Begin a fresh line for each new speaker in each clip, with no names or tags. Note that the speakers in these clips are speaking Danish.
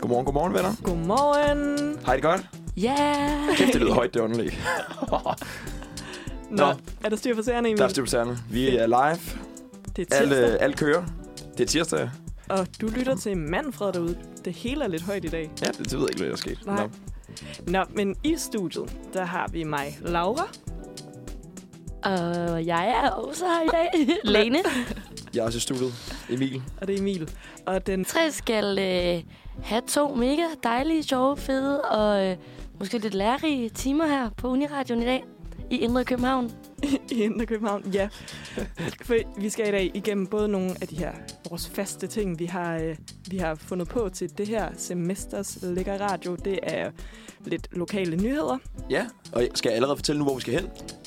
Godmorgen, godmorgen, venner.
Godmorgen.
Har I det godt?
Ja. Yeah.
Kæft, det lyder højt, det åndelæg.
Nå,
Nå.
er der styr på seerne, Emil?
Der er styr på tæerne. Vi er live.
Det er
Alt,
tirsdag,
øh, alt kører. Det er tirsdag.
og du lytter til Manfred derude. Det hele er lidt højt i dag.
Ja, det, det ved jeg ikke, hvad der er sket.
Nej. Nå, men i studiet, der har vi mig, Laura.
Og jeg er også her i dag. Lene.
Jeg er også i studiet. Emil.
Og det er Emil. Og den
Tre skal øh, have to mega dejlige, sjove, fede og øh, måske lidt lærerige timer her på Uniradioen i dag i Indre København.
i Indre København, ja. For vi skal i dag igennem både nogle af de her vores faste ting, vi har, øh, vi har fundet på til det her semesters lækker radio. Det er lidt lokale nyheder.
Ja, og skal jeg allerede fortælle nu, hvor vi skal hen?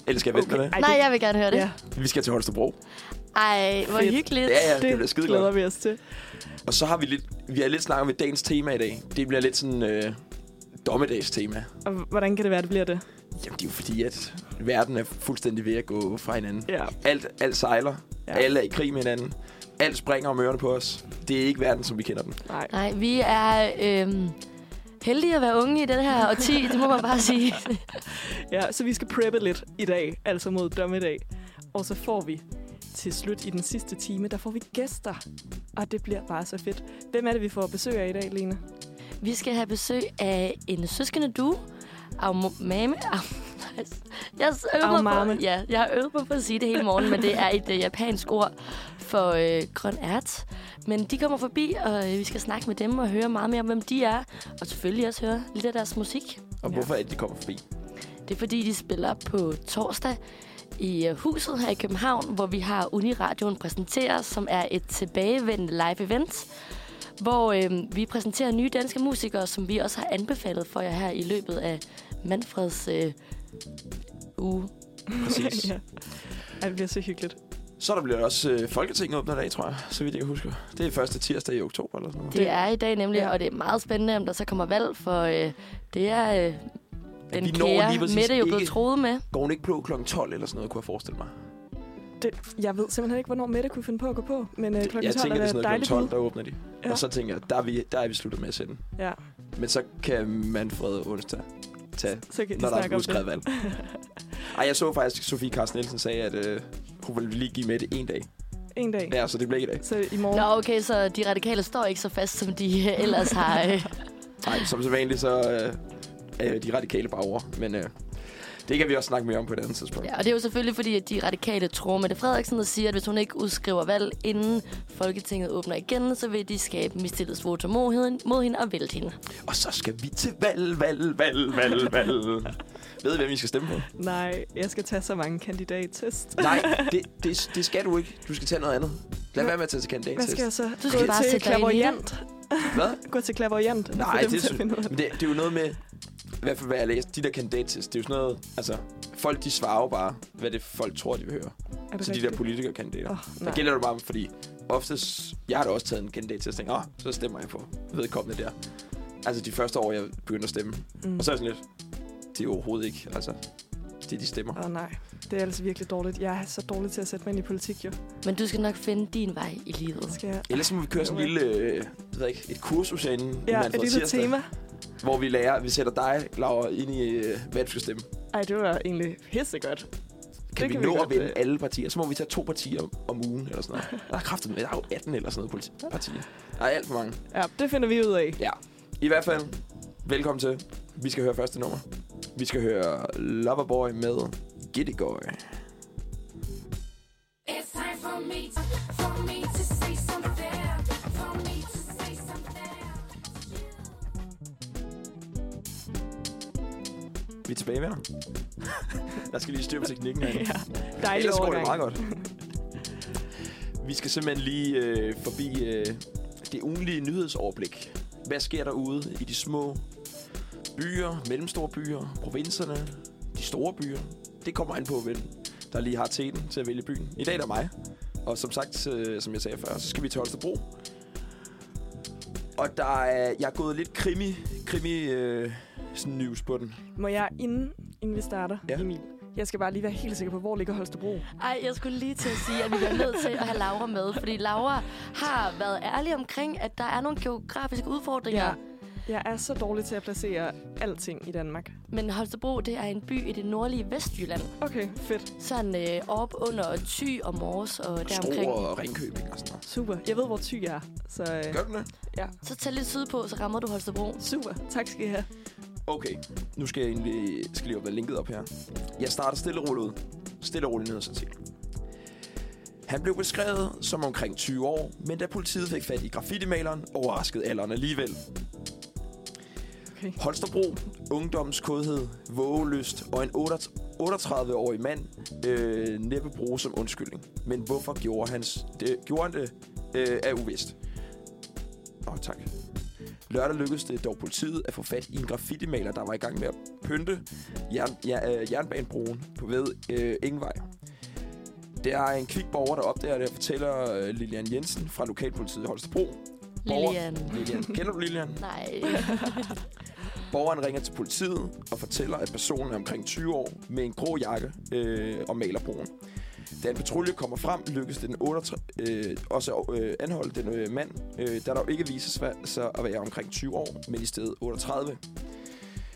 Eller skal jeg vente okay. med
Ej,
Ej,
det-
Nej, jeg vil gerne høre det.
Ja,
det? Vi skal til Holstebro.
Ej, hvor
Fedt.
hyggeligt.
Ja, ja, det, det bliver
det,
skide
glæder vi os til.
Og så har vi lidt, vi har lidt snakket om et dagens tema i dag. Det bliver lidt sådan øh, dommedagstema.
Og hvordan kan det være, det bliver det?
Jamen, det er jo fordi, at verden er fuldstændig ved at gå fra hinanden.
Ja.
Alt, alt sejler. Ja.
Ja.
Alle er i krig med hinanden. Alt springer om ørerne på os. Det er ikke verden, som vi kender den.
Nej.
Nej, vi er øh, heldige at være unge i den her årti, det må man bare sige.
Ja, så vi skal preppe lidt i dag, altså mod dommedag. Og så får vi til slut i den sidste time, der får vi gæster. Og det bliver bare så fedt. Hvem er det, vi får besøg af i dag, Lene?
Vi skal have besøg af en søskende du, Aumame. Jeg har øvet mig
Aumame.
på, ja, jeg har øvet mig på at sige det hele morgen, men det er et øh, japansk ord for øh, grøn ært. Men de kommer forbi, og øh, vi skal snakke med dem og høre meget mere om, hvem de er. Og selvfølgelig også høre lidt af deres musik.
Og
Ja.
ja. hvorfor er det, de kommer forbi?
Det er fordi, de spiller på torsdag i øh, huset her i København, hvor vi har Uniradioen præsenterer, som er et tilbagevendende live-event, hvor øh, vi præsenterer nye danske musikere, som vi også har anbefalet for jer her i løbet af Manfreds øh, uge.
Præcis.
ja. Ej, det bliver så hyggeligt.
Så der bliver også øh, Folketinget åbner i dag, tror jeg, så vidt jeg husker. Det er første tirsdag i oktober eller sådan noget.
Det er i dag nemlig,
Ja.
og det er meget spændende, om der så kommer valg, for øh, det er øh,
vi
den
når lige
kære
præcis
Mette jo blevet
ikke-
troet med.
Går hun ikke på kl. 12 eller sådan noget, kunne jeg forestille
Øh,
mig.
Det, jeg ved simpelthen ikke, hvornår Mette kunne finde på at gå på, men øh, klokken
jeg
12
tænker,
er
det er sådan
da
noget
et
kl.
dejligt
12,
bud.
der åbner de.
Ja.
Ja. Og så tænker jeg, der er, vi, der er vi sluttet med at sende.
Ja,
Men så kan Manfred onsdag tage,
så kan de
når der
snakke
er
om
udskrevet
det.
valg. Ej, jeg så faktisk, at Sofie Carsten Nielsen sagde, at øh, hun ville lige give med det en dag.
En dag.
Ja, så det bliver ikke i dag.
Så i morgen.
Nå, okay, så de radikale står ikke så fast, som de øh, ellers har... Øh,
Nej, som så vanligt, så øh, er de radikale bare over. Men øh, det kan vi også snakke mere om på et andet tidspunkt.
Ja, og det er jo selvfølgelig fordi, at de radikale tror Mette Frederiksen, der siger, at hvis hun ikke udskriver valg, inden Folketinget åbner igen, så vil de skabe mistillidsvotum mod hende, mod hende og vælte hende.
Og så skal vi til valg, valg, valg, valg, valg. Ved I, hvem I skal stemme på?
Nej, jeg skal tage så mange kandidattest.
Nej, det, det, det skal du ikke. Du skal tage noget andet. Lad
Hvad-
være med at tage til
Hvad
kandidattest.
skal jeg så?
Du skal
gå
bare
til
sætte dig ind i det.
klaverjant.
Hvad?
Gå til klaverjant. og få
Nej,
dem
det,
til at
synes,
finde ud af
men det, det er jo noget med... I hvert fald, hvad jeg læste. De der kandidattest, det er jo sådan noget... Altså, folk de svarer jo bare, hvad det folk tror, de vil høre.
Er
Til
det
de
rigtigt?
der politikerkandidater.
Åh,
Der
nej.
gælder det bare, fordi oftest... Jeg har da også taget en kandidattest, og tænkt, åh, så stemmer jeg på vedkommende der. Altså, de første år, jeg begyndte at stemme.
Mm.
Og så er jeg sådan lidt... Det er overhovedet ikke, altså... Det, de stemmer.
Åh oh, nej, det er altså virkelig dårligt. Jeg er så dårlig til at sætte mig ind i politik, jo.
Men du skal nok finde din vej i livet.
Skal jeg...
Ellers må vi køre sådan en lille, øh, jeg ved ikke, et kursus herinde. i
Ja,
Manfred
et lille
altså, Tirsdag,
tema.
Hvor vi lærer, vi sætter dig, Laura, ind i, øh, hvad du skal stemme.
Ej, det var egentlig pissegodt.
Kan, vi
kan vi
nå
godt,
at vinde
øh.
alle partier? Så må vi tage to partier om, om ugen eller sådan noget. Der er kraftigt med. Der er jo 18 eller sådan noget politi- partier. Der er alt for mange.
Ja, det finder vi ud af.
Ja. I hvert fald, velkommen til. Vi skal høre første nummer. Vi skal høre Loverboy med Gittigoy.
It's time for me, to- for me to say something. For me to say something.
Vi er tilbage, venner. Der skal lige styr på teknikken herinde.
Ja, dejlig
Ellers går det
overgang.
meget godt. Vi skal simpelthen lige øh, forbi øh, det ugenlige nyhedsoverblik. Hvad sker der ude i de små byer, mellemstore byer, provinserne, de store byer? Det kommer an på, hvem der lige har teten til at vælge byen. I dag er det mig. Og som sagt, øh, som jeg sagde før, så skal vi til Holstebro. Og der er, jeg er gået lidt krimi, krimi øh, sådan news på den.
Må jeg, inden, inden vi starter,
Ja.
Emil, jeg skal bare lige være helt sikker på, hvor ligger Holstebro.
Ej, jeg skulle lige til at sige, at vi bliver nødt til at have Laura med, fordi Laura har været ærlig omkring, at der er nogle geografiske udfordringer.
Ja. Jeg er så dårlig til at placere alting i Danmark.
Men Holstebro, det er en by i det nordlige Vestjylland.
Okay, fedt.
Sådan øh, op under Thy og Mors og deromkring.
Struer og Ringkøbing og sådan noget.
Super. Jeg ved, hvor ty jeg er. Så øh,
Gør du det?
ja,
Så tag lidt sydpå, så rammer du Holstebro.
super. Tak skal I have.
Okay, nu skal jeg egentlig skal lige op være linket op her. Jeg starter stille og roligt ud. Stille og roligt ned og sådan set. Han blev beskrevet som omkring 20 år, men da politiet fik fat i graffitimaleren, overraskede alderen alligevel.
Okay.
Holstebro, ungdommens kodhed, vågelyst og en 38 38-årig mand øh, næppe bruge som undskyldning. Men hvorfor gjorde, hans, det, gjorde han det, øh, er uvist. Åh, oh, tak. Lørdag lykkedes det dog politiet at få fat i en graffitimaler, der var i gang med at pynte jern, ja, øh, jernbanebroen på ved øh, Ingevej. Der er en kvik borger, der opdager det og fortæller øh, Lilian Jensen fra lokalpolitiet i Holstebro. Borger-
Lilian.
Lilian. Kender du Lilian?
Nej.
Borgeren ringer til politiet og fortæller, at personen er omkring 20 år med en grå jakke øh, og maler broen. Da en patrulje kommer frem, lykkes det den 38, øh, også at øh, anholde den øh, mand, øh, der dog ikke viser sig- sig at være omkring 20 år, men i stedet 38.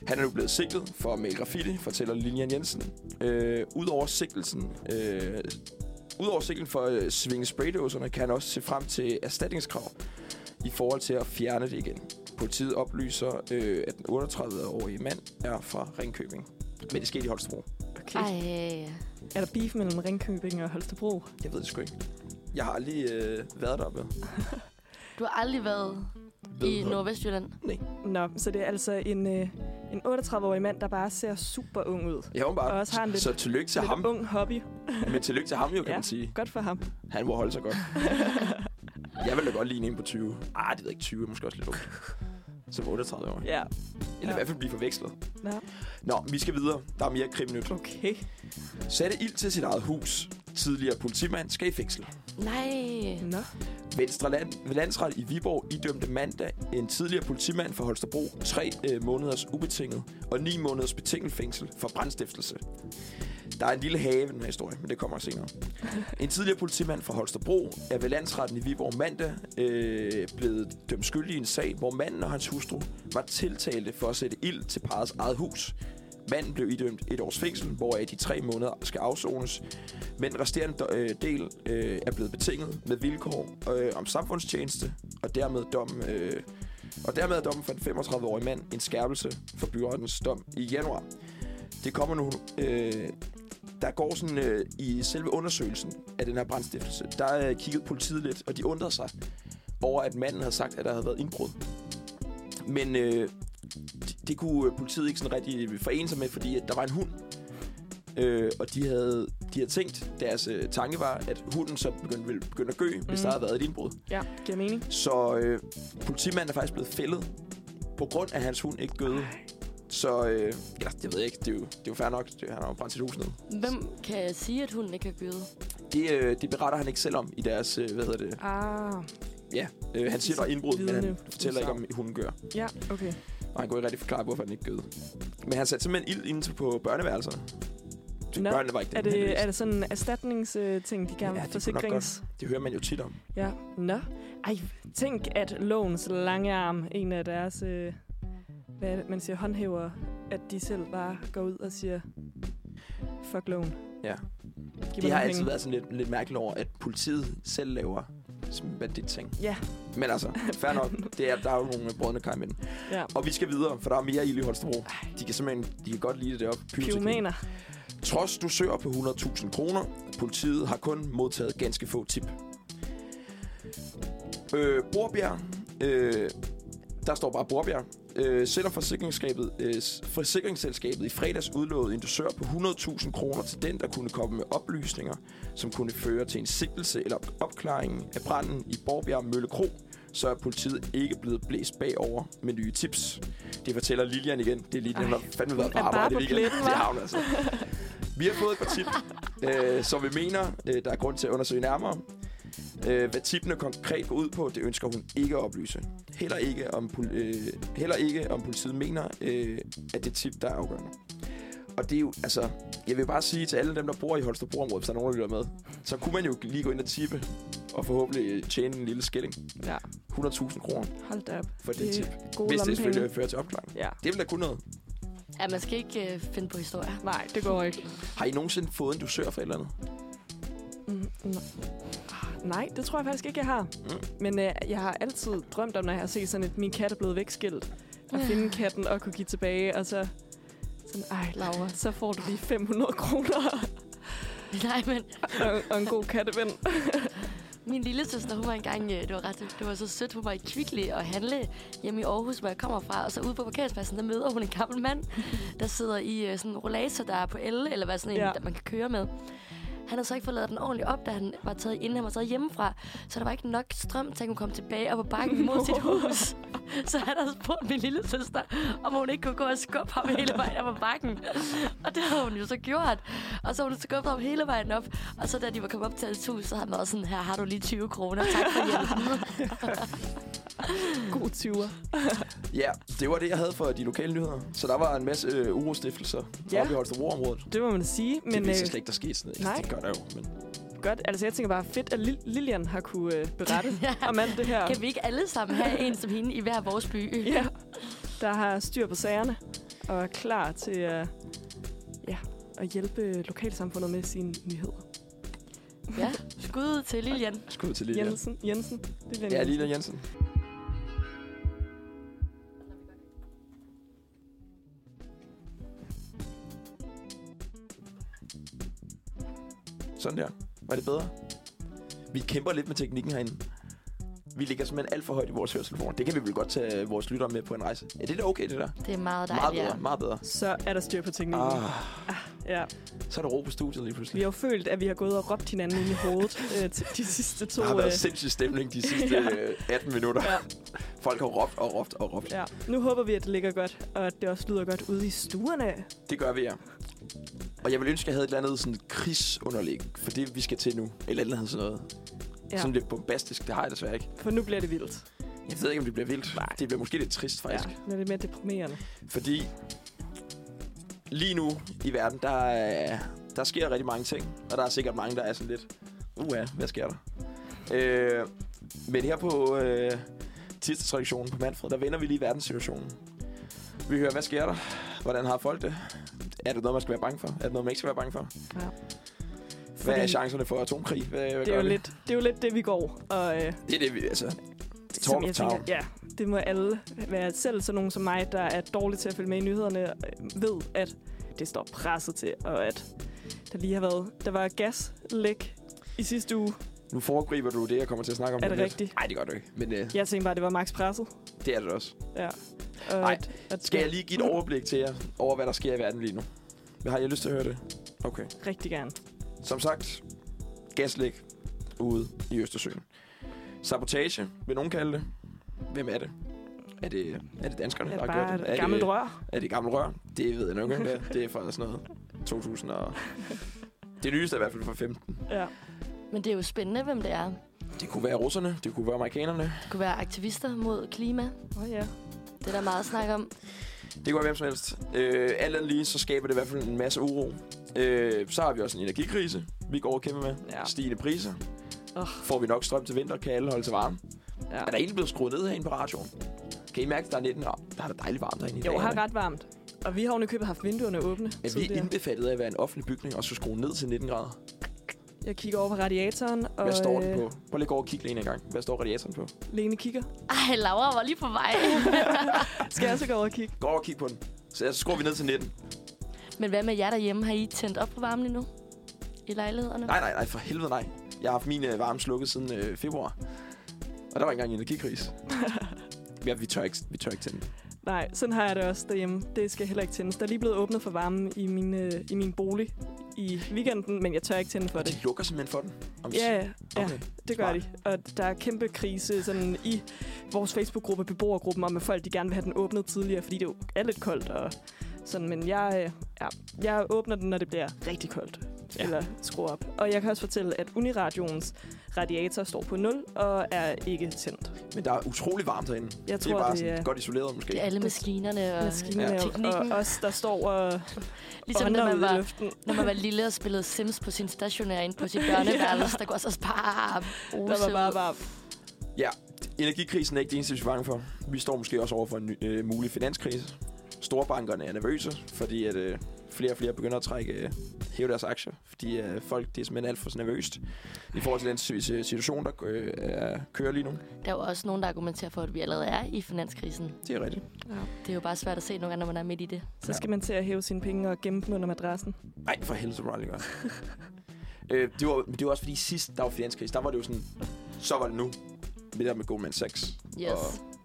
Han er nu blevet sigtet for at male graffiti, fortæller Lilian Jensen. Øh, Udover sigtelsen, øh, udover sigtelsen for at svinge spraydåserne, kan han også se frem til erstatningskrav i forhold til at fjerne det igen. Politiet oplyser, øh, at den 38-årige mand er fra Ringkøbing. Men det skete i Holstebro.
Okay.
Ej.
Er der beef mellem Ringkøbing og Holstebro?
Jeg ved det sgu ikke. Jeg har aldrig øh, været deroppe.
Du har aldrig været i Nordvestjylland.
Nå, så det er altså en, øh, en 38-årig mand, der bare ser super ung ud.
Ja, åbenbart.
Og også har en lidt-
så tillykke til
Lidt
ham.
ung hobby.
Men tillykke til ham jo, kan
Ja.
man sige.
Godt for ham.
Han må holde sig godt. jeg ville da godt ligne en på 20. Ah, det ved jeg ikke. 20 er måske også lidt ungt. Som 38 år.
Ja.
Eller i
Ja.
hvert fald blive forvekslet.
Nå,
Nå, vi skal videre. Der er mere krimnyt.
okay.
Satte ild til sit eget hus. Tidligere politimand skal i fængsel.
Nej.
Nå,
Venstre land, landsret i Viborg idømte mandag en tidligere politimand fra Holstebro tre øh, måneders ubetinget og ni måneders betinget fængsel for brandstiftelse. Der er en lille have i den her historie, men det kommer senere. En tidligere politimand fra Holstebro er ved landsretten i Viborg mandag øh, blevet dømt skyldig i en sag, hvor manden og hans hustru var tiltalte for at sætte ild til parrets eget hus. Manden blev idømt et års fængsel, hvoraf de tre måneder skal afsones, men den resterende øh, del øh, er blevet betinget med vilkår øh, om samfundstjeneste, og dermed dom, øh, og dermed er dommen for den 35-årige mand en skærpelse for byrettens dom i januar. Det kommer nu... Øh, der går sådan øh, i selve undersøgelsen af den her brandstiftelse, der øh, kiggede politiet lidt, og de undrede sig over, at manden havde sagt, at der havde været indbrud. Men øh, det, det kunne øh, politiet ikke sådan rigtig forene sig med, fordi at der var en hund. Øh, og de havde, de havde tænkt, deres øh, tanke var, at hunden så begyndte, ville begynde at gø, mm. hvis
Mm.
der havde været et indbrud.
ja, giver mening.
Så øh, politimanden er faktisk blevet fældet, på grund af, at hans hund ikke gøde. Så, øh, eller det ved jeg ikke, det er jo, det er jo fair nok, det, han har jo brændt sit hus ned.
Hvem kan sige, at hunden ikke har gødet?
Det, øh, det beretter han ikke selv om i deres, øh, hvad hedder det,
Ah,
ja, øh, han siger, der er indbrud, men han
Vidne.
fortæller ikke, om hunden gør.
ja, okay.
Og han kunne ikke rigtig forklare, hvorfor han ikke gød. Men han satte simpelthen ild ind til- på børneværelserne. Det,
Nå,
børnene var ikke
Er
dem, han
det,
løste.
er det sådan en erstatningsting, de
Ja, det
gerne
kunne
ja,
nok
forsikrings...
Det hører man jo tit om.
Ja, nå. Ej, tænk, at lovens lange arm, en af deres, øh, hvad er det, man siger, håndhæver, at de selv bare går ud og siger, fuck loven.
Ja.
Giv
Det
mig
har
nogle
altid
penge.
været sådan lidt, lidt mærkeligt over, at politiet selv laver sådan det ting.
Ja.
Men altså, fair nok. Det er, der er jo nogle brødende kar imellem.
Ja.
Og vi skal videre, for der er mere ild i Holstebro. De kan simpelthen de kan godt lide det deroppe. Pyroteknik.
Pyromaner.
Trods du søger på 100.000 kroner, politiet har kun modtaget ganske få tip. Øh, Borbjerg, øh, der står bare Borbjerg, øh, selvom forsikringsselskabet, øh, forsikringsselskabet i fredags udlovede en dusør på 100.000 kroner til den, der kunne komme med oplysninger, som kunne føre til en sigtelse eller opklaring af branden i Borbjerg Mølle Kro, så er politiet ikke blevet blæst bagover med nye tips. Det fortæller Lilian igen. Det er Lilian, hun har fandme været på
er bare
arbejde i
på
weekenden.
pletten, hva'?
Det har hun altså. Vi har fået et par tip, øh, som vi mener, øh, der er grund til at undersøge nærmere. Øh, hvad tippene konkret går ud på, det ønsker hun ikke at oplyse. Heller ikke om, pol- øh, heller ikke om politiet mener, øh, at det er tip, der er afgørende. Og det er jo, altså, jeg vil bare sige til alle dem, der bor i Holstebroområdet, hvis der er nogen, der lytter med, så kunne man jo lige gå ind og tippe, og forhåbentlig øh, tjene en lille skilling.
Ja.
100.000 kroner
Hold da op.
for det,
Det-
tip.
Gode
Hvis det selvfølgelig
lommepenge.
fører til opklaring.
Ja.
Det vil da kun noget.
Ja, man skal ikke øh, finde på historier.
Nej, det går ikke.
Har I nogensinde fået en dusør fra et eller andet?
Mm, nej. Ah, Nej, det tror jeg faktisk ikke, jeg har.
Mm.
Men øh, jeg har altid drømt om, når jeg har set sådan et, min kat er blevet vækskilt, at finde katten og kunne give tilbage, og så sådan, ej Laura, så får du lige 500 kroner
Nej, men
og, og en god katteven.
Min lille søster, hun var engang, øh, det var, ret, det var så sødt, hun var i Kvickly og handle hjemme i Aarhus, hvor jeg kommer fra. Og så ude på parkeringspladsen, der møder hun en gammel mand, der sidder i øh, sådan en rollator, der er på el, eller hvad sådan en,
Ja.
ja. der man kan køre med. Han havde så ikke fået lavet den ordentligt op, da han var taget, inden han var taget hjemmefra. Så der var ikke nok strøm, til han kunne komme tilbage op ad bakken mod sit hus. Så han havde spurgt min lille søster, om hun ikke kunne gå og skubbe ham hele vejen op ad bakken. Og det havde hun jo så gjort. Og så havde hun skubbet ham hele vejen op. Og så da de var kommet op til hans hus, så havde han været sådan, her har du lige 20 kroner, tak for hjælpen.
God 20'er.
Ja, det var det, jeg havde for de lokale nyheder. Så der var en masse øh, urostiftelser ja.
Ja.
oppe i Holstebro-området.
Det må man sige.
Men, det
Men
viser
øh,
slet ikke, der skete sådan noget.
nej.
Det gør der jo, men
godt, altså jeg tænker bare, fedt, at Lil- Lilian har kunne øh, berette om alt det her.
Kan vi ikke alle sammen have en som hende i hver vores by?
Ja, der har styr på sagerne og er klar til øh, ja, at hjælpe lokalsamfundet med sine nyheder.
ja. Skud til Lilian.
skud til Lilian.
Jensen, Jensen. Lilian
Ja,
Jensen.
Lilian Jensen. Sådan der. Var det bedre? Vi kæmper lidt med teknikken herinde. Vi ligger simpelthen alt for højt i vores høretelefoner. Det kan vi vel godt tage vores lyttere med på en rejse. Ja, det er da okay, det der.
Det er
meget
meget dejligt.
bedre, meget bedre.
Så er der styr på teknikken.
Ah,
Ja.
så er der ro på studiet lige
Vi
pludselig.
har jo følt, at vi har gået og råbt hinanden ind i hovedet øh, til de sidste to...
Der har været
øh,
sindssyg stemning de sidste øh, 18 minutter.
Ja.
Folk har råbt og råbt og råbt.
ja. Nu håber vi, at det ligger godt, og at det også lyder godt ude i stuerne.
Det gør vi, ja. Og jeg vil ønske, at jeg havde et eller andet sådan krigsunderlæg for det, vi skal til nu. Eller et eller andet sådan noget. Ja.
Ja.
Sådan lidt bombastisk. Det har jeg desværre ikke.
For nu bliver det vildt.
Jeg ved ikke, om det bliver vildt. Nej. Det bliver måske lidt trist,
Ja.
faktisk. Ja.
Nu er det mere deprimerende.
Fordi lige nu i verden, der, er- der sker rigtig mange ting. Og der er sikkert mange, der er sådan lidt... Uha, hvad sker der? Øh, men her på øh, tirsdagstradiktionen på Manfred, der vender vi lige verdenssituationen. Vi hører, hvad sker der? Hvordan har folk det? Er det noget, man skal være bange for? Er det noget, man ikke skal være bange for? Hvad er chancerne for atomkrig? Hvad, hvad
det, er
gør
jo
vi?
lidt, det er jo lidt det, vi går. Og, øh,
Det er det, vi, altså.
som
Talk of
jeg
town.
ja, det må alle være. Selv sådan nogen som mig, der er dårlig til at følge med i nyhederne, øh, ved, at det står presset til, og at der lige har været... Der var gaslæk i sidste uge.
Nu foregriber du det, jeg kommer til at snakke om.
Er det rigtigt?
Nej, det gør du ikke. Men øh,
Jeg tænkte bare, at det var max presset.
det er det også.
Ja. Og
Ej,
at, at
Skal jeg lige give et overblik til jer over, hvad der sker i verden lige nu? Har jeg lyst til at høre det? Okay.
Rigtig gerne.
Som sagt, gaslæg ude i Østersøen. Sabotage, vil nogen kalde det. Hvem er det? Er det, er det danskerne,
Er
der
det
har
bare
gjort det?
et gammelt
det,
rør?
Er det gammelt rør? Det ved jeg nok ikke, hvad. Det er fra sådan noget 2000 og... Det nyeste er i hvert fald fra 15.
Ja.
Men det er jo spændende, hvem det er.
Det kunne være russerne, det kunne være amerikanerne,
Det kunne være aktivister mod klima.
Oh, ja.
Det er der meget snak om.
Det kan være hvem som helst. Øh, alt andet lige, så skaber det i hvert fald en masse uro. Øh, så har vi også en energikrise, vi går og kæmper med. Ja.
Ja.
Stigende priser.
Ugh.
Får vi nok strøm til vinter, kan alle holde sig varme.
ja.
Er der egentlig blevet skruet ned herinde på radioen? Kan I mærke, at der er 19 grader? Der er da dejligt varmt derinde i
Jo,
dag.
har
ikke?
ret varmt. Og vi har oven i købet haft vinduerne åbne.
Er vi
tidligere.
indbefattet af at være en offentlig bygning og så skrue ned til 19 grader?
Jeg kigger over på radiatoren, og
Hvad står
øh,
den på? Prøv lige at gå over og kigge lige en gang. Hvad står radiatoren på?
Lene kigger.
Ej, Laura var lige på vej.
Skal jeg også gå over og kigge?
Gå over og kig på den. Så, så skruer vi ned til 19.
Men hvad med jer derhjemme? Har I tændt op for varmen endnu? I lejlighederne?
Nej, nej, nej, for helvede nej. Jeg har haft min øh, varme slukket siden øh, februar. Og der var ikke engang en energikris. ja, vi tør ikke, vi tør ikke tænde.
Nej, sådan har jeg det også derhjemme. Det skal heller ikke tændes. Der er lige blevet åbnet for varmen i min, øh, i min bolig i weekenden, men jeg tør ikke tænde for
Og de
det.
lukker simpelthen for den? Om
Ja, ja, ja,
Okay.
det gør de. Og der er kæmpe krise sådan, i vores Facebook-gruppe, beboergruppen, om at folk de gerne vil have den åbnet tidligere, fordi det jo er lidt koldt. Og sådan, men jeg, øh, ja, jeg åbner den, når det bliver rigtig koldt.
Ja.
Ja. Eller skruer op. Og jeg kan også fortælle, at Uniradions radiator står på 0 og er ikke tændt.
Men der er utrolig varmt herinde.
Jeg
det
tror,
er bare
det
sådan
er-
godt isoleret måske.
Det er alle maskinerne og
Maskinerne
ja.
ja. og,
teknikken.
og os, der står og
ligesom
ånder
når man,
ud i
var,
luften.
når man var lille og spillede Sims på sin stationær inde på sit børneværelse, der går også også bare
Der var bare
bare...
varmt.
Ja, energikrisen er ikke det eneste, vi er bange for. Vi står måske også over for en ny, øh, mulig finanskrise. Storbankerne er nervøse, fordi at, øh, flere og flere begynder at trække øh, hæve deres aktier, fordi øh, folk det er simpelthen alt for nervøst i forhold til den si- si- situation, der øh, er- kører lige nu.
Der er jo også nogen, der argumenterer for, at vi allerede er i finanskrisen.
Det er rigtigt.
Det er jo bare svært at se nogle gange, når man er midt i det.
Så skal man til at hæve sine penge og gemme dem under madrassen.
Nej, for helvede, så var det godt. øh, det, var, men det var også fordi sidst, der var finanskrise, der var det jo sådan, så var det nu. Det der med Goldman Sachs.
Yes.
Og,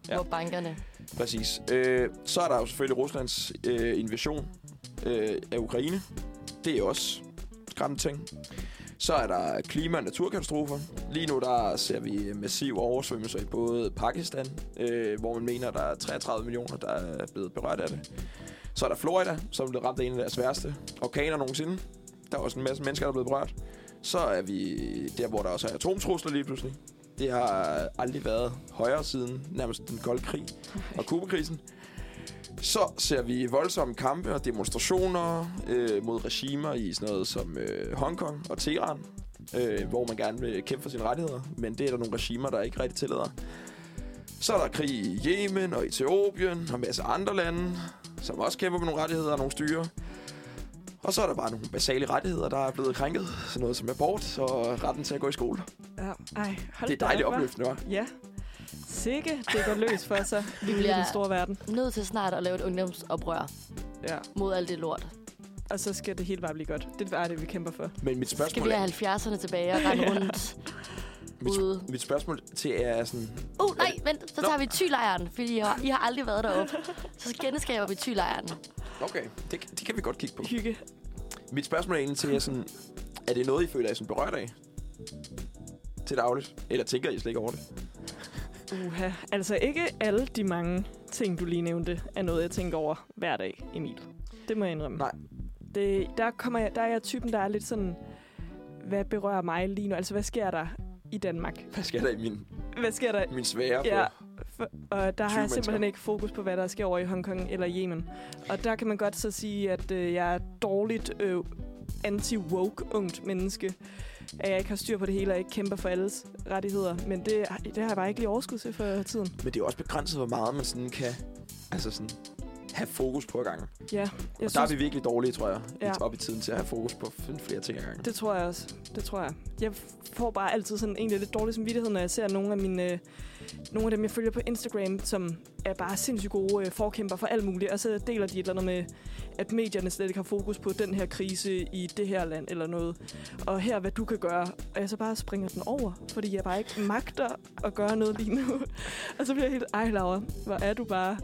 ja.
Hvor bankerne.
Præcis. Øh, så er der jo selvfølgelig Ruslands øh, invasion øh, af Ukraine. Det er også skræmmende ting. Så er der klima- og naturkatastrofer. Lige nu der ser vi massive oversvømmelser i både Pakistan, øh, hvor man mener, der er 33 millioner, der er blevet berørt af det. Så er der Florida, som er blevet ramt af en af deres værste orkaner nogensinde. Der er også en masse mennesker, der er blevet berørt. Så er vi der, hvor der også er atomtrusler lige pludselig. Det har aldrig været højere siden nærmest den kolde krig og Kubakrisen. Så ser vi voldsomme kampe og demonstrationer øh, mod regimer i sådan noget som øh, Hongkong og Teheran, øh, hvor man gerne vil kæmpe for sine rettigheder, men det er der nogle regimer, der ikke rigtig tillader. Så er der krig i Yemen og Etiopien og en masse andre lande, som også kæmper med nogle rettigheder og nogle styre. Og så er der bare nogle basale rettigheder, der er blevet krænket. Sådan noget som abort og retten til at gå i skole.
Ja. Ej, hold
Det er
da
dejligt
op, hva'?
opløftende, hva'?
Ja. Sikke, det går løs for sig. Vi bliver
Ja.
den store verden.
Nødt til snart at lave et ungdomsoprør
Ja.
mod alt det lort.
Og så skal det hele bare blive godt. Det er det, vi kæmper for.
Men mit
Skal
spørgsmål,
vi
er,
have 70'erne tilbage og rende rundt ude?
mit, mit spørgsmål til er sådan,
Uh, nej, vent. Så
Nå.
tager vi tylejren, fordi I har, I har aldrig været deroppe. Så genskaber vi tylejren.
Okay, det, det kan vi godt kigge på.
Hygge.
Mit spørgsmål er egentlig til jer sådan, er det noget, I føler, I er sådan berørt af? Til dagligt? Eller tænker I slet ikke over det?
Uha. Altså ikke alle de mange ting, du lige nævnte, er noget, jeg tænker over hver dag, Emil. Det må jeg indrømme.
Nej.
Det, der, kommer jeg, der er jeg typen, der er lidt sådan, hvad berører mig lige nu? Altså, hvad sker der i Danmark?
Hvad skal der i min,
Hvad sker der
min svære på?
Ja, for, og der har jeg simpelthen
mennesker.
ikke fokus på, hvad der sker over i Hongkong eller Yemen. Og der kan man godt så sige, at øh, jeg er et dårligt øh, anti-woke ungt menneske. At jeg ikke har styr på det hele og ikke kæmper for alles rettigheder. Men det, det har jeg bare ikke lige overskud til for tiden.
Men det er jo også begrænset, hvor meget man sådan kan altså sådan, have fokus på ad gangen. Og
Ja, jeg
der
synes,
er vi virkelig dårlige, tror jeg, ja.
Ja.
op i tiden til at have fokus på f- flere ting ad gangen.
det tror jeg også. Det tror jeg. Jeg får bare altid sådan egentlig lidt dårlig samvittighed, når jeg ser nogle af mine... Øh, nogle af dem, jeg følger på Instagram, som er bare sindssygt gode øh, forkæmper for alt muligt, og så deler de et eller andet med, at medierne slet ikke har fokus på den her krise i det her land eller noget, og her hvad du kan gøre, og jeg så bare springer den over, fordi jeg bare ikke magter at gøre noget lige nu. og så bliver jeg helt, ej Laura, hvor er du bare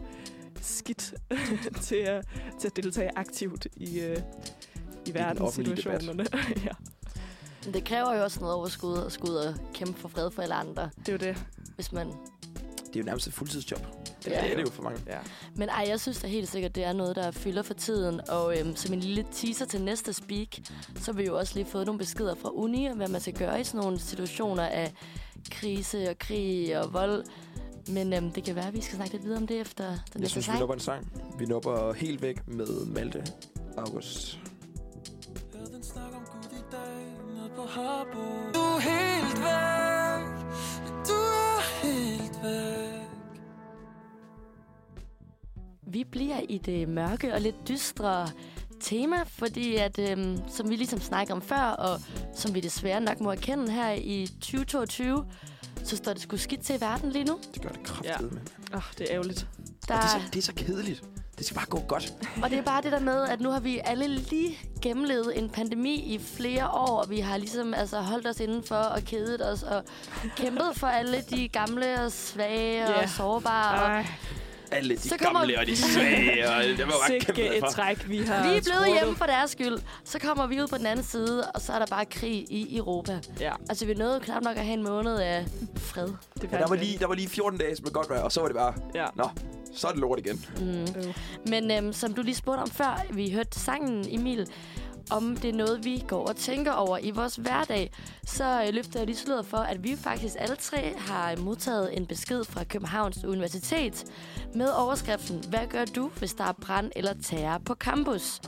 skidt til, at, til at deltage aktivt i, øh, i verdenssituationerne. ja,
Men det kræver jo også noget overskud og skud og kæmpe for fred for alle andre,
det er jo det.
hvis man...
Det er jo nærmest et fuldtidsjob.
Ja.
Det er det jo for mange.
Ja.
Men ej, jeg synes da helt sikkert, det er noget, der fylder for tiden. Og øhm, som en lille teaser til næste speak, så har vi jo også lige fået nogle beskeder fra uni, om hvad man skal gøre i sådan nogle situationer af krise og krig og vold. Men øhm, det kan være, at vi skal snakke lidt videre om det efter den
Jeg
næste
synes, vi
sang.
nupper en sang. Vi nupper helt væk med Malte August.
Hørte en snak om Gud i dag ned på Harbo. Du er helt væk. Du er helt væk.
Vi bliver i det mørke og lidt dystre tema, fordi at, øhm, som vi ligesom snakkede om før, og som vi desværre nok må erkende her i 2022, så står det sgu skidt til i verden lige nu.
Det gør det kraftedeme. Ja.
Oh, det er ærgerligt.
Der,
Og det er, så, det er så kedeligt. Det skal bare gå godt.
og det er bare det der med, at nu har vi alle lige gennemlevet en pandemi i flere år, og vi har ligesom altså, holdt os indenfor og kedet os og kæmpet for alle de gamle og svage
Ja.
og sårbare. Og
Alle de
Så
så
kommer-
gamle og de svage, og det var bare kæmpe
Sikke et
derfra.
træk, vi har
Ah,
vi er blevet
skrottet.
hjemme for deres skyld. Så kommer vi ud på den anden side, og så er der bare krig i Europa.
Ja,
Altså, vi nåede knap nok at have en måned af fred.
det
Ja, der, var lige, der var lige 14 dage med godt vejr, og så var det bare,
Ja.
nå, så er det lort igen.
Men øhm, som du lige spurgte om før, vi hørte sangen, Emil, om det er noget, vi går og tænker over i vores hverdag, så øh, løfter jeg lige sløret for, at vi faktisk alle tre har modtaget en besked fra Københavns Universitet med overskriften, hvad gør du, hvis der er brand eller terror på campus?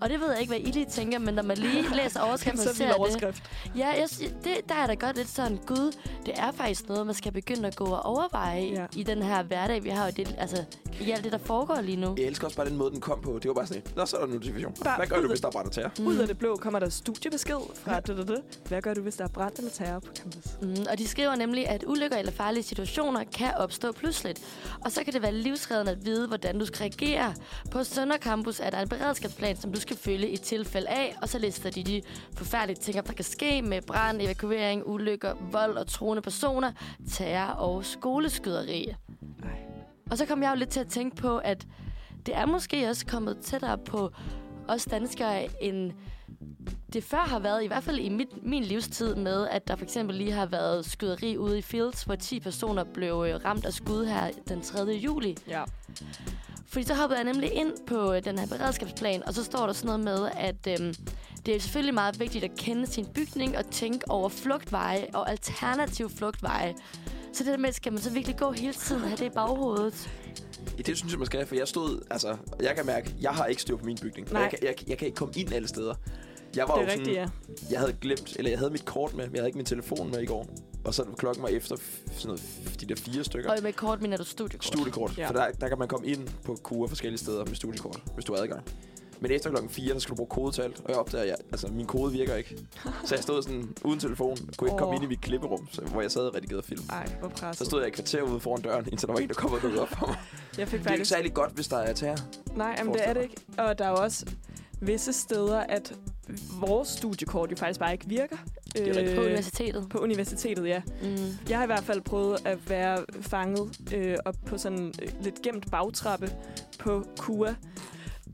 Og det ved jeg ikke, hvad I lige tænker, men når man lige læser overskriften,
Så
og
vild
ser det,
overskrift.
Ja, jeg, sy- det, der er da godt lidt sådan, gud, det er faktisk noget, man skal begynde at gå og overveje
Ja.
ja. i den her hverdag, vi har jo det, altså, i alt det, der foregår lige nu.
Jeg elsker også bare den måde, den kom på. Det var bare sådan, et, nå, så er der en notifikation.
Bare
Hvad gør
ud
du,
af-
hvis der er brændt tæer?
Ud af det blå kommer der studiebesked fra det, det, det. Hvad gør du, hvis der er brand eller terror på campus?
Mm, og de skriver nemlig, at ulykker eller farlige situationer kan opstå pludseligt. Og så kan det være livsreddende at vide, hvordan du skal reagere. På Sønder Campus er der en beredskabsplan, som du skal følge i tilfælde af. Og så lister de de forfærdelige ting, op, der kan ske med brand, evakuering, ulykker, vold og troende personer, terror og skoleskyderi.
Ej.
Og så kom jeg jo lidt til at tænke på, at det er måske også kommet tættere på os danskere, end det før har været, i hvert fald i mit, min livstid, med at der for eksempel lige har været skyderi ude i Fields, hvor 10 personer blev øh, ramt af skud her den 3. juli.
Ja.
Fordi så hoppede jeg nemlig ind på øh, den her beredskabsplan, og så står der sådan noget med, at øhm, det er selvfølgelig meget vigtigt at kende sin bygning og tænke over flugtveje og alternative flugtveje. Så det der med, skal man så virkelig gå hele tiden og have det i baghovedet?
Det synes jeg, man skal, for jeg stod, altså, jeg kan mærke, jeg har ikke styr på min bygning. og
Nej.
Jeg, kan, jeg, jeg kan ikke komme ind alle steder. Jeg var
Det
jo
er
sådan,
rigtigt, ja.
jeg havde glemt, eller jeg havde mit kort med, men jeg havde ikke min telefon med i går. Og så klokken var efter f- sådan noget, f- de der fire stykker.
Og med kort mener du studiekort.
Studiekort.
Ja.
Ja. For der, der kan man komme ind på kurer forskellige steder med studiekort, hvis du har adgang. Men efter klokken 4, der skal du bruge kodetalt, og jeg opdager, at jeg, altså, min kode virker ikke. Så jeg stod sådan uden telefon, og kunne ikke komme
Åh. Altså.
ind i mit klipperum, så, hvor jeg sad og redigerede film.
Ej, hvor
Så
presset.
stod jeg i kvarter ude foran døren, indtil der var en, der kom og dukkede op for mig.
Jeg fik
Det er jo ikke
faktisk...
særlig godt, hvis der er terror.
Nej, jamen, det er
forestiller
det ikke. Og der er jo også visse steder, at vores studiekort jo faktisk bare ikke virker. Det
er rigtigt.
På universitetet.
på universitetet, ja.
Mm.
Jeg har i hvert fald prøvet at være fanget øh, op på sådan øh, lidt gemt bagtrappe på KUA.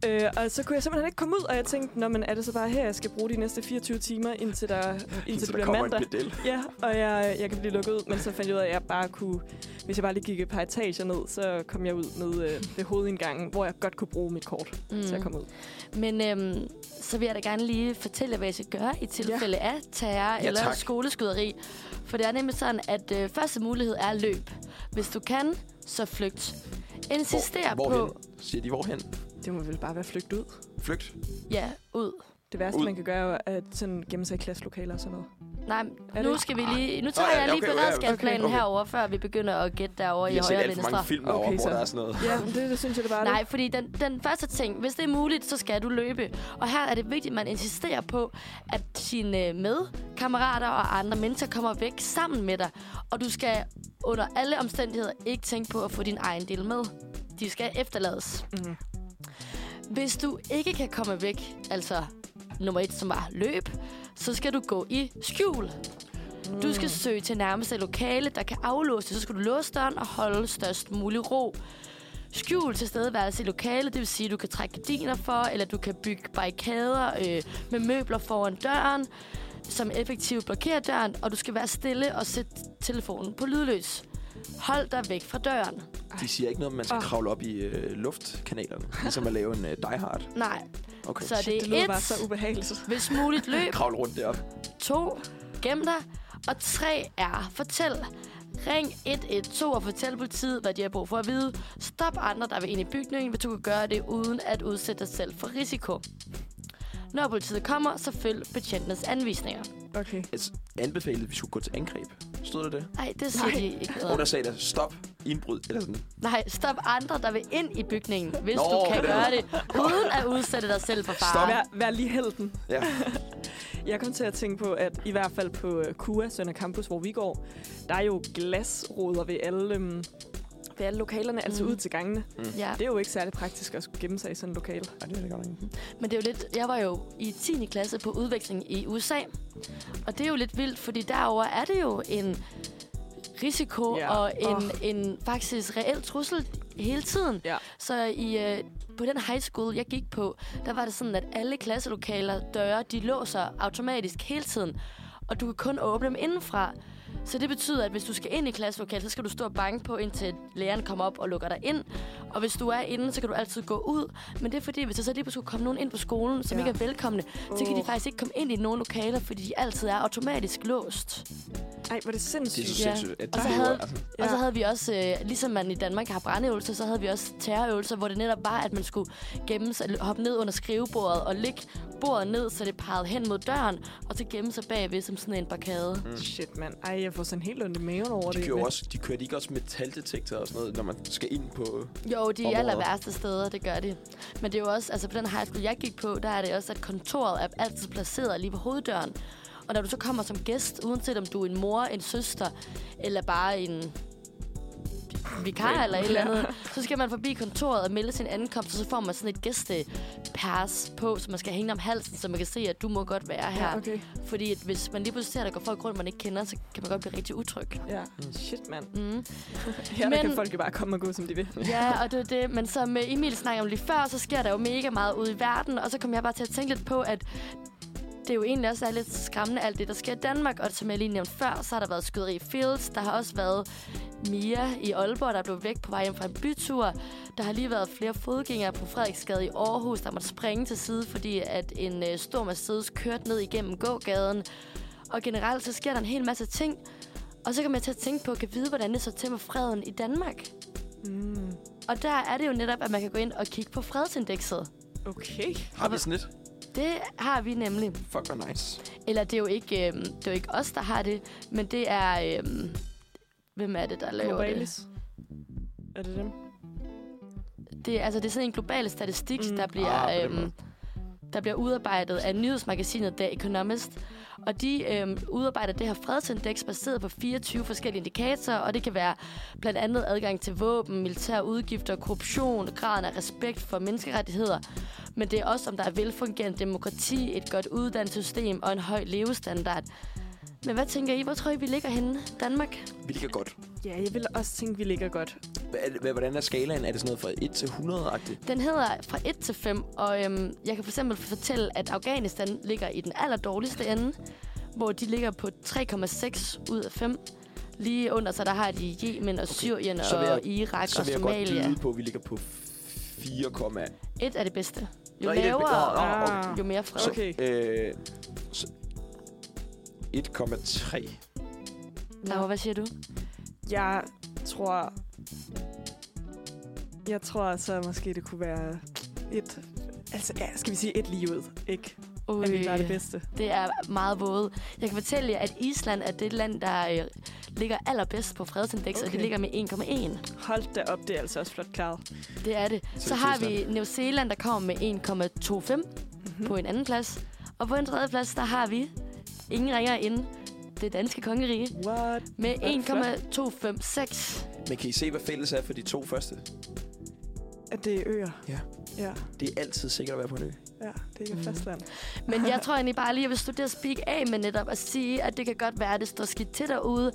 Øh, og så kunne jeg simpelthen ikke komme ud, og jeg tænkte, Nå, men er det så bare her, jeg skal bruge de næste 24 timer, indtil, der, indtil,
Indtil
det
der
bliver
kommer
mandag.
en pedel.
Ja, og jeg, jeg kan blive lukket ud, men så fandt jeg ud af, at jeg bare kunne, hvis jeg bare lige gik et par etager ned, så kom jeg ud ned øh, ved hovedindgangen, hvor jeg godt kunne bruge mit kort mm. til at komme ud.
Men øhm, så vil jeg da gerne lige fortælle jer, hvad I skal gøre i tilfælde ja. af terror
Ja,
eller
tak.
skoleskyderi. For det er nemlig sådan, at øh, første mulighed er løb. Hvis du kan, så flygt. Insister
hvor,
på...
Hvorhen? Siger de, hvorhen?
Det må vel bare være flygt ud.
Flygt?
Ja, ud.
Det værste,
Ud.
man kan gøre, er at sådan gemme sig i klasselokaler og sådan noget.
Nej,
Er
nu
det-
skal vi lige... Nu tager
Ah. Nå, ja,
jeg lige
okay,
okay,
okay,
beredskabsplanen
okay.
okay. herover, før vi begynder at gætte derovre
Jeg
i
har set
højre
alt for mange
venstre.
film derovre,
Okay,
hvor
så.
der er sådan noget.
Ja, men det, det synes jeg, det bare
Nej, fordi den, den første ting, hvis det er muligt, så skal du løbe. Og her er det vigtigt, at man insisterer på, at sine medkammerater og andre mennesker kommer væk sammen med dig. Og du skal under alle omstændigheder ikke tænke på at få din egen del med. De skal efterlades.
Mhm.
Hvis du ikke kan komme væk, altså nummer et, som var løb, så skal du gå i skjul. Du
Mm.
skal søge til nærmeste lokale, der kan aflåse. Så skal du låse døren og holde størst mulig ro. Skjul tilstedeværelse i lokalet, det vil sige, at du kan trække gardiner for, eller du kan bygge barrikader øh, med møbler foran døren, som effektivt blokerer døren, og du skal være stille og sætte telefonen på lydløs. Hold dig væk fra døren.
De siger ikke noget, om man skal
Ah.
kravle op i øh, luftkanalerne. Ligesom at lave en øh, Die Hard.
Nej,
Okay.
så
Shit, det
det er
lyder
et,
bare så ubehageligt.
hvis muligt løb,
Kravle rundt deroppe.
to, gem dig, og tre er fortæl. Ring 112 og fortæl politiet, hvad de har brug for at vide. Stop andre, der vil ind i bygningen, hvis du kan gøre det uden at udsætte dig selv for risiko. Når politiet kommer, så følg betjentenes anvisninger.
Okay.
Altså, anbefalede, at vi skulle gå til angreb. Stod der det?
Nej, det siger
Nej.
de ikke noget
Og
om.
der sagde der, stop, indbrud, eller sådan.
Nej, stop andre, der vil ind i bygningen, hvis
Nå,
Nå, du kan
det er
gøre det, uden at udsætte dig selv for fare.
Vær, vær lige helten.
Ja.
Jeg kom til at tænke på, at i hvert fald på øh, KUA, Sønder Campus, hvor vi går, der er jo glasruder ved alle, øhm, ved alle lokalerne, altså
Mm.
ud til gangene.
Ja,
Det er jo ikke særlig praktisk at skulle gemme sig i sådan et lokale.
Ej, det er det godt nok.
men det er jo lidt... Jeg var jo i 10. klasse på udveksling i USA, og det er jo lidt vildt, fordi derover er det jo en risiko
Ja.
yeah. og en,
Åh.
oh. en faktisk reel trussel hele tiden.
Ja.
Så i, øh, på den high school, jeg gik på, der var det sådan, at alle klasselokaler, døre, de låser automatisk hele tiden. Og du kan kun åbne dem indenfra. Så det betyder, at hvis du skal ind i klasselokalet, så skal du stå og banke på, indtil læreren kommer op og lukker dig ind. Og hvis du er inde, så kan du altid gå ud. Men det er fordi, hvis der så lige pludselig kommer nogen ind på skolen, som
Ja.
ja. ikke er velkomne, så kan de
Åh.
faktisk ikke komme ind i nogen lokaler, fordi de altid er automatisk låst.
Ej, hvor er det
Det er
sindssygt.
så
Ja.
sindssygt, at
Og så
det
havde-
er- altså,
Ja. Og så havde vi også, øh, ligesom man i Danmark har brændeøvelser, så havde vi også terrorøvelser, hvor det netop var, at man skulle gemme sig, eller hoppe ned under skrivebordet og lægge bordet ned, så det pegede hen mod døren, og så gemme sig bagved som sådan en barkade. Mm.
Shit, mand. Ej, jeg får sådan helt ondt i maven over
de
det.
kører,
Men-
også, de kører de ikke også metaldetektorer og sådan noget, når man skal ind på...
Jo, de
Områder.
Områder. aller værste steder, det gør de. Men det er jo også, altså på den high school, jeg gik på, der er det også, at kontoret er altid placeret lige ved hoveddøren. Og når du så kommer som gæst, uanset om du er en mor, en søster, eller bare en vikar eller et eller andet, så skal man forbi kontoret og melde sin ankomst, og så får man sådan et gæstepas på, som man skal hænge om halsen, så man kan se, at du må godt være her.
Ja, okay.
Fordi at hvis man lige pludselig ser, at der går folk rundt, man ikke kender, så kan man godt blive rigtig utryg.
Ja, shit, mand.
Mm.
Her Men...
Men-
kan folk jo bare komme og gå, som de vil.
Ja, og det er det. Men som øh, Emil snakkede om lige før, så sker der jo mega meget ude i verden. Og så kom jeg bare til at tænke lidt på, at det jo egentlig også er lidt skræmmende, alt det, der sker i Danmark. Og som jeg lige nævnte før, så har der været skyderi i Fields. Der har også været Mia i Aalborg, der blev væk på vej hjem fra en bytur. Der har lige været flere fodgængere på Frederiksgade i Aarhus, der måtte springe til side, fordi at en øh, stor Mercedes kørte ned igennem gågaden. Og generelt så sker der en hel masse ting. Og så kan man til at tænke på, kan vide, hvordan det så tæmmer freden i Danmark.
Mm.
Og der er det jo netop, at man kan gå ind og kigge på fredsindekset.
Okay.
Har vi sådan et?
Det har vi nemlig.
Fuck, hvor nice.
Eller det er jo ikke, øhm, det er jo ikke os, der har det, men det er... Øhm, hvem er det, der laver
Globalis. Er det dem?
det? det? er- Altså, det er sådan en global statistik,
Mm.
mm. der bliver...
Ah, på den måde.
øhm, der bliver udarbejdet af nyhedsmagasinet The Economist. Og de øhm, udarbejder det her fredsindeks baseret på 24 forskellige indikatorer, og det kan være blandt andet adgang til våben, militære udgifter, korruption, graden af respekt for menneskerettigheder. Men det er også, om der er velfungerende demokrati, et godt uddannelsessystem og en høj levestandard. Men hvad tænker I? Hvor tror I, vi ligger henne? Danmark?
Vi ligger godt.
Ja, jeg ville også tænke, vi ligger godt.
Hvad er det- hvad- Hvordan er skalaen? Er det sådan noget fra 1 til 100-agtigt?
Den hedder fra 1 til 5, og øhm, jeg kan for eksempel fortælle, at Afghanistan ligger i den allerdårligste ende, hvor de ligger på 3,6 ud af 5. Lige under sig, der har de Yemen og Syrien
så
og
vil jeg-
Irak
Så
og
vil jeg godt
Somalia.
byde på, at vi ligger på 4,
Et er det bedste. Jo
Nå, et er det-
lavere,
Åh, okay.
Ah.
jo mere fred.
Så,
Okay.
Øh, så 1,3.
Laura, hvad siger du?
Jeg tror... Jeg tror så måske, det kunne være et... Altså, ja, skal vi sige et lige ud, ikke? At vi klarer det bedste.
det er meget våde. Jeg kan fortælle jer, at Island er det land, der øh, ligger allerbedst på fredsindekset, okay. og
Okay.
det ligger med 1,1.
Hold da op, det er altså også flot klaret.
Det er det.
Så
Så,
det er
har vi
Tyskland.
New Zealand, der kommer med 1,25
Mm.
mm-hmm. på en anden plads. Og på en tredje plads, der har vi ingen ringer ind. Det danske kongerige
What?
med
Hvor er det flot.
1,256.
Men kan I se, hvad fælles er for de to første?
At det er øer.
Ja.
Ja,
Det er altid sikkert at være på en ø.
ja. Det er ikke mm.
Mhm.
fastland.
Men jeg tror egentlig bare lige, at jeg vil studere speak af med netop at sige, at det kan godt være, at det står skidt til derude.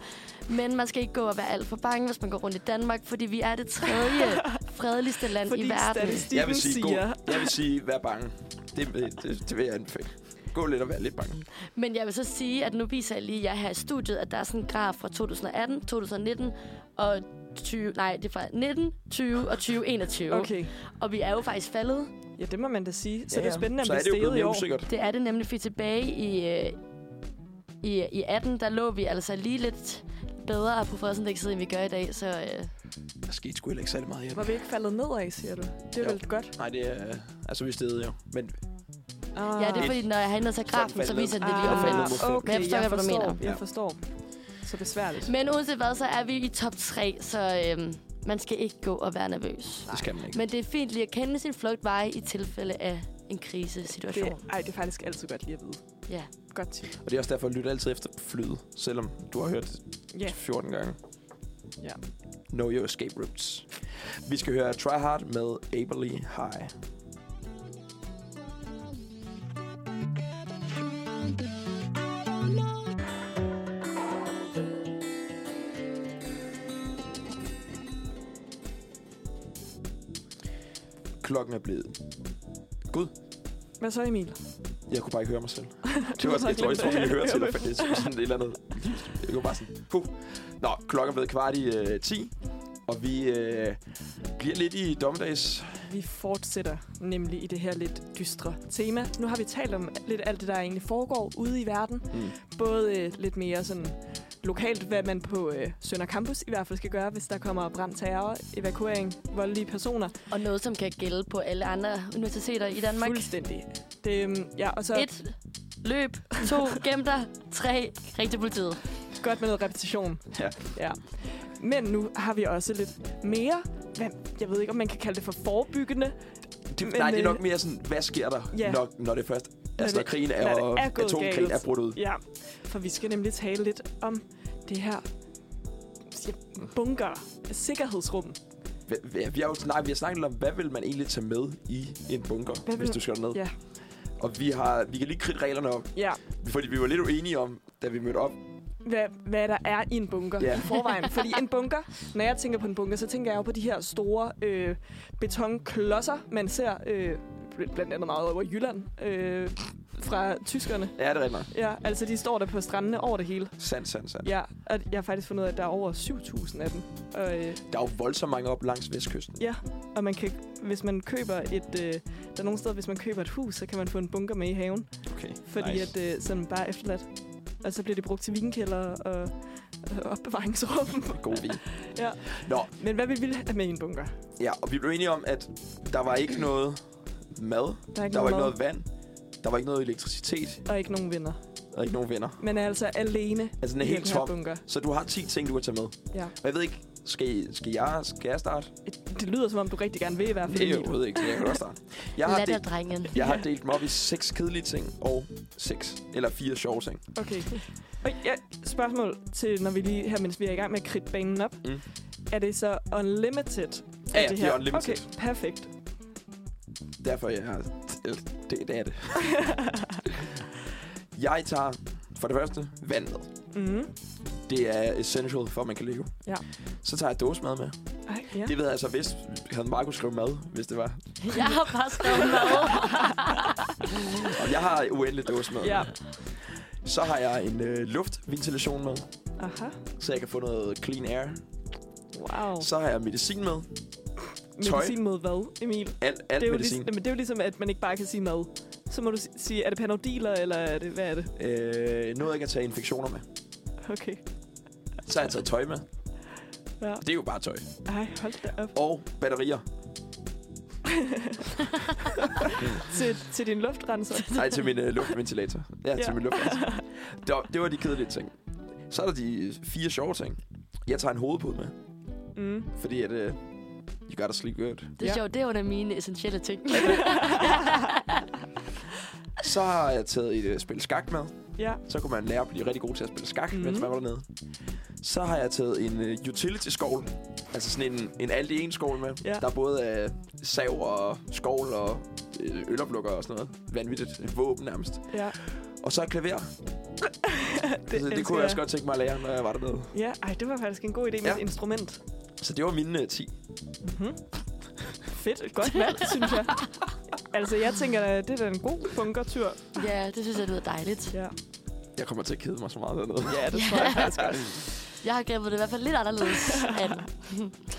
Men man skal ikke gå og være alt for bange, hvis man går rundt i Danmark, fordi vi er det tredje fredeligste land
Fordi
i verden.
statistikken
jeg vil sige,
siger...
jeg vil sige, vær bange. Det, det, det vil jeg anbefale. Gå lidt og vær lidt bange.
Men jeg vil så sige, at nu viser jeg lige jer her i studiet, at der er sådan en graf fra 2018, 2019 og 20, nej, det er fra 19, 20 og 2021.
Okay.
Og vi er jo faktisk faldet.
Ja, det må man da sige. Så ja, det er spændende, om
så
vi
er det jo blevet
steget i
mere
år.
usikkert.
Det er det nemlig, for tilbage i, øh, i, i 18, der lå vi altså lige lidt bedre på fredsindekset, end vi gør i dag. Så øh,
Der skete sgu heller ikke særlig meget i
Var
det.
vi ikke faldet nedad, siger du? Det er
Jo.
vel godt.
Nej, det er... Altså, vi er steget jo. Men
Ah.
ja, det er fordi, når jeg har inde og tager
Sådan
grafen, så
faldet
viser det
ned.
lige
Ah. opvendt.
opvendt.
okay,
Men jeg forstår
jeg
godt, hvad du
forstår,
mener.
Jeg
Ja.
forstår. Så besværligt.
Men uanset hvad, så er vi i top 3, så øh, man skal ikke gå og være nervøs.
det skal man ikke.
Men det er fint lige at kende sin flugtveje i tilfælde af en krisesituation.
Det, ej, det er faktisk altid godt lige at vide.
Ja.
Godt tip.
Og det er også derfor, at lytte altid efter flyet, selvom du har hørt det
Ja.
14 gange.
Ja.
Know your escape routes. Vi skal høre Try Hard med Aberly High. Klokken er blevet. Gud,
Hvad så, Emil?
jeg kunne bare ikke høre mig selv.
Du
Det var,
har
jeg tror, jeg
glemt,
tror,
hvad
jeg hører til
jeg
det, faktisk. Sådan et eller andet Det går bare sådan, puh. Nå, klokken er blevet kvart i øh, 10, og vi øh, bliver lidt i dommedags.
Vi fortsætter nemlig i det her lidt dystre tema. Nu har vi talt om lidt alt det, der egentlig foregår ude i verden.
Mm.
Både øh, lidt mere sådan lokalt, hvad man på øh, Sønder Campus i hvert fald skal gøre, hvis der kommer brand, terror, evakuering, voldelige personer.
Og noget, som kan gælde på alle andre universiteter i Danmark.
Fuldstændig. Det, øhm, ja, og så Et.
Et, løb. To, gem dig. Tre, ring til politiet.
godt med noget repetition.
Ja.
ja. Men nu har vi også lidt mere, hvad, jeg ved ikke, om man kan kalde det for forebyggende,
Altså, Det,
Men,
nej, det er nok
øh,
mere sådan, hvad sker der,
ja.
når, når det først... Altså, når
det-
krigen
når
er,
det
og
er gået
atomkrigen
galt.
er brudt ud.
Ja, for vi skal nemlig tale lidt om det her ja, bunker, sikkerhedsrum.
Hva- hva- Vi har jo snakket, vi har snakket lidt om, hvad vil man egentlig tage med i en bunker,
vil-
hvis du skal ned.
Ja.
Og vi, har, vi kan lige kridte reglerne op,
Ja,
fordi vi var lidt uenige om, da vi mødte op.
hvad, hvad der er i en bunker
Ja.
i forvejen. Fordi en bunker, når jeg tænker på en bunker, så tænker jeg jo på de her store øh, betonklodser, man ser øh, bl- blandt andet meget over i Jylland øh, fra tyskerne.
Ja, det er rigtigt. nok.
Ja, altså de står der på strandene over det hele.
Sandt, sandt, sandt.
Ja, og jeg har faktisk fundet ud af, at der er over 7.000 af dem. Og, øh,
Der er jo voldsomt mange op langs vestkysten.
Ja, og man kan, hvis man køber et, øh, der er nogle steder, hvis man køber et hus, så kan man få en bunker med i haven,
Okay,
fordi nice. at, øh, sådan bare er efterladt. Og så bliver det brugt til vinkælder og øh, opbevaringsrum.
God vin.
øh, ja.
Nå,
Men hvad vi ville have med i en bunker?
ja, og vi blev enige om, at der var ikke noget mad,
Der er ikke,
der var
nogen
ikke
mad,
noget vand, der var ikke noget elektricitet,
og ikke nogen venner.
og ikke nogen venner.
Man er altså alene
Altså, den
i
er helt
den her
tom.
bunker.
Så du har 10 ting, du kan tage med.
Ja.
Og jeg ved ikke, skal, I- skal, jeg, skal jeg starte?
Det lyder, som om du rigtig gerne vil i hvert fald.
Det er
Emil.
overhovedet ikke, men jeg kan godt starte. Jeg har,
Lad dig,
delt,
drengen.
jeg har delt dem op i seks kedelige ting og seks, eller fire sjove ting.
Okay. Og ja, spørgsmål til, når vi lige her, mens vi er i gang med at kridte banen op.
Mm.
Mm. Er det så unlimited?
Ja, ja,
det
det
her?
er unlimited.
Okay, perfekt.
Derfor jeg har... Det, det er det. jeg tager for det første vand med.
Mm.
Det er essential for, at man kan leve.
Ja.
Så tager jeg dåsemad med.
Ej, ja.
Det ved jeg altså, hvis havde Markus skrevet mad, hvis det var.
Jeg har bare skrevet mad.
Og jeg har uendelig dåsemad.
Ja.
Så har jeg en øh, luftventilation med,
Aha.
så jeg kan få noget clean air.
Wow.
Så har jeg medicin med. tøj.
Medicin mod hvad, Emil?
Alt,
det, er
alt
jo
medicin.
ligesom, men det er jo ligesom, at man ikke bare kan sige mad. Så må du si- sige, er det panodiler, eller er det, hvad er det?
Øh, noget, jeg kan tage infektioner med.
Okay.
Så har jeg taget tøj med.
Ja.
Det er jo bare tøj.
Ej, hold da op.
Og batterier.
til, til din luftrenser.
Nej, til min øh, luftventilator. Ja, ja, til
Ja.
min luftventilator. Det var, det var de kedelige ting. Så er der de øh, fire sjove ting. Jeg tager en hovedpude med,
Mm.
fordi at... Øh, you gotta sleep good.
Det er
Ja.
sjovt, det er under mine essentielle ting.
Så har jeg taget et øh, spil skak med.
Ja.
Så kunne man lære at blive rigtig god til at spille skak, mm.
Mhm.
mens man var dernede. Så har jeg taget en uh, utility-skovl. Altså sådan en, en alt i en skovl med.
Ja.
Der er både uh, sav og skovl og øh, øloplukker og sådan noget. Vanvittigt. Et våben nærmest.
Ja.
Og så et klaver. det, altså, det
elsker
kunne jeg
jeg.
også godt tænke mig at lære, når jeg var dernede.
Ja, ej, det var faktisk en god idé med
Ja.
ja. et instrument.
Så det var mine uh, 10.
Mm-hmm. Fedt. Godt valg, synes jeg. Altså, jeg tænker, at det er da en god bunkertur.
Ja, det synes jeg lyder dejligt.
Ja,
Jeg kommer til at kede mig så meget dernede.
ja det tror jeg faktisk også.
Jeg har grebet det i hvert fald lidt anderledes an.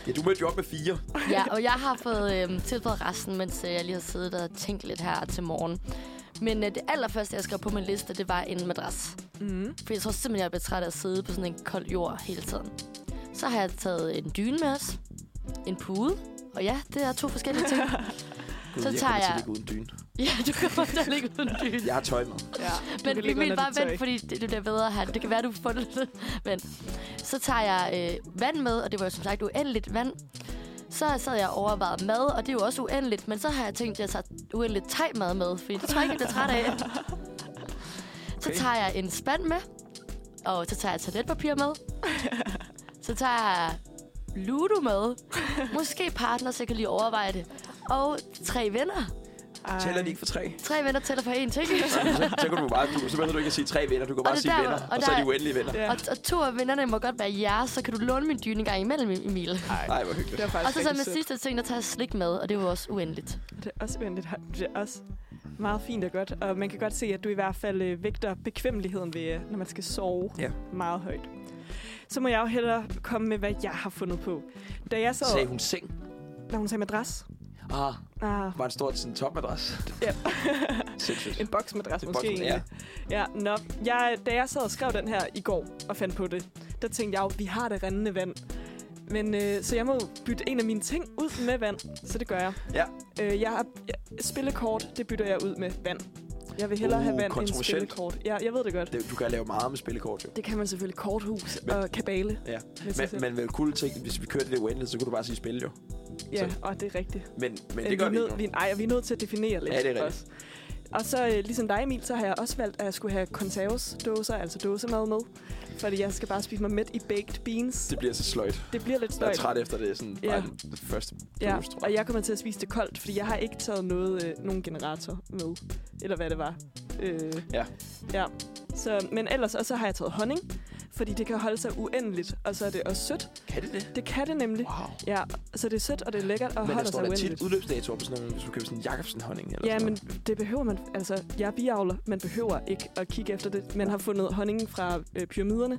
ja, du mødte jo op med fire.
Ja, og jeg har fået øhm, tilføjet resten, mens øh, jeg lige har siddet og tænkt lidt her til morgen. Men øh, det allerførste, jeg skrev på min liste, det var en madras.
Mm.
For jeg tror simpelthen, jeg bliver træt af at sidde på sådan en kold jord hele tiden. Så har jeg taget en dyne med os, en pude, og ja, det er to forskellige ting.
Gud,
Så
jeg
tager
kommer til at
jeg-
ligge uden dyne.
ja, du kommer til at ligge uden dyne.
Jeg har tøj med.
Ja,
Men
ligge
Emil,
under
bare
dit tøj.
vent, fordi det, det bliver bedre her. Det kan være, du får det. Men så tager jeg øh, vand med, og det var jo som sagt uendeligt vand. Så sad jeg og overvejede mad, og det er jo også uendeligt. Men så har jeg tænkt, at jeg tager uendeligt thai-mad med, fordi det tror jeg ikke, jeg bliver træt af. Så
Okay.
tager jeg en spand med, og så tager jeg toiletpapir med. Så tager jeg ludo med. Måske partner, så jeg kan lige overveje det. Og tre venner.
Ej.
Tæller de ikke for tre?
Tre venner tæller for én ting.
så, så kan du bare, du, så behøver du ikke at sige tre venner, du kan
Og
bare
det
sige
der-
venner, og,
og
så er
der-
de uendelige venner.
Ja.
Og, og to af vennerne må godt være jeres, så kan du låne min dyne en gang imellem, Emil.
Nej, hvor hyggeligt.
Det var faktisk
Og så som
rigtig
en
sødt.
sidste ting, der tager jeg slik med, og det er jo også uendeligt.
Det er også uendeligt. Det er også meget fint og godt, og man kan godt se, at du i hvert fald øh, vægter bekvemmeligheden ved, øh, når man skal sove
Ja.
meget højt. Så må jeg jo hellere komme med, hvad jeg har fundet på. Da jeg så...
Sagde hun seng?
Når hun sagde madras.
Ah,
Ah,
var en stor sådan topmadras.
Ja.
Sindssygt.
en boksmadras
En
måske.
boksmadras, ja.
egentlig. ja nå. Jeg, da jeg sad og skrev den her i går og fandt på det, der tænkte jeg jo, vi har det rendende vand. Men øh, så jeg må jo bytte en af mine ting ud med vand, så det gør jeg.
Ja.
Øh, jeg har jeg, spillekort, det bytter jeg ud med vand. Jeg vil hellere
Uh,
have vand end
kontroversielt.
spillekort. Ja, jeg ved det godt.
Det, du kan lave meget med spillekort, jo.
Det kan man selvfølgelig korthus
Men-
og kabale.
Ja.
med sig
Men,
selv.
men vel cool ting, hvis vi kørte det uendeligt, så kunne du bare sige spil, jo.
ja,
så-
og det er rigtigt.
Men, men
Øh,
det gør
vi
vi
er nød,
ikke.
vi, ej, og vi er nødt til at definere lidt.
Ja, det er rigtigt.
også. Og så øh, ligesom dig, Emil, så har jeg også valgt, at jeg skulle have konservesdåser, altså dåsemad med. Fordi jeg skal bare spise mig mæt i baked beans.
Det
Det,
bliver så sløjt.
det bliver lidt
Jeg er
støjt.
træt efter det, sådan bare
Ja.
den- den første
Ja,
boost, tror
og jeg kommer til at spise det koldt, fordi jeg har ikke taget noget, øh, nogen generator med. Eller hvad det var. Øh,
Ja.
ja. Så, men ellers, og så har jeg taget honning, fordi det kan holde sig uendeligt, og så er det også sødt.
Kan det det?
Det kan det nemlig.
Wow.
Ja, så det er sødt, og det er lækkert, og
Men der
holder
står
sig
der tit
uendeligt.
udløbsdatoer på sådan nogle, hvis du køber sådan en Jacobsen-honning eller
Ja,
sådan
men det behøver man, altså jeg er biavler, man behøver ikke at kigge efter det. Man har fundet honningen fra øh, pyramiderne,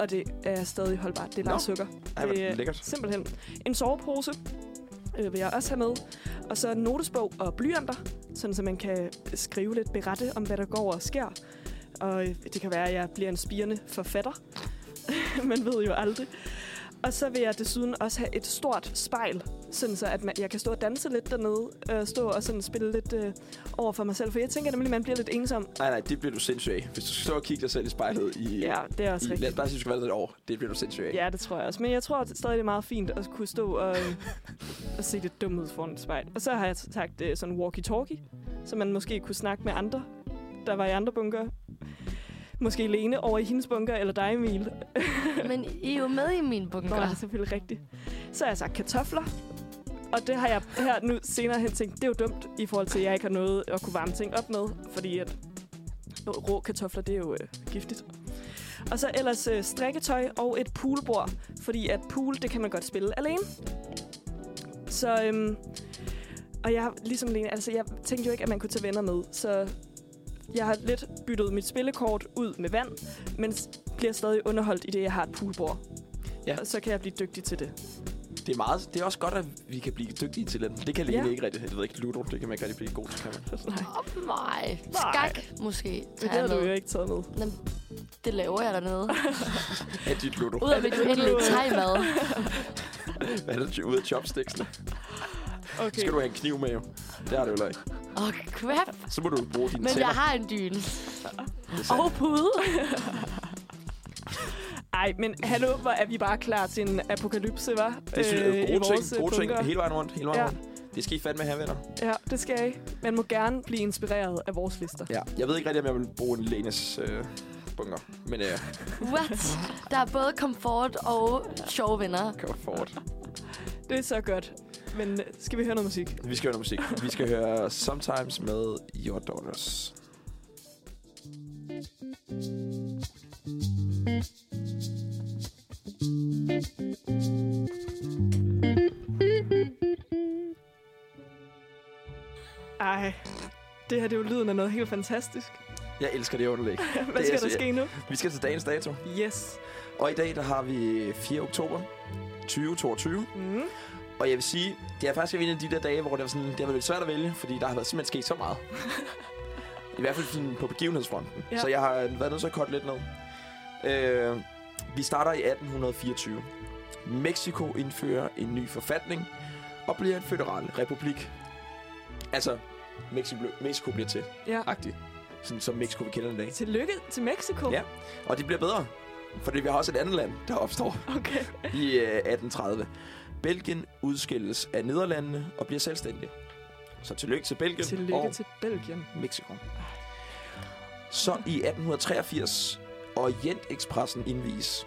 og det er stadig holdbart. Det er bare
Nå.
sukker.
noget. Ej, hvor er
det
det
er-
lækkert.
Simpelthen. En sovepose øh, vil jeg også have med. Og så en notesbog og blyanter, sådan så man kan skrive lidt, berette om, hvad der går og sker. Og øh, det kan være, at jeg bliver en spirende forfatter. man ved jo aldrig. Og så vil jeg desuden også have et stort spejl, sådan så at man, jeg kan stå og danse lidt dernede, øh, stå og sådan spille lidt øh, over for mig selv. For jeg tænker nemlig, at man bliver lidt ensom.
Nej, nej, det bliver du sindssyg af. Hvis du skal stå og kigge dig selv i spejlet i...
Ja, det er
i
også
lad
rigtigt.
os bare sige, du skal være der et år. Det bliver du sindssyg af.
Ja, det tror jeg også. Men jeg tror at det stadig, det er meget fint at kunne stå og, og se det dumme ud foran et spejl. Og så har jeg sagt øh, sådan walkie-talkie, så man måske kunne snakke med andre, der var i andre bunker. Måske Lene over i hendes bunker, eller dig, Emil.
Men I er jo med i min
Nå,
bunker.
det er selvfølgelig rigtigt. Så har jeg sagt kartofler. Og det har jeg her nu senere hen tænkt, det er jo dumt i forhold til, at jeg ikke har noget at kunne varme ting op med, fordi at rå kartofler, det er jo øh, giftigt. Og så ellers øh, strikketøj og et poolbord, fordi at pool, det kan man godt spille alene. Så, øhm, og jeg har ligesom Lene, altså jeg tænkte jo ikke, at man kunne tage venner med, så jeg har lidt byttet mit spillekort ud med vand, men s- bliver stadig underholdt i det, jeg har et poolbord.
Ja.
Og så kan jeg blive dygtig til det.
Det er, meget, det er også godt, at vi kan blive dygtige til det. Det kan
Ja.
Lene ikke rigtigt. Jeg ved ikke, Ludo, det kan man ikke rigtig blive god til, kan man.
Nej,
Åh, nej. Skak, måske.
det
tager jeg
har du
med.
jo ikke taget med.
Jamen, det laver jeg dernede.
Er dit Ludo?
Ud af mit uendelige tegmad.
Hvad er det, ude af chopsticksene?
Okay.
Skal du have en kniv med, jo? Det har du jo ikke.
Åh, crap.
Så må du bruge dine
Men
tænder.
jeg har en dyne.
Det er sandt.
Og pude.
Ej, men hallo, hvor er vi bare klar til en apokalypse, Øh, var?
Det synes jeg er gode ting, gode ting
Helt...
hele vejen rundt, hele vejen
Ja.
ja. rundt. Det skal I fandme have, venner.
Ja, det skal jeg. Man må gerne blive inspireret af vores lister.
Ja. Jeg ved ikke rigtig, om jeg vil bruge en Lenes øh, bunker, men øh,
What? Der er både komfort og sjove venner.
comfort.
Det er så godt. Men øh, skal vi høre noget musik?
Vi skal høre noget musik. Vi skal høre Sometimes med Your Daughters.
Ej, det her det er jo lyden af noget helt fantastisk.
Jeg elsker det underlæg.
Hvad
Det er
skal der
så-
ske nu?
Vi skal til dagens dato.
Yes.
Og i dag, der har vi 4. oktober 2022.
Mm.
Og jeg vil sige, det er faktisk en af de der dage, hvor det var sådan, det har været lidt svært at vælge, fordi der har været simpelthen sket så meget. I hvert fald sådan på begivenhedsfronten.
Ja.
Ja. Så jeg har været nødt til at korte lidt ned. Øh, vi starter i 1824. Mexico indfører en ny forfatning og bliver en føderal republik. Altså, Mexico, Mexico bliver til,
Ja.
agtigt. Sådan som Mexico vi kender den i dag.
Tillykke til Mexico.
Ja. Og det bliver bedre, fordi vi har også et andet land, der opstår
Okay.
i øh, 1830. Belgien udskilles af Nederlandene og bliver selvstændig. Så tillykke til Belgien
Tillykke
og
til Belgien.
Mexico. Så i 1883 Orientekspressen indvies.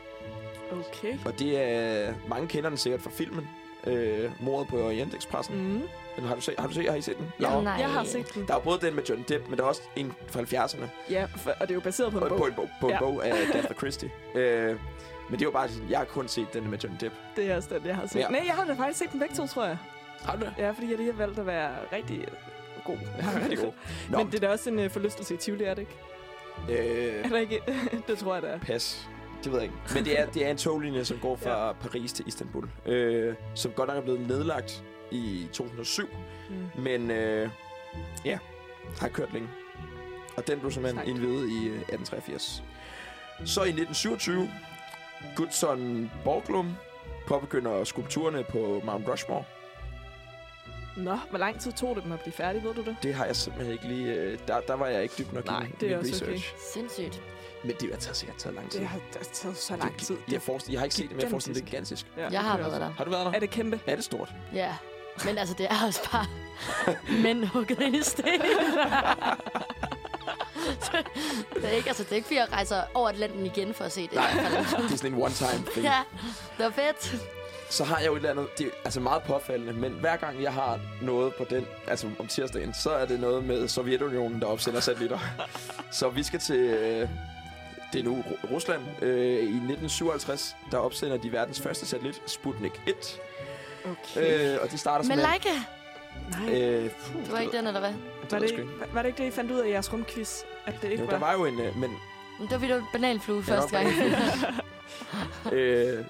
Okay.
Og det er... Mange kender den sikkert fra filmen. Øh, mordet på Orientekspressen. Mm.
Mm.
Den har du set? Har du set? Har I set den?
Ja,
Laura?
nej.
Jeg har set den.
Der er jo både den med John Depp, men der er også en fra 70'erne.
Ja, for, og det er jo baseret på en
På, på
bog.
en bog, på en
Ja.
bog af Agatha Christie. Øh, men det var bare sådan, jeg har kun set den med John Depp.
Det er også den, jeg har set. Ja.
Ja.
Nej, jeg har da faktisk set den begge to, tror jeg.
Har du det?
Ja, fordi jeg lige har valgt at være rigtig god.
Ja, det er god. Nå,
Men det er da også en øh, forlystelse i Tivoli, er det ikke?
øh,
Er det ikke? det tror jeg, det er.
Pas. Det ved jeg ikke. Men det er, det er en toglinje, som går fra ja. Paris til Istanbul. Øh, som godt nok er blevet nedlagt i 2007.
Mm.
Men øh, ja, har kørt længe. Og den blev simpelthen
Stærkt.
indvidet i øh, 1883. Så i 1927, Goodson Borglum påbegynder skulpturerne på Mount Rushmore.
Nå, hvor lang tid tog det dem at blive færdige, ved du det?
Det har jeg simpelthen ikke lige... Øh, der, der var jeg ikke dybt nok
Nej,
i min-
det er
min
også okay.
research.
Sindssygt.
Okay. Men det har taget, sikkert taget lang tid.
Det har, det har taget så lang tid.
Jeg, forestiller, jeg har ikke set det, men jeg forestiller det er gigantisk.
ja,
Jeg har
det er
været
også-
der.
Har du været der?
Er det kæmpe?
Er det stort?
Ja. Men altså, det er også bare mænd hugget ind i sten. det, er ikke, altså, det er ikke, fordi jeg rejser over Atlanten igen for at se det.
Nej, det er sådan en one-time thing.
Ja, det var fedt.
Så har jeg jo et eller andet, det er altså meget påfaldende, men hver gang jeg har noget på den, altså om tirsdagen, så er det noget med Sovjetunionen, der opsender satellitter. så vi skal til, øh, det er nu Ru- Rusland, øh, i 1957, der opsender de verdens første satellit, Sputnik 1.
Okay.
Øh, og det starter
Men
simpelthen-
Leica,
Nej,
Øh, puh,
det var ikke den, eller hvad?
det
var
ved
det,
jeg sgu ikke.
var, var det ikke det, I fandt ud af i jeres rumquiz? At det ikke
Jo, der
var...
var jo en, øh, men
Men Det var fordi, det var en bananflue
Ja,
første
der var
gang.
øh,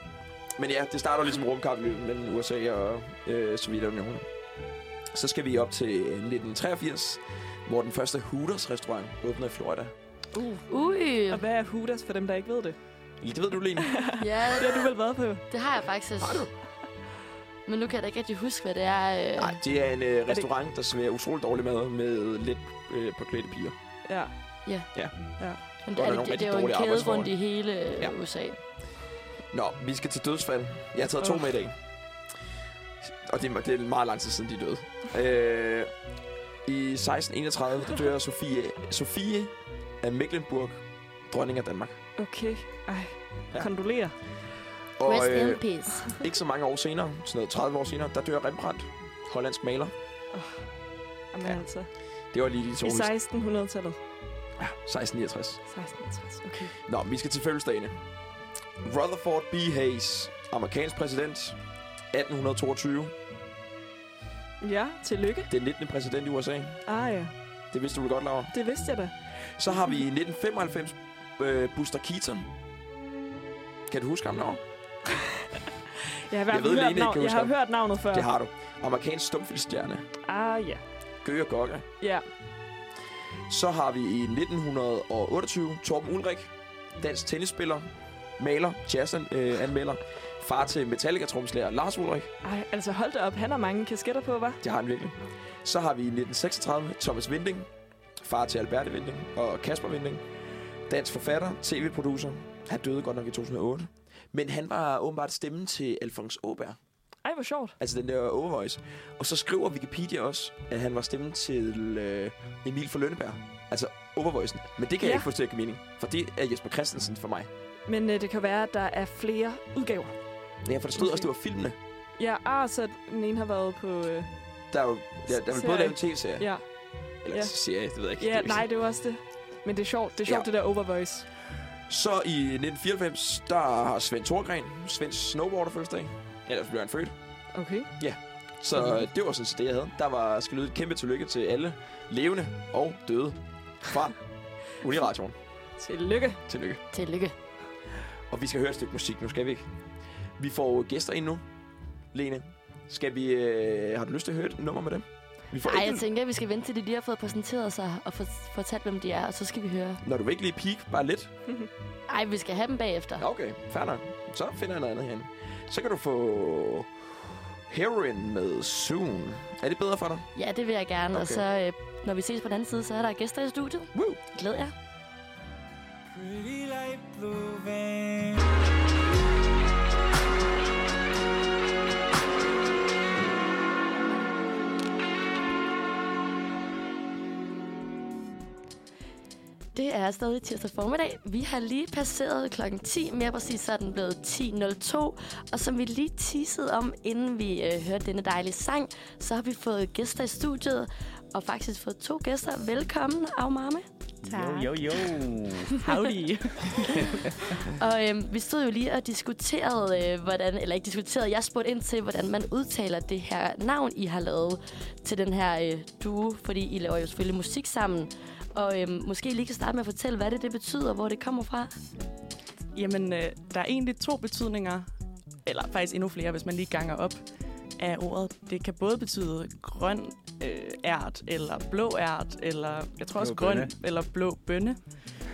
men ja, det starter jo ligesom rumkampen mellem USA og øh, Sovjetunionen. Så skal vi op til 1983, hvor den første Hooters-restaurant åbner i Florida.
Uh.
Ui,
Og hvad er Hooters for dem, der ikke ved det?
Det ved du, Lene.
ja,
Det har du vel været på?
det har jeg faktisk.
Har du?
Men nu kan jeg da ikke rigtig huske, hvad det er. øh.
Nej, det er en øh, restaurant, der serverer utrolig dårlig mad med lidt øh, på klædte piger.
Ja.
Men
Hvor
det,
der
er,
er nogle
det, det
rigtig
er jo en
dårlige
kæde
arbejdsforhold.
rundt i hele øh,
Ja.
USA.
Nå, vi skal til dødsfald. Jeg har taget to
Åh.
med i dag. Og det er, det er meget lang tid siden, de døde. Øh, I 1631 der dør Sofie, Sofie af Mecklenburg, dronning af Danmark.
Okay. Ej.
Ja.
Ja. Kondolerer.
Rest
Og
in
øh,
peace.
ikke så mange år senere, sådan noget 30 år senere, der dør Rembrandt, hollandsk maler.
Jamen
Ja.
ja. altså.
Det var lige de to
I
hus-
1600-tallet.
Ja, 1669.
1660. Okay.
Nå, vi skal til fødselsdagene. Rutherford B. Hayes, amerikansk præsident, 1822.
Ja, tillykke.
Den 19. præsident i USA.
Ah ja,
Det vidste du vel godt, Laura.
det vidste jeg da.
Så har vi i 1995 øh, Buster Keaton. Kan du huske ham, Laura?
Jeg har, i
Jeg
hvert fald
ved,
hørt,
Lene ikke kan
jeg har
huske
hørt navnet før.
Det har du. Amerikansk stumfilmstjerne.
Ah ja.
Gøge og Gokke.
Ja.
Så har vi i 1928 Torben Ulrik. Dansk tennisspiller. Maler. Jazzanmelder. Øh, anmelder. Far til Metallica-tromslærer Lars Ulrik.
Ej, altså hold da op. Han har mange kasketter på, hva'?
Det har han virkelig. Så har vi i 1936 Thomas Vinding. Far til Alberte Vinding og Kasper Vinding. Dansk forfatter, tv-producer. Han døde godt nok i 2008. Men han var åbenbart stemmen til Alfons Åberg.
Ej, hvor sjovt.
Altså den der overvoice. Og så skriver Wikipedia også, at han var stemmen til øh, Emil for Lønneberg. Altså overvoicen. Men det kan ja. jeg
Ja.
ikke få til at give mening. For det er Jesper Christensen for mig.
Men øh, det kan være, at der er flere udgaver.
Ja, for der stod
Okay.
også, det var filmene.
Ja, ah, så den ene har været på... Øh,
Der er jo der, der er vel både
Serie.
lavet en tv-serie. Ja.
ja.
Eller
Ja.
en serie, det ved jeg ikke. Det er
ja,
jo ikke
nej, det var også det. Men det er sjovt, det er sjovt,
Ja.
ja. det der overvoice.
Så i 1994, der har Svend Thorgren, Svends snowboarder fødselsdag. Ellers blev han født.
Okay.
Så
Mhm.
øh, det var sådan set det, jeg havde. Der var skal lyde et kæmpe tillykke til alle levende og døde fra Uniradioen.
Tillykke.
Tillykke.
Tillykke.
Og vi skal høre et stykke musik nu, skal vi ikke? Vi får gæster ind nu. Lene, skal vi, øh, har du lyst til at høre et nummer med dem? Vi får
Ej,
ikke,
jeg tænker, at vi skal vente til, de lige har fået præsenteret sig og fort- fortalt, hvem de er, og så skal vi høre.
Når du vil ikke lige peak, bare lidt.
Ej, vi skal have dem bagefter.
Ja, Okay, fair nok. Så finder jeg noget andet herinde. Så kan du få Heroin med Soon. Er det bedre for dig?
Ja, det vil jeg gerne. Okay. Og
Okay.
så, øh, når vi ses på den anden side, så er der gæster i studiet.
Woo!
Glæder jer.
Pretty light blue vein.
Det er stadig tirsdag formiddag. Vi har lige passeret klokken 10, mere præcis så er den blevet 10.02. Og som vi lige teasede om, inden vi øh, hørte denne dejlige sang, så har vi fået gæster i studiet. og faktisk fået to gæster. Velkommen, Aumame.
Jo, jo, jo.
Howdy.
Og øhm, vi stod jo lige og diskuterede, øh, hvordan, eller ikke diskuterede, jeg spurgte ind til, hvordan man udtaler det her navn, I har lavet til den her øh, duo, fordi I laver jo selvfølgelig musik sammen. Og øhm, måske I lige kan starte med at fortælle, hvad det, det betyder, og hvor det kommer fra.
Jamen, øh, der er egentlig to betydninger, eller faktisk endnu flere, hvis man lige ganger op af ordet. Det kan både betyde grøn øh, ært, eller blå ært, eller jeg tror også
Blå
grøn
bønne.
eller blå bønne.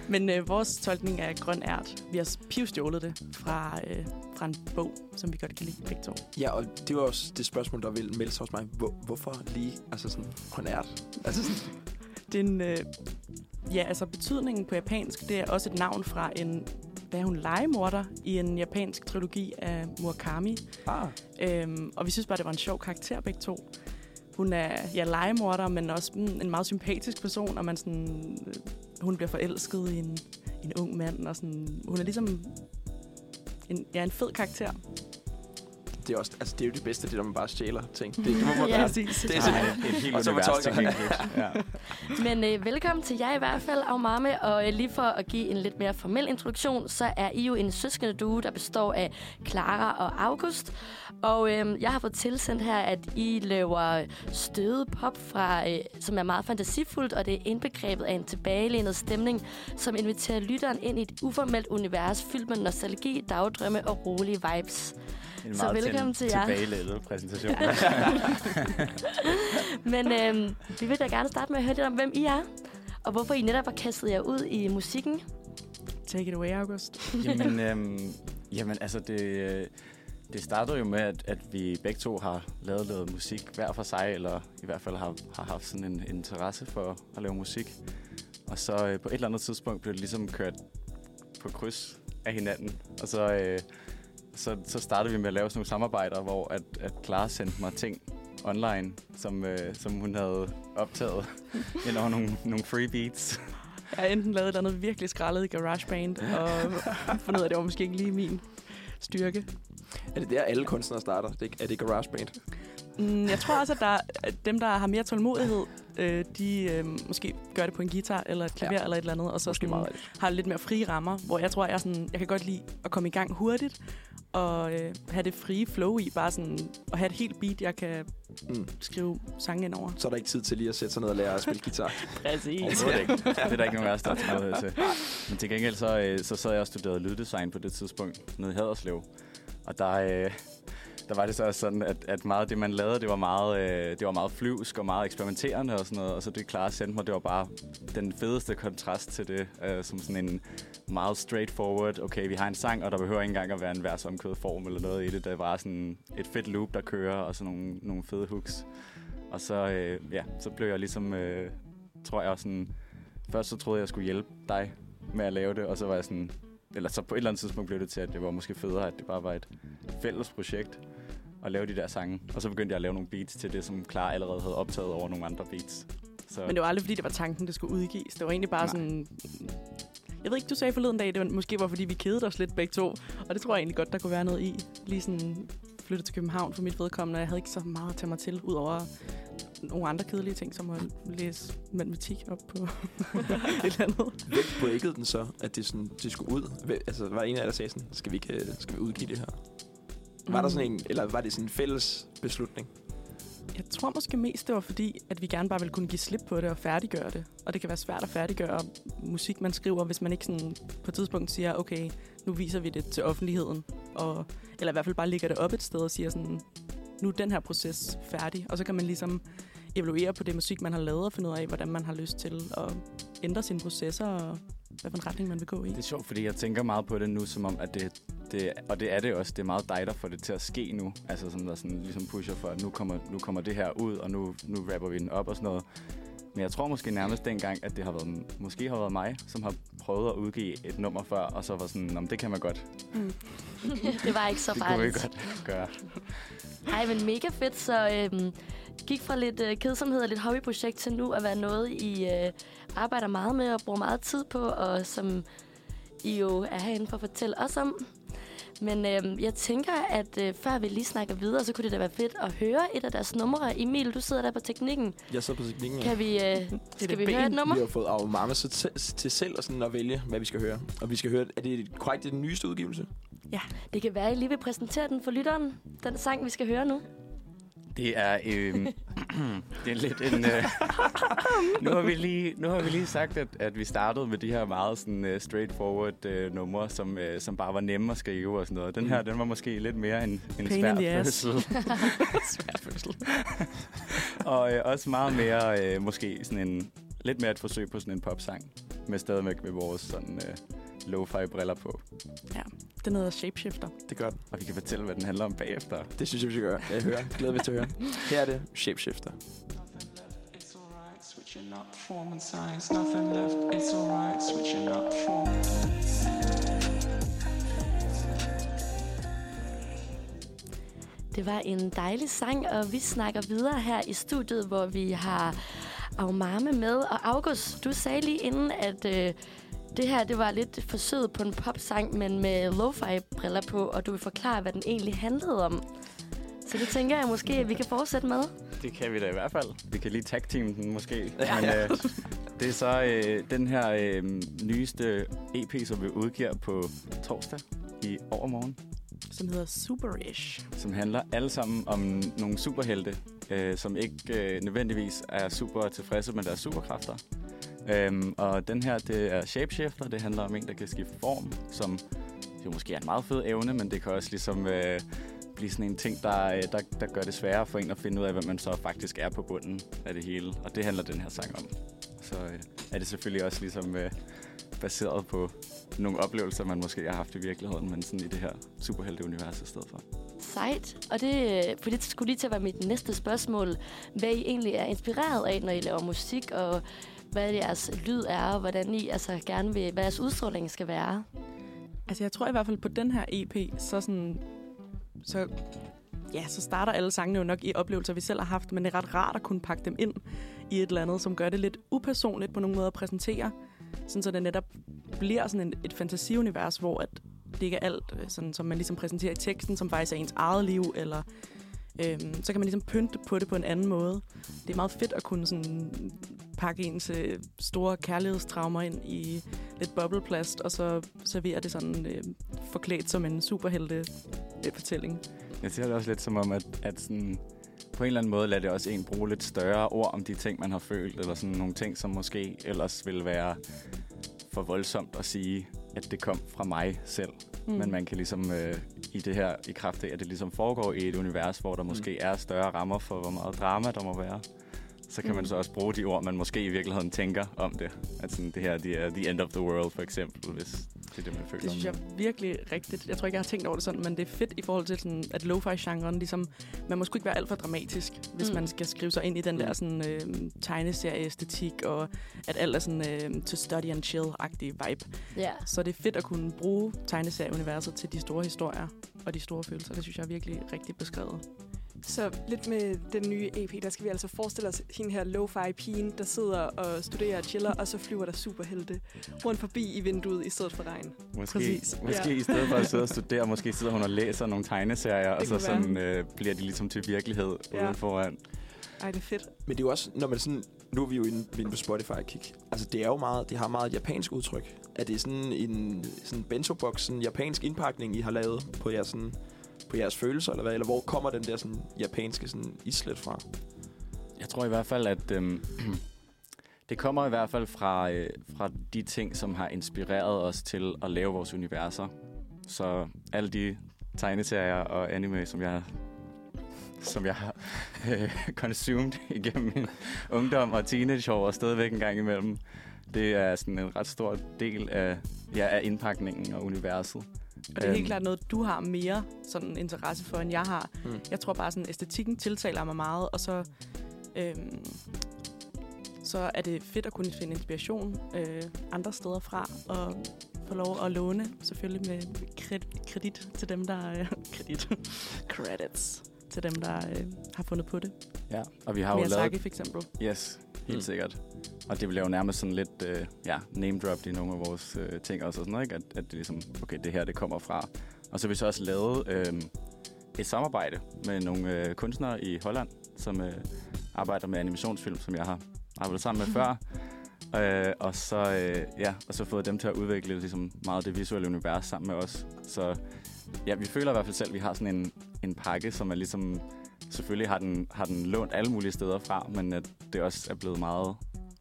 Men øh, vores tolkning er grøn ært. Vi har pivstjålet det fra, øh, fra en bog, som vi godt kan lide begge to.
Ja, og det var også det spørgsmål, der ville melde sig hos mig. Hvor, hvorfor lige, altså sådan, grønært? Altså sådan,
Det er en, øh, ja, altså betydningen på japansk, det er også et navn fra en, hvad er hun, legemorder i en japansk trilogi af Murakami.
ah,
Øhm, og vi synes bare, det var en sjov karakter begge to. Hun er ja, legemorder, men også mm, en meget sympatisk person, og man sådan, øh, hun bliver forelsket i en, i en ung mand. Og sådan, hun er ligesom en, ja, en fed karakter.
det er, også, altså, det er jo det bedste, det er, når man bare stjæler ting. Det, det må man
Ja.
ja.
Præcis.
Det er
Der
så-
er et helt
Og så var
univers til
tolken.
hængeligt. Ja.
Men øh, velkommen til jer i hvert fald, Aumame. Og øh, lige for at give en lidt mere formel introduktion, så er I jo en søskende duo, der består af Clara og August. Og øh, jeg har fået tilsendt her, at I laver støde pop, fra, øh, som er meget fantasifuldt, og det er indbegrebet af en tilbagelænet stemning, som inviterer lytteren ind i et uformelt univers fyldt med nostalgi, dagdrømme og rolige vibes.
En
Så
meget
velkommen
til
til jer.
tilbagelædet præsentation.
Men øh, vi vil da gerne starte med at høre lidt om, hvem I er, og hvorfor I netop har kastet jer ud i musikken.
Take it away, August.
jamen, øhm, jamen, altså det, øh, det startede jo med, at, at vi begge to har lavet noget musik hver for sig, eller i hvert fald har, har haft sådan en, en interesse for at lave musik. Og så øh, på et eller andet tidspunkt blev det ligesom kørt på kryds af hinanden. Og så, øh, så, så startede vi med at lave sådan nogle samarbejder, hvor at, at Clara sendte mig ting online, som, øh, som hun havde optaget. Eller nogle, nogle free beats.
Jeg har enten lavet et eller andet virkelig skrællet i GarageBand, og fundet ud af, at det var måske ikke lige min styrke.
Er det der, alle kunstnere starter? Det, er det GarageBand?
Mm, jeg tror også, at, der, at dem, der har mere tålmodighed, øh, de øh, måske gør det på en guitar eller et klaver ja. eller et eller andet, og så
Måske
sådan,
meget af det.
har lidt mere frie rammer, hvor jeg tror, jeg, er sådan, jeg kan godt lide at komme i gang hurtigt, og øh, have det frie flow i, bare sådan at have et helt beat, jeg kan
Mm.
skrive sange ind over.
Så er der ikke tid til lige at sætte sig ned og lære at spille guitar.
Præcis.
Overhovedet ikke. Det er der ikke nogen af os, der har tålmodighed til. Men til gengæld, så, øh, så sad jeg og studerede lyddesign på det tidspunkt nede i Haderslev. Og der, øh, der var det så også sådan, at, at meget af det, man lavede, det var meget, øh, det var meget flyvsk og meget eksperimenterende og sådan noget. Og så det klare sendte mig, det var bare den fedeste kontrast til det, øh, som sådan en meget straightforward, okay, vi har en sang, og der behøver ikke engang at være en versomkødet form eller noget i det. Der er bare sådan et fedt loop, der kører, og sådan nogle, nogle fede hooks. Og så, øh, ja, så blev jeg ligesom, øh, tror jeg, sådan, først så troede jeg, jeg skulle hjælpe dig med at lave det, og så var jeg sådan, eller så på et eller andet tidspunkt blev det til, at det var måske federe, at det bare var et fælles projekt at lave de der sange. Og så begyndte jeg at lave nogle beats til det, som Klar allerede havde optaget over nogle andre beats. Så
Men det var aldrig, fordi det var tanken, det skulle udgives. Det var egentlig bare Nej.
Nej.
sådan... Jeg ved ikke, du sagde forleden dag, det var, måske var, fordi vi kedede os lidt begge to. Og det tror jeg egentlig godt, der kunne være noget i. Lige sådan flytte til København for mit vedkommende. Jeg havde ikke så meget at tage mig til, udover nogle andre kedelige ting, som at læse matematik op på et eller andet.
Hvem breakede den så, at det, sådan, det skulle ud? Hvem, altså, var der en af jer, der sagde sådan, skal vi, ikke, øh, skal vi udgive det her? Var der
Mm.
sådan en, eller var det sådan en fælles beslutning?
Jeg tror måske mest, det var fordi, at vi gerne bare ville kunne give slip på det og færdiggøre det. Og det kan være svært at færdiggøre musik, man skriver, hvis man ikke sådan på et tidspunkt siger, okay, nu viser vi det til offentligheden. Og, eller i hvert fald bare lægger det op et sted og siger sådan, nu er den her proces færdig. Og så kan man ligesom evaluere på det musik, man har lavet og finde ud af, hvordan man har lyst til at ændre sine processer og hvad for en retning man vil gå i.
Det er sjovt, fordi jeg tænker meget på det nu, som om, at det, det og det er det også, det er meget dig, der får det til at ske nu. Altså sådan, der sådan ligesom pusher for, at nu kommer, nu kommer det her ud, og nu, nu rapper vi den op og sådan noget. Men jeg tror måske nærmest dengang, at det har været, måske har været mig, som har prøvet at udgive et nummer før, og så var sådan, om det kan man godt.
det var ikke så
Det kunne vi
farligt.
godt gøre.
Ej, men mega fedt. Så øhm, gik fra lidt øh, kedsomhed og lidt hobbyprojekt til nu at være noget, I øh, arbejder meget med og bruger meget tid på, og som I jo er herinde for at fortælle os om. Men øhm, jeg tænker, at øh, før vi lige snakker videre, så kunne det da være fedt at høre et af deres numre. Emil, du sidder der på teknikken.
Jeg sidder på teknikken.
Kan vi, øh, skal vi
ben.
høre et nummer?
Vi har fået Aumama til selv og sådan at vælge, hvad vi skal høre. Og vi skal høre, er det korrekt, det er den nyeste udgivelse?
Det kan være, at I lige vil præsentere den for lytteren. Den sang, vi skal høre nu.
Det er, øh, det er lidt en... Øh, nu, har vi lige, nu har vi lige sagt, at, at vi startede med de her meget sådan, uh, straightforward uh, numre, som, uh, som bare var nemme at skrive og sådan noget. Den her, den var måske lidt mere en, en
Pain
svær
in the ass.
fødsel. og øh, også meget mere, øh, måske sådan en, lidt mere et forsøg på sådan en popsang, med stadigvæk med vores sådan, øh, lo-fi briller på.
Den hedder Shapeshifter.
Det gør den.
Og vi kan fortælle, hvad den handler om bagefter.
Det synes jeg, vi skal gøre. Jeg hører. Glæder mig til at høre. Her er det Shapeshifter.
Nothing left, it's alright, switching up form and size. Nothing left, it's alright, switching up form.
Det var en dejlig sang, og vi snakker videre her i studiet, hvor vi har Aumame med. Og August, du sagde lige inden, at øh, det her det var lidt forsøget på en popsang, men med lo-fi-briller på, og du vil forklare, hvad den egentlig handlede om. Så det tænker jeg måske, at vi kan fortsætte med.
Det kan vi da i hvert fald. Vi kan lige tag team den måske. Ja. Men, øh, det er så øh, den her øh, nyeste EP, som vi udgiver på torsdag i overmorgen,
Som hedder Superish.
som handler alle sammen om nogle superhelte, øh, som ikke øh, nødvendigvis er super tilfredse med deres superkræfter. Øhm, og den her, det er Shapeshifter. Det handler om en, der kan skifte form, som jo måske er en meget fed evne, men det kan også ligesom øh, blive sådan en ting, der, øh, der, der gør det sværere for en at finde ud af, hvad man så faktisk er på bunden af det hele. Og det handler den her sang om. Så øh, er det selvfølgelig også ligesom øh, baseret på nogle oplevelser, man måske har haft i virkeligheden, men sådan i det her superhelte-univers i stedet for.
Sejt. Og det, øh, for det skulle lige til at være mit næste spørgsmål. Hvad I egentlig er inspireret af, når I laver musik, og hvad jeres lyd er, og hvordan I altså gerne vil, hvad jeres udstråling skal være.
Altså, jeg tror i hvert fald på den her EP, så sådan... Så, ja, så starter alle sangene jo nok i oplevelser, vi selv har haft, men det er ret rart at kunne pakke dem ind i et eller andet, som gør det lidt upersonligt på nogle måder at præsentere. Sådan, så det netop bliver sådan en, et fantasiunivers, hvor at det ikke er alt, øh, sådan, som man ligesom præsenterer i teksten, som faktisk er ens eget liv, eller øhm, så kan man ligesom pynte på det på en anden måde. Det er meget fedt at kunne sådan, pakke ens øh, store kærlighedstraumer ind i lidt bobleplast, og så serverer det sådan øh, forklædt som en superhelte øh, fortælling.
Jeg ser det også lidt som om, at, at sådan, på en eller anden måde lader det også en bruge lidt større ord om de ting, man har følt, eller sådan nogle ting, som måske ellers ville være for voldsomt at sige, at det kom fra mig selv. Mm. Men man kan ligesom øh, i det her, i kraft af, at det ligesom foregår i et univers, hvor der måske mm. er større rammer for, hvor meget drama der må være, så kan mm. man så også bruge de ord, man måske i virkeligheden tænker om det. At sådan, det her, det er the end of the world, for eksempel, hvis det er det, man føler.
Det synes jeg
om
virkelig rigtigt. Jeg tror ikke, jeg har tænkt over det sådan, men det er fedt i forhold til, sådan, at lo-fi-genren, ligesom, man må sgu ikke være alt for dramatisk, hvis
Mm.
mm. man skal skrive sig ind i den
Mm.
der sådan, øh, tegneserie-æstetik, og at alt er sådan øh, to study and chill-agtig vibe.
Ja.
Så det er fedt at kunne bruge tegneserieuniverset til de store historier og de store følelser. Det synes jeg er virkelig rigtigt beskrevet.
Så lidt med den nye EP, der skal vi altså forestille os hende her lo-fi pigen, der sidder og studerer og chiller, og så flyver der superhelte rundt forbi i vinduet i stedet for regn.
Måske,
Præcis.
måske
Ja.
i stedet for at sidde og studere, måske sidder hun og læser nogle tegneserier, og
Det
så
kunne være.
sådan, øh, bliver de ligesom til virkelighed ja.
Ja.
uden foran.
Ej, det er fedt.
Men det er jo også, når man sådan... Nu er vi jo inde, inde på Spotify og kigge. Altså, det er jo meget... Det har meget et japansk udtryk. Er det sådan en sådan bento-box, sådan en japansk indpakning, I har lavet på jeres, sådan, på jeres følelser, eller hvad? Eller hvor kommer den der sådan, japanske sådan, islet fra?
Jeg tror i hvert fald, at øhm, det kommer i hvert fald fra, øh, fra de ting, som har inspireret os til at lave vores universer. Så alle de tegneserier og anime, som jeg som jeg har øh, consumed igennem min ungdom og teenageår og stadigvæk en gang imellem. Det er sådan en ret stor del af, ja, af indpakningen og universet.
Og det er
Øhm,
helt klart noget, du har mere sådan interesse for, end jeg har.
Mm.
Mm. Jeg tror bare, sådan æstetikken tiltaler mig meget, og så, øhm, så er det fedt at kunne finde inspiration øh, andre steder fra, og få lov at låne, selvfølgelig med kred- kredit til dem, der... Øh, kredit. Credits til dem, der øh, har fundet på det.
Ja, og vi har jo lavet...
Miyazaki for eksempel.
Yes, helt
Mm.
mm. sikkert. Og det bliver jo nærmest sådan lidt øh, ja, name-dropped i nogle af vores øh, ting også, og sådan noget, ikke? At, at det ligesom, okay, det her, det kommer fra. Og Og så har vi så også lavet øh, et samarbejde med nogle øh, kunstnere i Holland, som øh, arbejder med animationsfilm, som jeg har arbejdet sammen med før.
Mhm.
Øh, og, så, øh, ja, og så fået dem til at udvikle ligesom, meget det visuelle univers sammen med os. Så ja, vi føler i hvert fald selv, at vi har sådan en, en pakke, som er ligesom... Selvfølgelig har den, har den lånt alle mulige steder fra, men at det også er blevet meget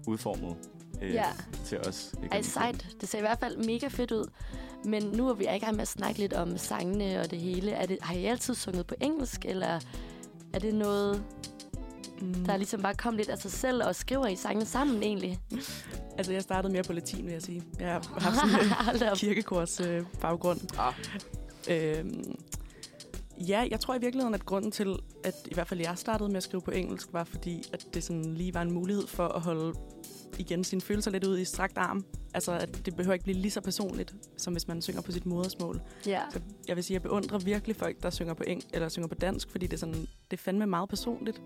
udformet øh,
Ja.
til os. igennem
Ej,
filmen.
sejt. Det ser i hvert fald mega fedt ud. Men nu er vi i gang med at snakke lidt om sangene og det hele. Er det, har I altid sunget på engelsk, eller er det noget,
Mm.
der ligesom bare kom lidt af sig selv, og skriver I sangene sammen egentlig?
Altså, jeg startede mere på latin, vil jeg sige. Jeg har haft sådan en
Hold da op.
kirkekors øh, baggrund.
Ah.
Øhm, ja, jeg tror i virkeligheden, at grunden til, at i hvert fald jeg startede med at skrive på engelsk, var fordi, at det sådan lige var en mulighed for at holde igen sine følelser lidt ud i strakt arm. Altså, at det behøver ikke blive lige så personligt, som hvis man synger på sit modersmål.
Ja.
Så jeg vil sige, at jeg beundrer virkelig folk, der synger på, eng eller synger på dansk, fordi det er, sådan, det er fandme meget personligt.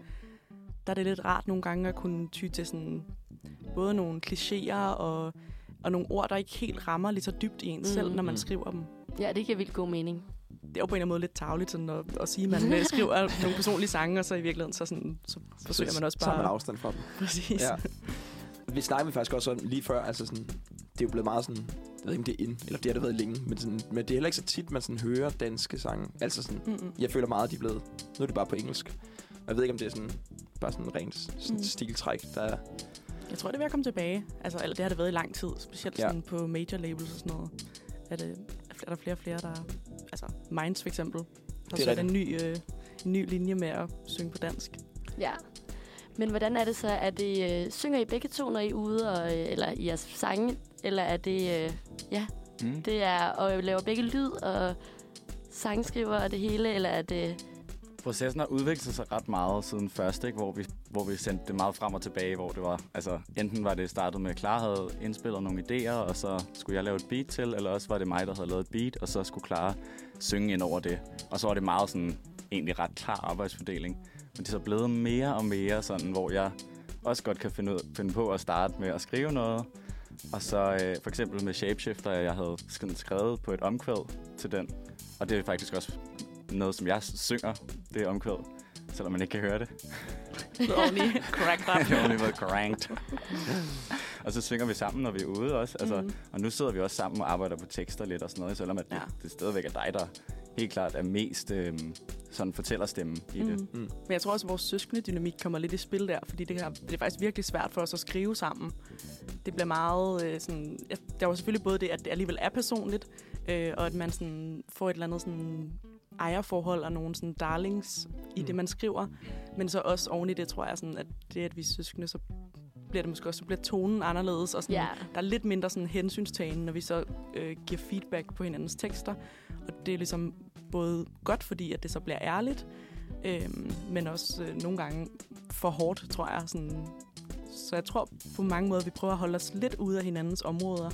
Der er det lidt rart nogle gange at kunne ty til sådan, både nogle klichéer og, og nogle ord, der ikke helt rammer lige så dybt i en mm. selv, når man
Mm.
skriver dem.
ja, det giver vildt god mening.
Det er jo på en eller anden måde lidt tageligt sådan at, at sige, at man øh, skriver nogle personlige sange, og så i virkeligheden så, sådan, så forsøger man også
Så har man
bare...
afstand fra dem.
Præcis.
Ja. Vi snakkede vi faktisk også om lige før, altså sådan, det er jo blevet meget sådan, jeg ved ikke om det er ind, eller det har det været længe, men, sådan, men det er heller ikke så tit, man sådan hører danske sange. Altså sådan,
Mm-mm.
jeg føler meget, at de er blevet, nu er det bare på engelsk. Og Jeg ved ikke, om det er sådan, bare sådan rent sådan
Mm.
stiltræk, der er
Jeg tror, det er ved at komme tilbage. Altså, eller det har det været i lang tid, specielt
Ja.
ja. sådan på major labels og sådan noget. Er, det, er der flere og flere, der... Altså, Minds for eksempel. Der
Det er
det er en ny, øh, en ny linje med at synge på dansk.
Ja. Men hvordan er det så? Er det, øh, synger I begge to, når I er ude, og, øh, eller i jeres sange? Eller er det, øh,
Mm.
det er, og I laver begge lyd og sangskriver og det hele? Eller er det...
processen har udviklet sig ret meget siden først, ikke? Hvor, vi, hvor vi sendte det meget frem og tilbage, hvor det var, altså enten var det startet med, at Clara havde indspillet nogle idéer, og så skulle jeg lave et beat til, eller også var det mig, der havde lavet et beat, og så skulle Clara synge ind over det. Og så var det meget sådan, egentlig ret klar arbejdsfordeling. Men det er så blevet mere og mere sådan, hvor jeg også godt kan finde, ud, finde på at starte med at skrive noget, og så øh, for eksempel med Shapeshifter, jeg havde sådan skrevet på et omkvæd til den. Og det er faktisk også noget, som jeg synger det er omkvæd, selvom man ikke kan høre det.
Ordentligt. Correct up.
Det har lige været cranked. og så synger vi sammen, når vi er ude også. Altså, mm.
Mhm.
Og nu sidder vi også sammen og arbejder på tekster lidt og sådan noget, selvom at ja.
Ja.
det, det stadigvæk er dig, der helt klart er mest øhm, sådan fortællerstemme i det.
Mm. Mm. Men jeg tror også, at vores søskende dynamik kommer lidt i spil der, fordi det, her, det er faktisk virkelig svært for os at skrive sammen. Det bliver meget øh, sådan... ja, Der var selvfølgelig både det, at det alligevel er personligt, øh, og at man sådan får et eller andet sådan ejerforhold og nogle sådan darlings i mm. det, man skriver. Men så også oven i det, tror jeg, sådan, at det, at vi er søskende, så bliver det måske også, så bliver tonen anderledes, og sådan,
Ja.
der er lidt mindre sådan hensynstagen, når vi så øh, giver feedback på hinandens tekster. Og det er ligesom både godt, fordi at det så bliver ærligt, øhm, men også øh, nogle gange for hårdt, tror jeg. Sådan. Så jeg tror på mange måder, vi prøver at holde os lidt ude af hinandens områder,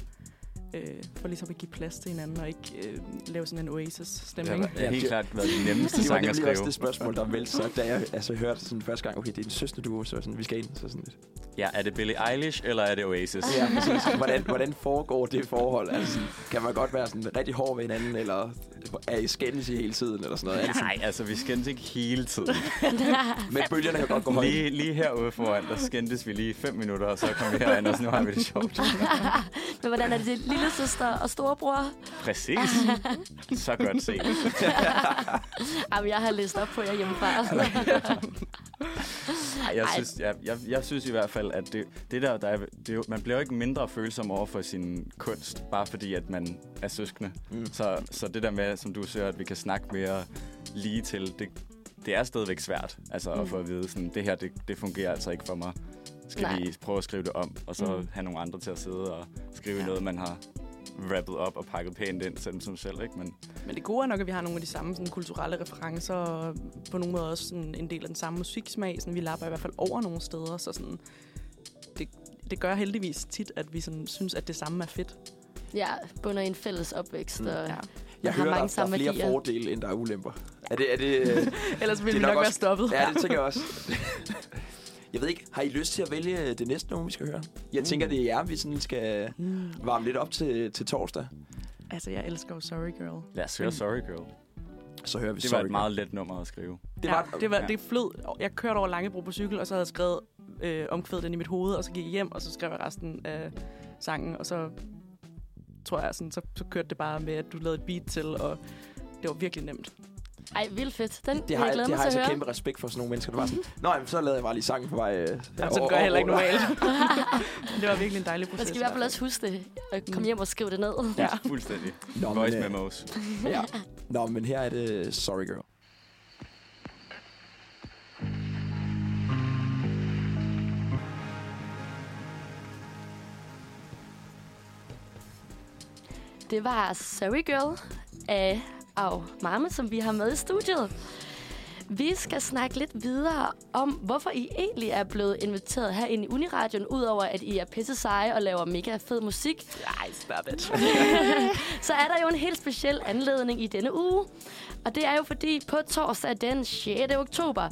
øh, for ligesom at give plads til hinanden, og ikke øh, lave sådan en
Det
oasis-stemning.
har været-
Ja,
helt
det-
klart været den nemmeste
Det var
sang at
nemlig også
skrive.
det spørgsmål, der vel så, da jeg altså, hørte sådan første gang, okay, det er en søsterduo, så sådan, vi skal ind, så sådan lidt.
Ja, er det Billie Eilish, eller er det Oasis?
Ja, præcis. Hvordan, hvordan foregår det forhold? Altså, kan man godt være sådan rigtig hård ved hinanden, eller er I skændes i hele tiden, eller sådan noget? Er det sådan-
Nej, altså vi skændes ikke hele tiden.
Men bølgerne kan godt gå højt.
Lige, lige herude foran, der skændtes vi lige 5 minutter, og så kom vi herind, og så nu har vi det sjovt.
Men hvordan er det lille søster og storebror?
Præcis. Så godt set.
Jamen, jeg har læst op på jer hjemmefra.
Ej, jeg, synes, jeg, jeg, jeg synes i hvert fald, at det, det der, der er, det er jo, man bliver jo ikke mindre følsom over for sin kunst, bare fordi, at man er søskende. Mm. Så, så det der med, som du siger, at vi kan snakke mere lige til, det, det er stadigvæk svært altså, mm. at få at vide, sådan, det her, det, det fungerer altså ikke for mig. Skal
Nej.
Nej. vi prøve at skrive det om, og så mm. have nogle andre til at sidde og skrive ja. noget, man har rappet op og pakket pænt ind, selv som selv, ikke? Men
Men det gode er nok, at vi har nogle af de samme sådan, kulturelle referencer, og på nogle måder også sådan, en del af den samme musiksmag. Sådan, vi lapper i hvert fald over nogle steder, så sådan, det, det gør heldigvis tit, at vi sådan, synes, at det samme er fedt.
ja, bunder i en fælles opvækst. Og,
Ja.
Man
Jeg
har
hører, der,
mange
der er
samme
flere
værdier.
fordele, end der er ulemper. Er det, er det, øh,
Ellers
Det
ville
er
vi
nok
nok, nok
også-
være stoppet.
ja, det tænker jeg også. Jeg ved ikke, har I lyst til at vælge øh, det næste nummer, vi skal høre? Jeg tænker, det er jer, vi sådan skal varme lidt op til, til torsdag.
Mm. Altså, jeg elsker jo Sorry Girl.
Lad os høre Sorry Girl.
Så hører vi
Det var
Sorry
et meget let nummer at skrive.
Det var,
det, var,
ja.
det flød. Jeg kørte over Langebro på cykel, og så havde jeg skrevet øh, omkvædet den i mit hoved, og så gik jeg hjem, og så skrev jeg resten af sangen, og så tror jeg, sådan, så, så kørte det bare med, at du lavede et beat til, og det var virkelig nemt.
Ej, vildt fedt. Den
det
vil
har,
jeg
jeg,
glæder
det
mig
har jeg
til at
så
høre.
kæmpe respekt for sådan nogle mennesker, der var sådan, Nå, jamen, så lavede jeg bare lige sangen på vej. Øh,
Jamen, sådan gør jeg heller ikke normalt. det var virkelig en dejlig proces.
Man skal i hvert fald også huske det, og komme hjem og skrive det ned.
Ja. Fuldstændig.
Nå, men,
Voice
øh,
memos.
ja. Nå, men her er det Sorry Girl.
Det var Sorry Girl af Au Marme, som vi har med i studiet. Vi skal snakke lidt videre om, hvorfor I egentlig er blevet inviteret her ind i Uniradion, udover at I er pisse seje og laver mega fed musik.
Ej, stop it.
så er der jo en helt speciel anledning i denne uge. Og det er jo fordi på torsdag den 6. oktober,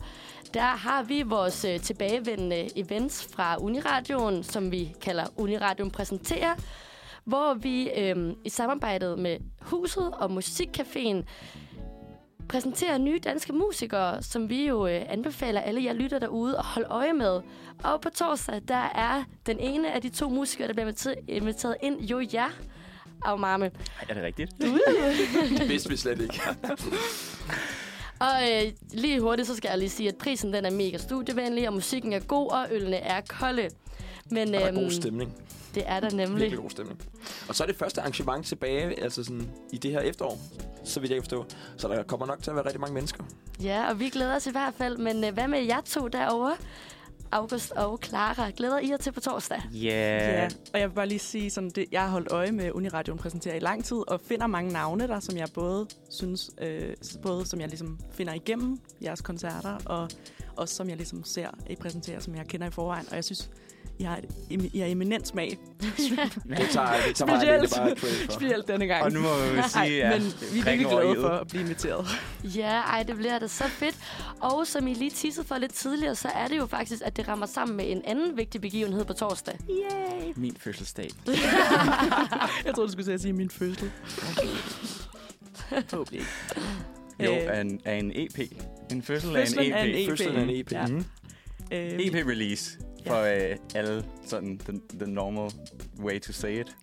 der har vi vores øh, tilbagevendende events fra Uniradioen, som vi kalder Uniradioen præsenterer, hvor vi øh, i samarbejdet med Huset og Musikcaféen præsenterer nye danske musikere, som vi jo øh, anbefaler alle jer lytter derude at holde øje med. Og på torsdag, der er den ene af de to musikere, der bliver inviteret- inviteret ind, jo jer, Aumame.
Ej, er det rigtigt?
Det vidste vi slet ikke.
Og øh, lige hurtigt, så skal jeg lige sige, at prisen den er mega studievenlig, og musikken er god, og ølene er kolde. Men
Der er god
øhm,
stemning.
det er der nemlig.
Virkelig god stemning. Og så er det første arrangement tilbage, altså sådan i det her efterår, så vidt jeg kan forstå. Så der kommer nok til at være rigtig mange mennesker.
Ja, og vi glæder os i hvert fald. Men øh, hvad med jer to derovre? August og Clara, glæder I jer til på torsdag?
Ja, og jeg vil bare lige sige, sådan det, jeg har holdt øje med Uniradioen præsenterer i lang tid, og finder mange navne der, som jeg både synes, øh, både som jeg ligesom finder igennem jeres koncerter, og også som jeg ligesom ser I præsenterer, som jeg kender i forvejen. Og jeg synes, I har, et, em- I har eminent smag,
Det tager, det tager mig alene
specielt,
bare credit for.
specielt denne gang.
Og nu må vi jo sige,
Ej,
ja,
men vi er virkelig
prikken over
glade
i'et.
for at blive inviteret.
Ja, ej, det bliver da så fedt. Og som I lige tissede for lidt tidligere, så er det jo faktisk, at det rammer sammen med en anden vigtig begivenhed på torsdag.
Min fødselsdag.
Jeg troede, du skulle til at sige min fødsel. Forhåbentlig ikke.
Jo,
Øh,
af en, af en EP. En fødsel af en E
fødslen
EP.
af en E EP.
Fødslen af en E Mhm. EP.
Ja.
Ja.
øh,
E
vi-
EP-release E for øh, alle sådan the, the normal way to say it.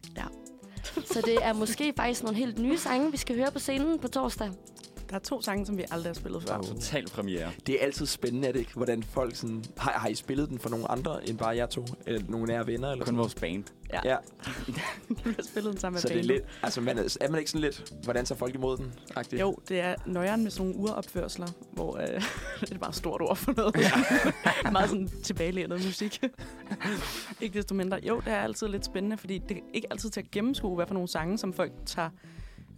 Så det er måske faktisk nogle helt nye sange, vi skal høre på scenen på torsdag.
Der er to sange, som vi aldrig har spillet før.
Total premiere.
Det er altid spændende, er det ikke? Hvordan folk sådan... Har, har I spillet den for nogle andre end bare jer to? Eller nogle nære venner? Eller
Kun
sådan?
vores band.
Ja,
Vi har spillet den sammen med
så det er
bandet.
lidt... Altså, man er, er man ikke sådan lidt... Hvordan tager folk imod den? -agtig?
Jo, det er nøjeren med sådan nogle uropførsler, hvor øh, det er bare et stort ord for noget. Meget sådan tilbagelænet musik. ikke desto mindre. Jo, det er altid lidt spændende, fordi det er ikke altid til at gennemskue, hvad for nogle sange, som folk tager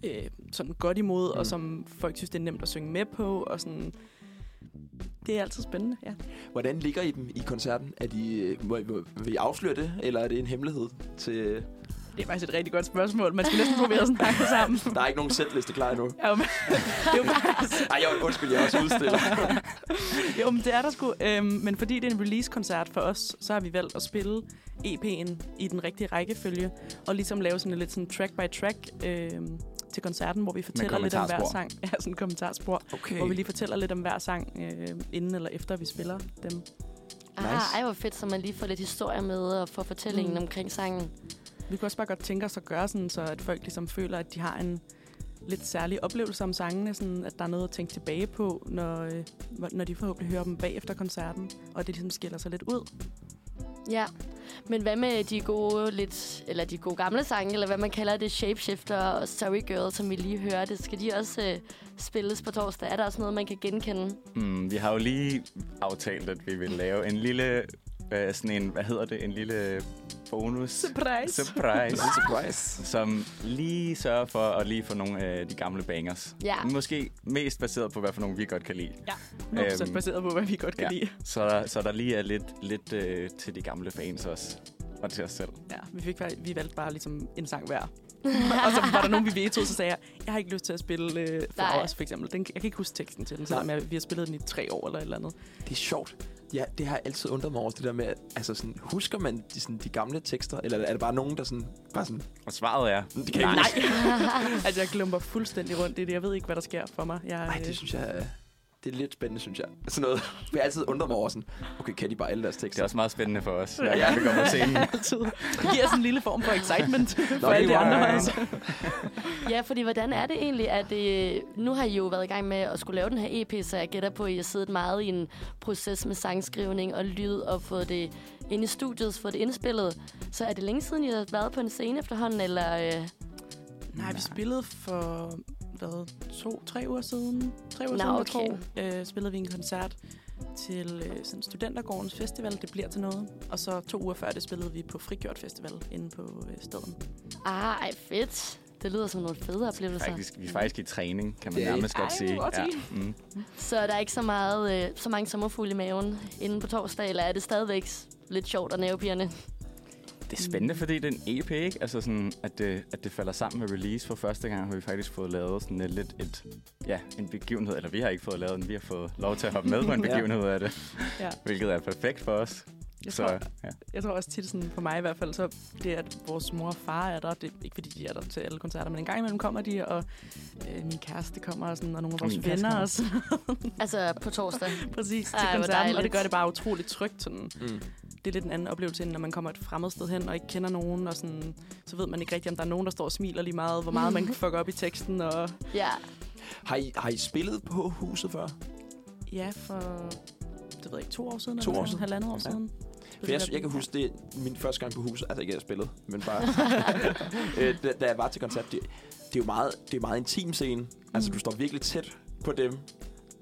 øh, sådan godt imod, mm. og som folk synes, det er nemt at synge med på, og sådan... Det er altid spændende, ja.
Hvordan ligger I dem i koncerten? Er de, øh, må, I- må, vil I afsløre det? Eller er det en hemmelighed til...
Det er faktisk et rigtig godt spørgsmål. Man skal næsten prøve at snakke sammen.
Der er ikke nogen sætliste klar endnu.
Ja, men- det er jo faktisk
Ej, jeg, undskyld, jeg er også udstillet.
Jo, men det er der sgu. Øhm, men fordi det er en release-koncert for os, så har vi valgt at spille EP'en i den rigtige rækkefølge, og ligesom lave sådan lidt sådan track by track øhm, til koncerten, hvor vi fortæller lidt om hver
kommentarspor.
sang. Ja, sådan en kommentarspor,
Okay.
hvor vi lige fortæller lidt om hver sang, øh, inden eller efter vi spiller dem.
Ah,
Nice.
nice. ej, hvor fedt, så man lige får lidt historie med og får fortællingen
Mm.
mm. omkring sangen.
Vi kunne også bare godt tænke os at gøre sådan, så at folk ligesom føler, at de har en lidt særlig oplevelse om sangene, sådan at der er noget at tænke tilbage på, når, øh, hvor- når de forhåbentlig hører dem bagefter koncerten, og det ligesom skiller sig lidt ud.
Ja, men hvad med de gode, lidt, eller de gode gamle sange, eller hvad man kalder det, Shapeshifter og Sorry Girl, som vi lige hørte, skal de også øh, spilles på torsdag? Er der også noget, man kan genkende?
Mm, vi har jo lige aftalt, at vi vil lave en lille... Øh, sådan en, hvad hedder det? En lille bonus...
Surprise!
Surprise.
Surprise.
som lige sørger for at lige få nogle af de gamle bangers.
Ja.
Måske mest baseret på, hvad for nogle vi godt kan lide.
Ja, 100%
Øhm,
baseret på, hvad vi godt kan
ja.
lide.
Så der, så der lige er lidt, lidt øh, til de gamle fans også. og til os selv.
Ja, vi, fik, bare- vi valgte bare ligesom en sang hver. og så var der nogen, vi vetoede, så sagde jeg, jeg har ikke lyst til at spille øh, for
Nej.
os, for eksempel. Den, jeg kan ikke huske teksten til den, selvom jeg, vi har spillet den i tre år eller et eller andet.
Det er sjovt. Ja, det har jeg altid undret mig over, det der med, at- altså sådan, husker man de, sådan, de gamle tekster, eller er det bare nogen, der sådan, bare sådan,
Og svaret er,
det kan jeg
Nej.
ikke.
Altså, jeg klumper fuldstændig rundt i det. Jeg ved ikke, hvad der sker for mig. Jeg, øh,
Nej, det synes jeg, øh, er- det er lidt spændende, synes jeg. Sådan noget, jeg har altid undret mig over sådan, okay, kan de bare alle deres
det er
tekster?
også meget spændende for os, hver gang vi kommer på scenen.
altid. Det giver sådan en lille form for excitement for
det
alle de
var-
andre. Altså.
Ja, fordi hvordan er det egentlig, at øh, nu har I jo været i gang med at skulle lave den her EP, så jeg gætter på, at I har siddet meget i en proces med sangskrivning og lyd og fået det ind i studiet, fået det indspillet. Så er det længe siden, I har været på en scene efterhånden, eller... Øh,
Nej, vi spillede for, hvad, to, tre uger siden? Tre uger
Nå,
siden,
okay.
jeg tror, øh, spillede vi en koncert til øh, sådan Studentergårdens Festival, det bliver til noget. Og så to uger før det spillede vi på Frigjort Festival inde på øh, stedet.
ah, ej, fedt. Det lyder som nogle fede oplevelser.
Faktisk, vi er faktisk i træning, kan man
Ja.
nærmest godt
Ej,
sige.
hvor godt
Mm.
Så er der ikke så, meget, øh, så mange sommerfugle i maven inden på torsdag, eller er det stadigvæk lidt sjovt at næve pigerne?
Det er spændende, fordi det er en EP, ikke? Altså sådan, at det, at det falder sammen med release. For første gang har vi faktisk fået lavet sådan et, lidt et, ja, en begivenhed. Eller vi har ikke fået lavet den, vi har fået lov til at hoppe med på en
Ja.
begivenhed af det.
Ja.
Hvilket er perfekt for os.
Jeg
Så
tror,
ja.
jeg tror også tit, sådan, for mig i hvert fald, så det, at vores mor og far er der, det er ikke fordi, de er der til alle koncerter, men en gang imellem kommer de, og øh, min kæreste kommer, og, sådan, og nogle af
Og min
vores
kæreste
venner
kommer.
også,
Altså på torsdag.
præcis, til
Ej, hvor
koncerten, og det
dejligt.
gør det bare utroligt trygt. Sådan.
Mm.
det er lidt en anden oplevelse, end når man kommer et fremmed sted hen og ikke kender nogen, og sådan, så ved man ikke rigtigt, om der er nogen, der står og smiler lige meget, hvor meget man fucker op i teksten. Og
Ja,
Har I, har I spillet på huset før?
ja, for det ved jeg ikke, to år siden,
To
eller
år
sådan
siden.
halvandet år
Ja.
siden.
For jeg, jeg kan huske, det er min første gang på huset. Altså ikke, at jeg spillede, men bare... Øh, da, da jeg var til koncert, det, det er jo meget, det er meget intim scene. Altså, du står virkelig tæt på dem,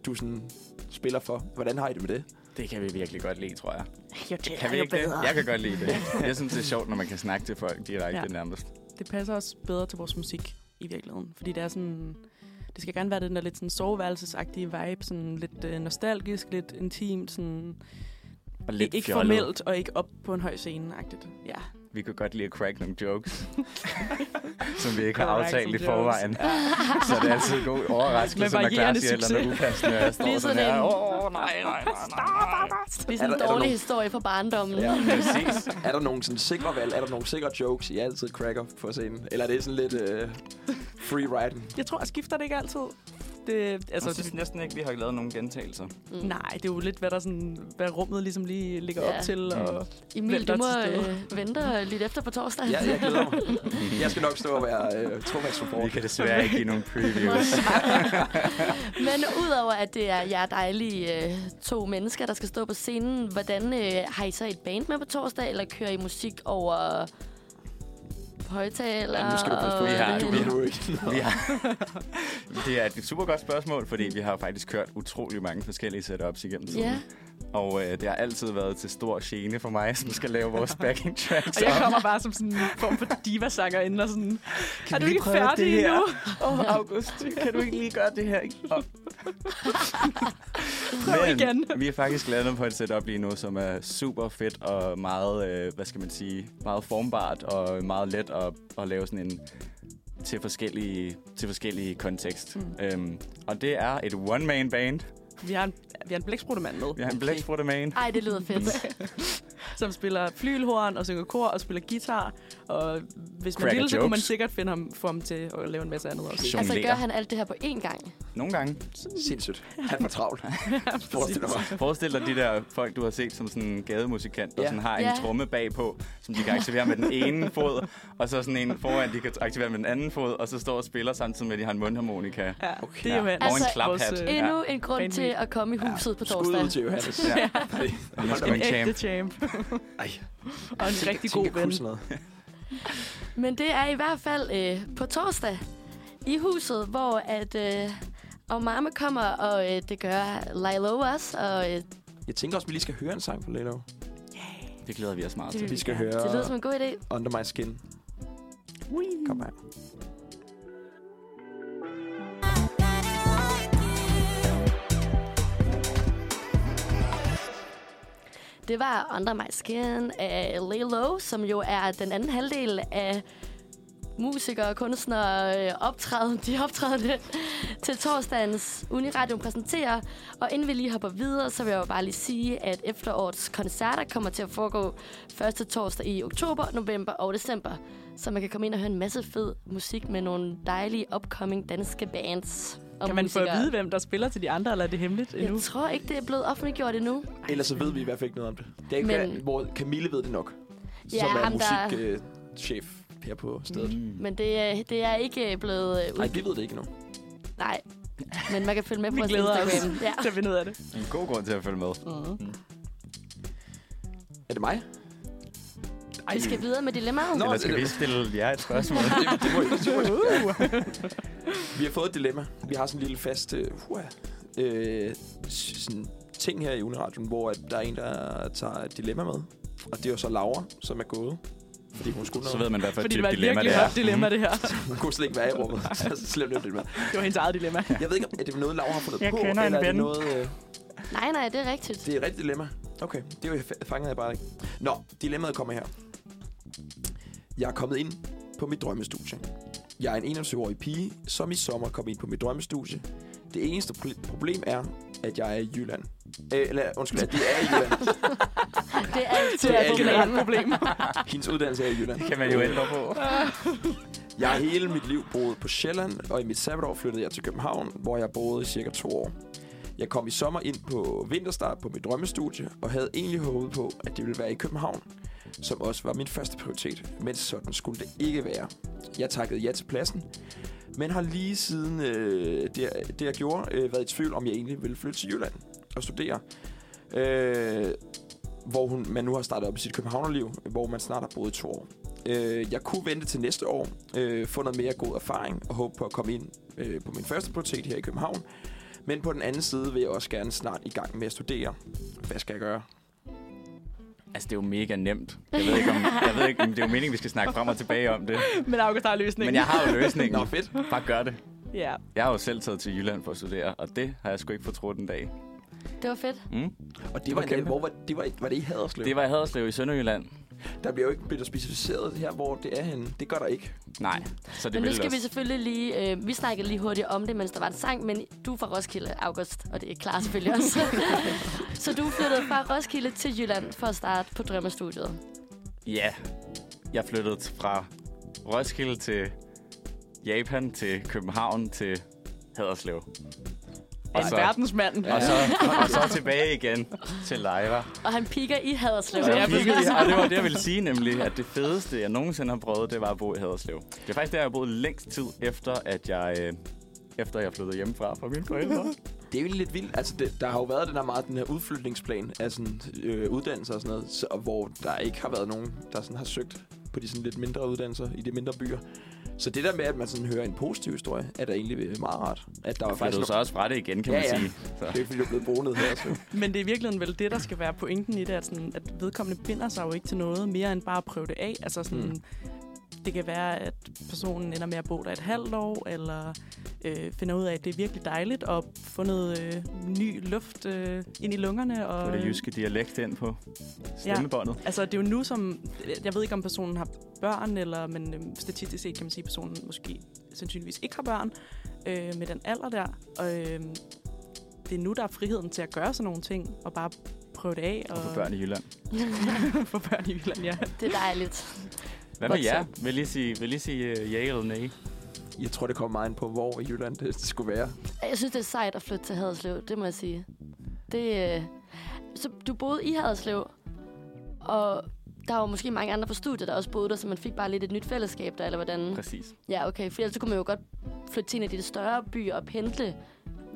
du sådan spiller for. Hvordan har I det med det?
Det kan vi virkelig godt lide, tror jeg.
jo,
Kan vi ikke det? Jeg kan godt lide det. Jeg synes, det er sjovt, når man kan snakke til folk direkte ja.
Ja.
nærmest.
Det passer også bedre til vores musik i virkeligheden, fordi det er sådan... Det skal gerne være den der lidt sådan soveværelsesagtige vibe, sådan lidt øh, nostalgisk, lidt intimt, sådan
Og
lidt ikke
fjollet.
formelt og ikke op på en høj scene-agtigt. Ja,
Vi kunne godt lide at crack nogle jokes, som vi ikke har
Correct,
aftalt i
nogle jokes.
forvejen. Så det er altid en god overraskelse,
Med
når Clara
varierende
siger et eller andet upassende, og jeg står
Ligesom
sådan her.
en-
Åh, oh, nej, nej, nej, nej, nej.
Det er
Er
sådan
der- er
en
der
dårlig
nogen-
historie fra barndommen.
Ja,
Ja.
præcis. er der nogle sådan sikre valg? Er der nogle sikre jokes, I altid cracker på scenen? Eller er det sådan lidt øh, free riding?
jeg tror, jeg skifter det ikke altid. Det, altså,
Jeg synes næsten ikke, vi har lavet nogen gentagelser.
Nej, det er jo lidt, hvad, der sådan, hvad rummet ligesom lige ligger
Mm. Ja. Mm.
ja. op til. Og,
Emil,
Hvem der
du
er
må
til stede.
øh, vente og lytte efter på torsdag.
Ja, jeg glæder mig. Jeg skal nok stå og være øh,
Vi
tromandsforbrug.
kan desværre ikke give nogen previews.
Men udover at det er jer dejlige øh, to mennesker, der skal stå på scenen, hvordan øh, har I så et band med på torsdag, eller kører I musik over højtaler?
Nu skal du passe på,
og
Vi har-
det
du
hele?
ved du ikke.
Vi har, det er et super godt spørgsmål, fordi vi har faktisk kørt utrolig mange forskellige setups igennem tiden.
Ja.
Og øh, det har altid været til stor gene for mig, som skal lave vores backing tracks.
og jeg kommer bare som sådan en form for divasanger ind og sådan, kan er du
lige
ikke
prøve det
færdig
her?"
endnu?
Åh, oh, August, kan du ikke lige gøre det her? Oh. Prøv
igen.
vi er faktisk landet på et setup lige nu, som er super fedt og meget, øh, hvad skal man sige, meget formbart og meget let at, at lave sådan en til forskellige, til forskellige kontekst. Mm. Øhm, og det er et one-man band.
Vi har en, vi har en blæksprutemand med,
Vi har en blæksprutte man.
Ej, det lyder fedt.
som spiller flylhorn og synger kor og spiller guitar. Og hvis man
Cracker
ville, så kunne man
jokes.
sikkert finde ham, få ham til at lave en masse andet også.
Jonglerer.
altså, gør han alt det her på én gang?
Nogle gange.
Sindssygt. Han var travlt. Forestil dig mig.
Forestil dig de der folk, du har set som sådan en gademusikant, der
Ja.
sådan har en
Ja.
tromme bagpå, som de kan aktivere med den ene fod, og så sådan en foran, de kan aktivere med den anden fod, og så står og spiller samtidig med, at de har en mundharmonika.
Ja, okay. det er jo
Ja.
han.
Og en
Altså,
klaphat.
vores, øh,
Endnu en grund
Vanvittigt.
til at komme i huset på
Skud ud
torsdag.
til Johannes.
Ja.
Hold da
skal
op.
en
ægte
champ.
champ.
Ej.
og en rigtig god
Tænk at kunne
ven.
sådan noget.
Men det er i hvert fald øh, på torsdag i huset, hvor at øh, og mamma kommer, og øh, det gør Lilo også, og øh,
Jeg tænker også, vi lige skal høre en sang fra Lalo.
Det glæder vi os meget
Vi
til.
skal
det lyder som
høre
en god idé.
Under My Skin. Kom her.
Det var Under My Skin af Lay Low, som jo er den anden halvdel af musikere, kunstnere, øh, optræden, de optrædende til torsdagens Uniradio præsenterer. Og inden vi lige hopper videre, så vil jeg jo bare lige sige, at efterårets koncerter kommer til at foregå første torsdag i oktober, november og december. Så man kan komme ind og høre en masse fed musik med nogle dejlige upcoming danske bands. og
Kan man få
musikere.
at vide, hvem der spiller til de andre, eller er det hemmeligt endnu?
Jeg tror ikke, det er blevet offentliggjort endnu.
Ellers så ved vi i hvert fald ikke noget om det. Det er ikke,
Men-
Men... hvor Camille ved det nok.
Ja,
som er
ham, der-
musikchef øh, her på stedet. Mm.
Men det, er- det er ikke øh, blevet øh,
Nej, vi ved det ikke endnu.
ud- Nej. Men man kan følge med på
Vi
vores
glæder os.
Instagram. Ja.
Så vi ud af det.
Mm. En god grund til at følge med.
Er det mig?
Vi skal videre med dilemmaet.
Nå,
Eller skal
det-
vi stille jer et spørgsmål?
det, det må jeg, det må jeg.
Uh.
Vi har fået et dilemma. Vi har sådan en lille fast øh, hua, øh, s- sådan ting her i Uniradion, hvor at der er en, der tager et dilemma med. Og det er jo så Laura, som er gået. Fordi hun skulle
Så
noget.
ved man, hvad for et
Fordi det var
type
et
dilemma
virkelig
det er. Mhm.
hot dilemma, det her.
Hun kunne slet ikke være i rummet. Så slemt det dilemma.
Det var hendes eget dilemma.
Jeg ved ikke, om er det noget, Laura har fundet
Jeg
på,
kender
eller
en
er det
ven.
noget... Øh,
Nej, nej, det er rigtigt.
Det er et rigtigt dilemma. Okay, det var, fa- fangede jeg bare ikke. Nå, dilemmaet kommer her. Jeg er kommet ind på mit drømmestudie. Jeg er en 21-årig pige, som i sommer kom ind på mit drømmestudie. Det eneste pro- problem er, at jeg er i Jylland. Øh, eller, undskyld, at det er i Jylland.
Det er altid
Det er
et
altså
et
problem.
Hendes uddannelse er i Jylland.
Kan man jo ændre på.
Jeg har hele mit liv boet på Sjælland, og i mit sabbatår flyttede jeg til København, hvor jeg boede i cirka to år. Jeg kom i sommer ind på vinterstart på mit drømmestudie, og havde egentlig håbet på, at det ville være i København, som også var min første prioritet, men sådan skulle det ikke være. Jeg takkede ja til pladsen, men har lige siden øh, det, det, jeg gjorde, øh, været i tvivl, om jeg egentlig ville flytte til Jylland og studere. Øh, hvor hun, man nu har startet op i sit københavnerliv, hvor man snart har boet i to år. Øh, jeg kunne vente til næste år, øh, få noget mere god erfaring og håbe på at komme ind øh, på min første prioritet her i København. Men på den anden side vil jeg også gerne snart i gang med at studere. Hvad skal jeg gøre?
Altså, det er jo mega nemt. Jeg ved ikke, om, jeg ved ikke, om det er jo meningen, vi skal snakke frem og tilbage om det.
Men August har løsningen.
Men jeg har jo løsningen.
Nå, fedt.
Bare gør det.
Ja.
Jeg har jo selv taget til Jylland for at studere, og det har jeg sgu ikke fortrudt en dag.
Det var fedt.
Mm?
Og det var,
kæmpe.
en, hvor var, det var, var det i Haderslev?
Det var i Haderslev i Sønderjylland.
Der bliver jo ikke blevet specificeret her, hvor det er henne. Det gør der ikke.
Nej, så det
Men nu
ville
skal vi
også.
selvfølgelig lige... Øh, vi snakkede lige hurtigt om det, mens der var en sang, men du er fra Roskilde, August, og det er klar selvfølgelig også. så du flyttede fra Roskilde til Jylland for at starte på Drømmestudiet.
Ja, jeg flyttede t- fra Roskilde til Japan, til København, til Haderslev. Og
En verdensmand.
og så, og så tilbage igen til Lejre.
Og han piker i Haderslev.
Og, og det var det, jeg ville sige nemlig, at det fedeste, jeg nogensinde har prøvet, det var at bo i Haderslev. Det er faktisk der, jeg har boet længst tid efter, at jeg, øh, efter jeg flyttede hjemmefra fra mine forældre.
Det er jo egentlig lidt vildt. Altså, det, der har jo været den her, meget, den her udflytningsplan af sådan, øh, uddannelser og sådan noget, så, og hvor der ikke har været nogen, der sådan har søgt på de sådan lidt mindre uddannelser i de mindre byer. Så det der med, at man sådan hører en positiv historie, er da egentlig øh, meget rart. At der var
Og flyttede
faktisk
så
nogen-
også fra det igen, kan
Ja,
man
ja.
sige.
Det er ikke, fordi du er blevet bonet her. Så.
Men det er i virkeligheden vel det, der skal være pointen i det, at, sådan, at vedkommende binder sig jo ikke til noget mere end bare at prøve det af. Altså sådan,
Mm.
mm. Det kan være, at personen ender med at bo der et halvt år, eller øh, finder ud af, at det er virkelig dejligt at få noget øh, ny luft øh, ind i lungerne. Og,
Få det jyske dialekt ind på stemmebåndet.
Altså, det er jo nu, som... Jeg ved ikke, om personen har børn, eller, men øhm, statistisk set kan man sige, at personen måske sandsynligvis ikke har børn øh, med den alder der. Og øhm, det er nu, der er friheden til at gøre sådan nogle ting, og bare prøve det af.
Og for børn i Jylland.
for børn i Jylland, ja.
det er dejligt.
Hvad med jer? Vil I sige, vil I sige uh, ja eller nej?
Jeg tror, det kommer meget ind på, hvor i Jylland øh, det skulle være.
Jeg synes, det er sejt at flytte til Haderslev, det må jeg sige. Det, øh... Så du boede i Haderslev, og der var måske mange andre på studiet, der også boede der, så man fik bare lidt et nyt fællesskab der, eller hvordan?
Præcis.
Ja, okay, for ellers så kunne man jo godt flytte til en af de større byer og pendle.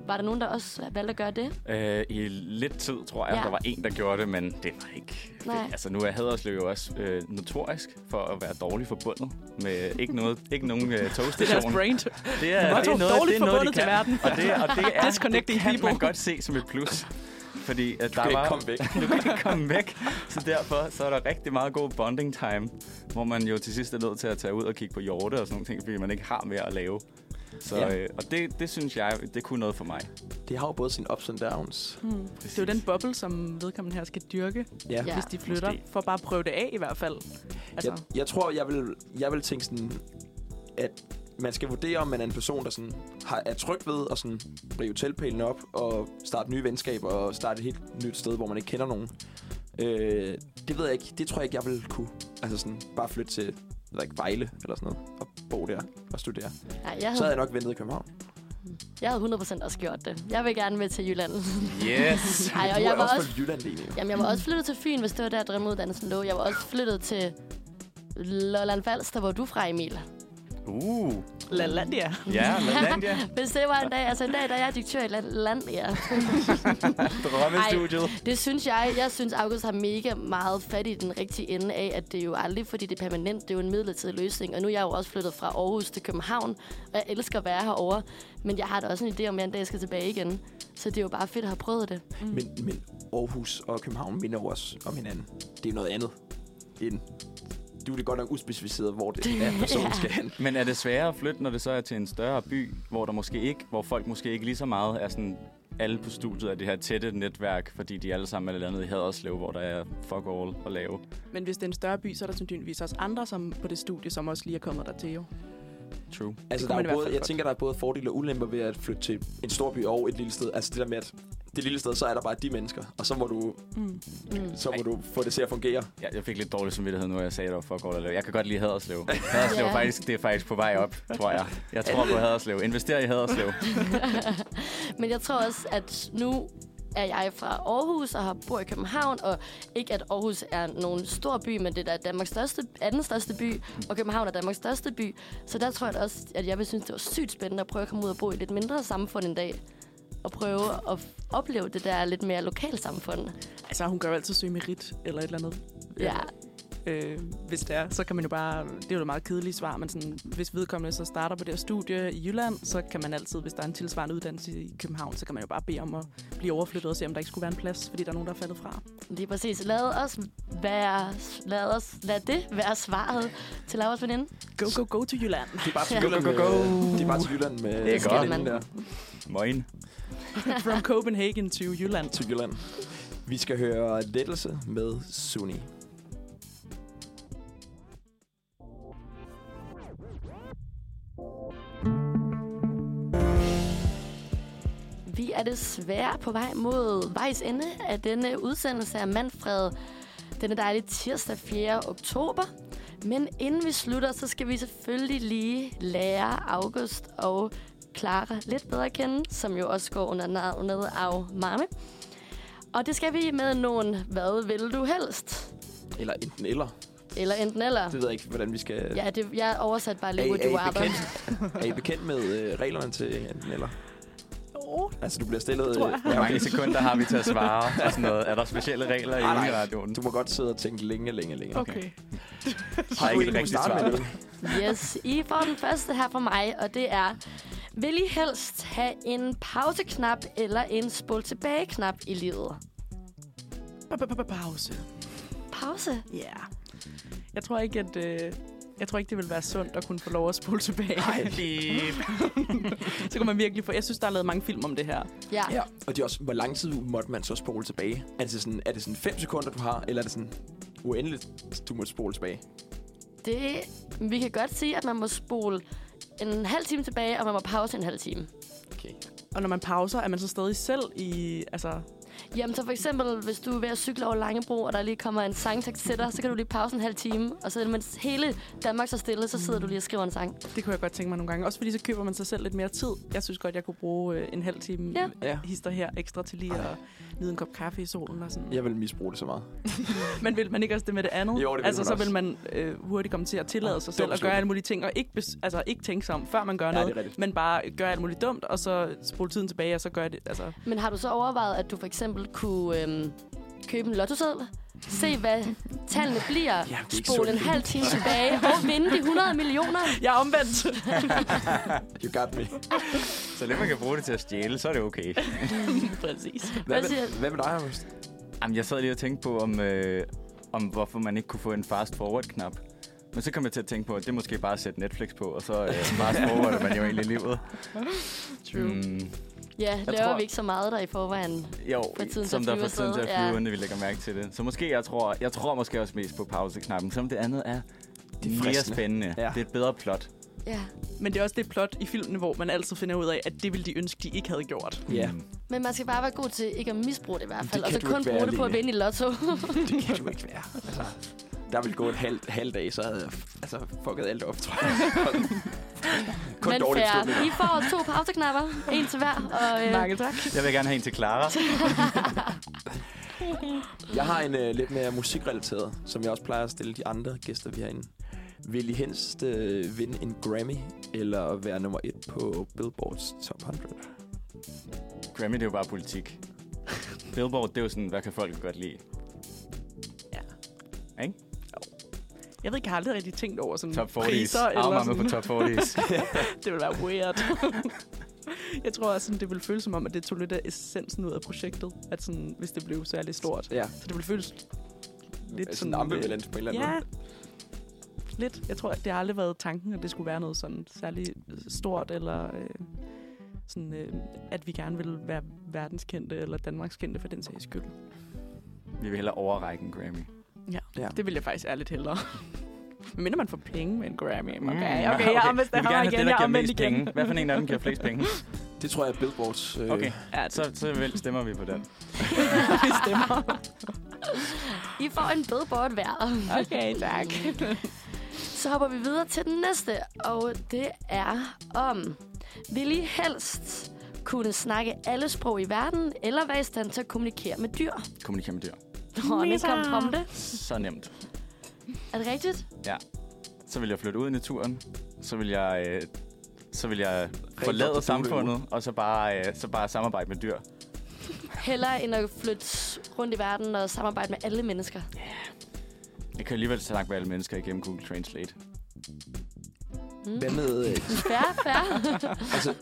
Var der nogen, der også valgte at gøre det?
Øh, I lidt tid, tror jeg,
Ja.
ja. der var en, der gjorde det, men det var ikke...
Nej.
Det, altså, nu er Haderslev jo også øh, notorisk for at være dårligt forbundet med ikke, noget, ikke nogen øh,
Det er deres
togstation.
brain.
Det er,
Motto, dårligt forbundet til verden.
Og det, og det er,
Disconnecting
det kan man
people.
godt se som et plus. Fordi at der
kan ikke
var,
komme væk.
du kan ikke komme væk. Så derfor så er der rigtig meget god bonding time, hvor man jo til sidst er nødt til at tage ud og kigge på hjorte og sådan nogle ting, fordi man ikke har mere at lave. Så,
Ja.
ja. øh, og det, det synes jeg, det kunne noget for mig.
Det har jo både sine ups and downs.
Hmm. Det er jo den boble, som vedkommende her skal dyrke,
Ja.
Ja.
ja, hvis de flytter.
måske.
Måske. For bare at prøve det af i hvert fald. Altså,
Jeg, jeg tror, jeg vil, jeg vil tænke sådan, at man skal vurdere, om man er en person, der sådan har, er tryg ved at sådan rive teltpælen op og starte nye venskaber og starte et helt nyt sted, hvor man ikke kender nogen. Øh, det ved jeg ikke. Det tror jeg ikke, jeg vil kunne. Altså sådan, bare flytte til jeg ved ikke, Vejle eller sådan noget og bo der og studere.
Nej, jeg
Så havde
havde,
jeg nok ventet i København.
jeg havde 100% også gjort det. Jeg vil gerne med til Jylland.
Yes!
Ej, og
du
jeg
er
var
også
også,
fra Jylland lige nu.
jamen, jeg var også flyttet til Fyn, hvis det var der, drømmeuddannelsen lå. Jeg var også flyttet til Lolland Falster, hvor du er fra, Emil.
Uh,
Lalandia.
ja, Lalandia,
Hvis det var en dag, altså en dag, da jeg er direktør i Lalandia.
drømmestudiet.
Det synes jeg. Jeg synes, August har mega meget fat i den rigtige ende af, at det er jo aldrig, fordi det er permanent, det er jo en midlertidig løsning. Og nu er jeg jo også flyttet fra Aarhus til København, og jeg elsker at være herovre. Men jeg har da også en idé om, at jeg en dag skal tilbage igen. Så det er jo bare fedt at have prøvet det.
Men, men Aarhus og København minder jo også om hinanden. Det er jo noget andet end... Du er det godt nok uspecificeret, hvor det er, personen skal hen.
Men er det sværere at flytte, når det så er til en større by, hvor der måske ikke, hvor folk måske ikke lige så meget er sådan alle på studiet af det her tætte netværk, fordi de alle sammen er landet i Haderslev, hvor der er fuck all at lave.
Men hvis det er en større by, så er der sandsynligvis også andre som på det studie, som også lige er kommet der til jo.
True.
Altså, der
kunne man i
er
hvert
både,
fald
jeg
godt.
tænker, der er både fordele og ulemper ved at flytte til en stor by og et lille sted. Altså det der med, at det lille sted, så er der bare de mennesker, og så må du,
Mm.
Mm.
så må du få det til at fungere.
Jeg, jeg fik lidt dårlig samvittighed nu, at jeg sagde, at der var fuck all at lave. Jeg kan godt lide Haderslev. Haderslev
Ja.
yeah. faktisk, det er faktisk på vej op, tror jeg. Jeg tror på Haderslev. Invester i Haderslev.
Men jeg tror også, at nu er jeg fra Aarhus og har bor i København, og ikke at Aarhus er nogen stor by, men det er da Danmarks største, anden største by, og København er Danmarks største by. Så der tror jeg da også, at jeg vil synes, det var sygt spændende at prøve at komme ud og bo i et lidt mindre samfund en dag, og prøve at f- opleve det der lidt mere lokalsamfund.
Altså, hun gør jo altid søge merit eller et eller andet.
Ja,
Øh, hvis det er, så kan man jo bare... Det er jo et meget kedeligt svar, men sådan, hvis vedkommende så starter på det her studie i Jylland, så kan man altid, hvis der er en tilsvarende uddannelse i København, så kan man jo bare bede om at blive overflyttet og se, om der ikke skulle være en plads, fordi der er nogen, der er faldet fra.
lige præcis. Lad os, være, lad os lad det være svaret til Lauras veninde.
Go, go, go to Jylland.
Det er bare til
Ja.
Jylland
Go, go,
med, det er bare til Jylland med
Det er
med
godt.
hinanden der.
Moin.
From Copenhagen to Jylland.
Til Jylland. Vi skal høre Lettelse med Suni.
Vi er desværre på vej mod vejs ende af denne udsendelse af Manfred denne dejlige tirsdag 4. oktober. Men inden vi slutter, så skal vi selvfølgelig lige lære August og Clara lidt bedre at kende, som jo også går under navnet af Marme. Og det skal vi med nogle, hvad vil du helst?
Eller enten eller.
Eller enten eller.
Det ved jeg ikke, hvordan vi skal...
Ja, det, jeg oversat bare
er, I,
lige, hvor
er,
du
I
arbejder.
bekendt, er I bekendt med øh, reglerne til enten eller?
Oh,
Altså, du bliver stillet...
tror jeg.
øh,
Hvor
ja,
mange
okay.
sekunder har vi til at svare? Og sådan noget. Er der specielle regler i
Ah, nej.
radioen?
Du må godt sidde og tænke længe, længe, længe.
okay.
har ikke et
Kunne
rigtigt
starte
svar.
med det?
Yes, I får den første her fra mig, og det er... Vil I helst have en pauseknap eller en spol tilbage-knap i livet?
Pause.
Pause?
Ja. Yeah. Jeg tror ikke, at... Øh, jeg tror ikke, det vil være sundt at kunne få lov at spole tilbage. Nej. så kan man virkelig få... Jeg synes, der er lavet mange film om det her.
Ja.
Ja, og det er også, hvor lang tid måtte man så spole tilbage? Er det sådan, er det sådan 5 sekunder, du har, eller er det sådan uendeligt, du må spole tilbage?
Det, vi kan godt sige, at man må spole en halv time tilbage, og man må pause en halv time.
Okay.
Og når man pauser, er man så stadig selv i... Altså,
Jamen så for eksempel, hvis du er ved at cykle over Langebro, og der lige kommer en sangtekst til dig, så kan du lige pause en halv time, og så mens hele Danmark så stille, så sidder du lige og skriver en sang.
det kunne jeg godt tænke mig nogle gange. Også fordi så køber man sig selv lidt mere tid. Jeg synes godt, jeg kunne bruge øh, en halv time
Ja.
ja.
Ja.
hister her ekstra til lige at nyde en kop kaffe i solen og sådan.
Jeg vil misbruge det så meget.
Men vil man ikke også det med det andet?
Jo, det vil
altså,
man
så
også. Ah,
vil man øh, hurtigt komme til at tillade sig
dum
selv at gøre
beslutning.
alle mulige ting, og ikke, bes- altså, ikke tænke sig om, før man gør
det er
noget,
rigtigt.
men bare gøre alt muligt dumt, og så spole tiden tilbage, og så gøre det. Altså,
Men har du så overvejet, at du for eksempel kunne øhm, købe en lottoseddel? Se, hvad tallene bliver. Ja,
det er ikke
Spole en
sundt.
halv time tilbage og vinde de 100 millioner.
jeg er omvendt.
You got me.
Så længe man kan bruge det til at stjæle, så er det okay.
Præcis.
Hvad,
Hvad
med,
siger-
hvad med dig, August?
Jamen, jeg sad lige og tænkte på, om, øh, om hvorfor man ikke kunne få en fast forward-knap. Men så kom jeg til at tænke på, at det er måske bare at sætte Netflix på, og så øh, bare forbereder man jo egentlig livet.
True.
Mm,
Ja,
Jeg
laver
tror-
vi ikke så meget der i forvejen.
jo,
For tiden til
som
at
der
flyve
får tiden til at
afsted,
flyve,
ja.
inden vi lægger mærke til det. Så måske, jeg tror, jeg tror måske også mest på pauseknappen, som det andet er.
Det er
mere
fristende.
spændende.
Ja.
Ja. Det er et bedre plot.
Ja.
Men det er også det plot i filmene, hvor man altid finder ud af, at det ville de ønske, de ikke havde gjort.
Ja,
Mm.
Men man skal bare være god til ikke at misbruge det i hvert
Det
fald. Og
kan
så
du
kun
ikke være
bruge det på at
alene.
vinde i lotto.
det kan du ikke være. Altså, der ville gå et halvt, halv dag, så havde jeg f- altså, fucket alt op, tror jeg. Kun
Men
dårlige
fair.
beslutninger.
I får to pauseknapper. En til hver. Og, øh,
Mange tak.
Jeg vil gerne have en til Clara.
Jeg har en øh, lidt mere musikrelateret, som jeg også plejer at stille de andre gæster, vi har inde. Vil I helst øh, vinde en Grammy, eller være nummer et på Billboard's Top 100?
Grammy, det er jo bare politik. Billboard, det er jo sådan, hvad kan folk godt lide?
Jeg ved ikke, jeg har aldrig rigtig tænkt over sådan
Top 40's.
Mm. priser. Eller
Afmarmel
sådan.
på top 40's.
det ville være weird. jeg tror også, sådan, det ville føles som om, at det tog lidt af essensen ud af projektet. At sådan, hvis det blev særlig stort.
Ja,
Så det ville føles lidt
lidt sådan
sådan...
ambivalent på en eller anden
Ja.
måde.
Lidt. Jeg tror, at det har aldrig været tanken, at det skulle være noget sådan særlig stort, eller øh, sådan, øh, at vi gerne ville være verdenskendte, eller Danmarkskendte for den sags skyld.
Vi vil hellere overrække en Grammy.
Ja.
Det vil jeg faktisk ærligt hellere. Men mindre man får penge med en Grammy. Okay,
Mm,
okay, okay. jeg
Vi vil
omvestemmer
gerne
mig
have
igen.
det, der
Jeg
giver
omvendt
mest
igen.
penge. Hvad for en af dem giver flest penge?
Det tror jeg er Billboards. Øh,
Okay,
Ja,
så, så vel- stemmer vi på den.
vi stemmer.
I får en bedbord hver.
Okay, tak.
Så hopper vi videre til den næste, og det er om... Vil I helst kunne snakke alle sprog i verden, eller være i stand til at kommunikere med dyr?
Kommunikere med dyr.
Dronning kom frem det.
Så nemt.
Er det rigtigt?
Så vil jeg flytte ud i naturen. Så vil jeg, øh, så vil jeg
op
forlade
til
samfundet, og så bare, øh, så bare samarbejde med dyr.
Hellere end at flytte rundt i verden og samarbejde med alle mennesker.
Jeg kan alligevel snakke med alle mennesker igennem Google Translate.
Hvad med... Øh,
Færre, færre.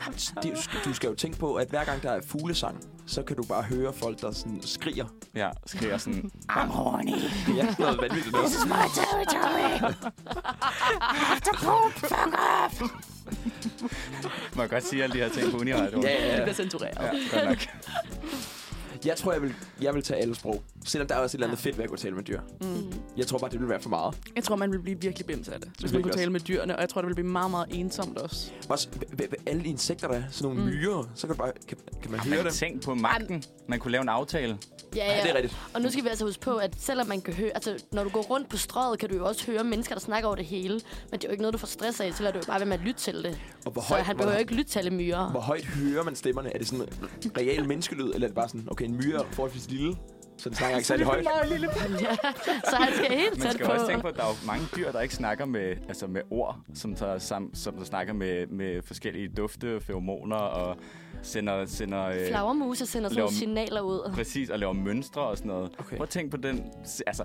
altså, det, du skal jo tænke på, at hver gang der er fuglesang, så kan du bare høre folk, der sådan skriger.
Ja, skriver sådan,
I'm horny.
Ja, noget vanvittigt altså. noget.
This is my territory. I have to poop. Fuck off.
må jeg godt sige alle de her ting på uniradioen?
Ja, ja,
Det
ja.
bliver censureret.
ja godt nok.
Jeg tror, jeg vil, jeg vil tage alle sprog. Selvom der er også et eller andet fedt ved at kunne tale med dyr.
Mm.
Jeg tror bare, det vil være for meget.
Jeg tror, man ville blive virkelig bims af det, hvis man
Virkelig
kunne
også.
tale med dyrene. Og jeg tror, det ville blive meget, meget ensomt også.
Også h- h- h- alle insekter, der er sådan nogle mm. myrer, så kan, du bare, kan, kan man høre
Men
dem.
tænk på magten. Man kunne lave en aftale.
Ja,
Ja,
det er
ja.
rigtigt.
Og nu skal vi altså huske på, at selvom man kan høre... Altså, når du går rundt på strøget, kan du jo også høre mennesker, der snakker over det hele. Men det er jo ikke noget, du får stress af, så lader du jo bare være med at lytte til det.
Og hvor
Så
højt,
han
hvor,
behøver jo ikke lytte til alle myrer.
hvor højt hører man stemmerne? Er det sådan real menneskelyd, eller er det bare sådan, okay, en myre er forholdsvis lille, så den snakker ikke særlig højt?
Så han skal helt
Man
tæt
skal
på.
også tænke på, at der er jo mange dyr, der ikke snakker med, altså med ord, som, tager sam, som der snakker med, med forskellige dufte, feromoner og sender... sender øh,
Flagermuse sender sådan nogle
Laver-
signaler ud.
Præcis, og laver mønstre og sådan noget.
Okay.
Prøv at tænke på den... Altså,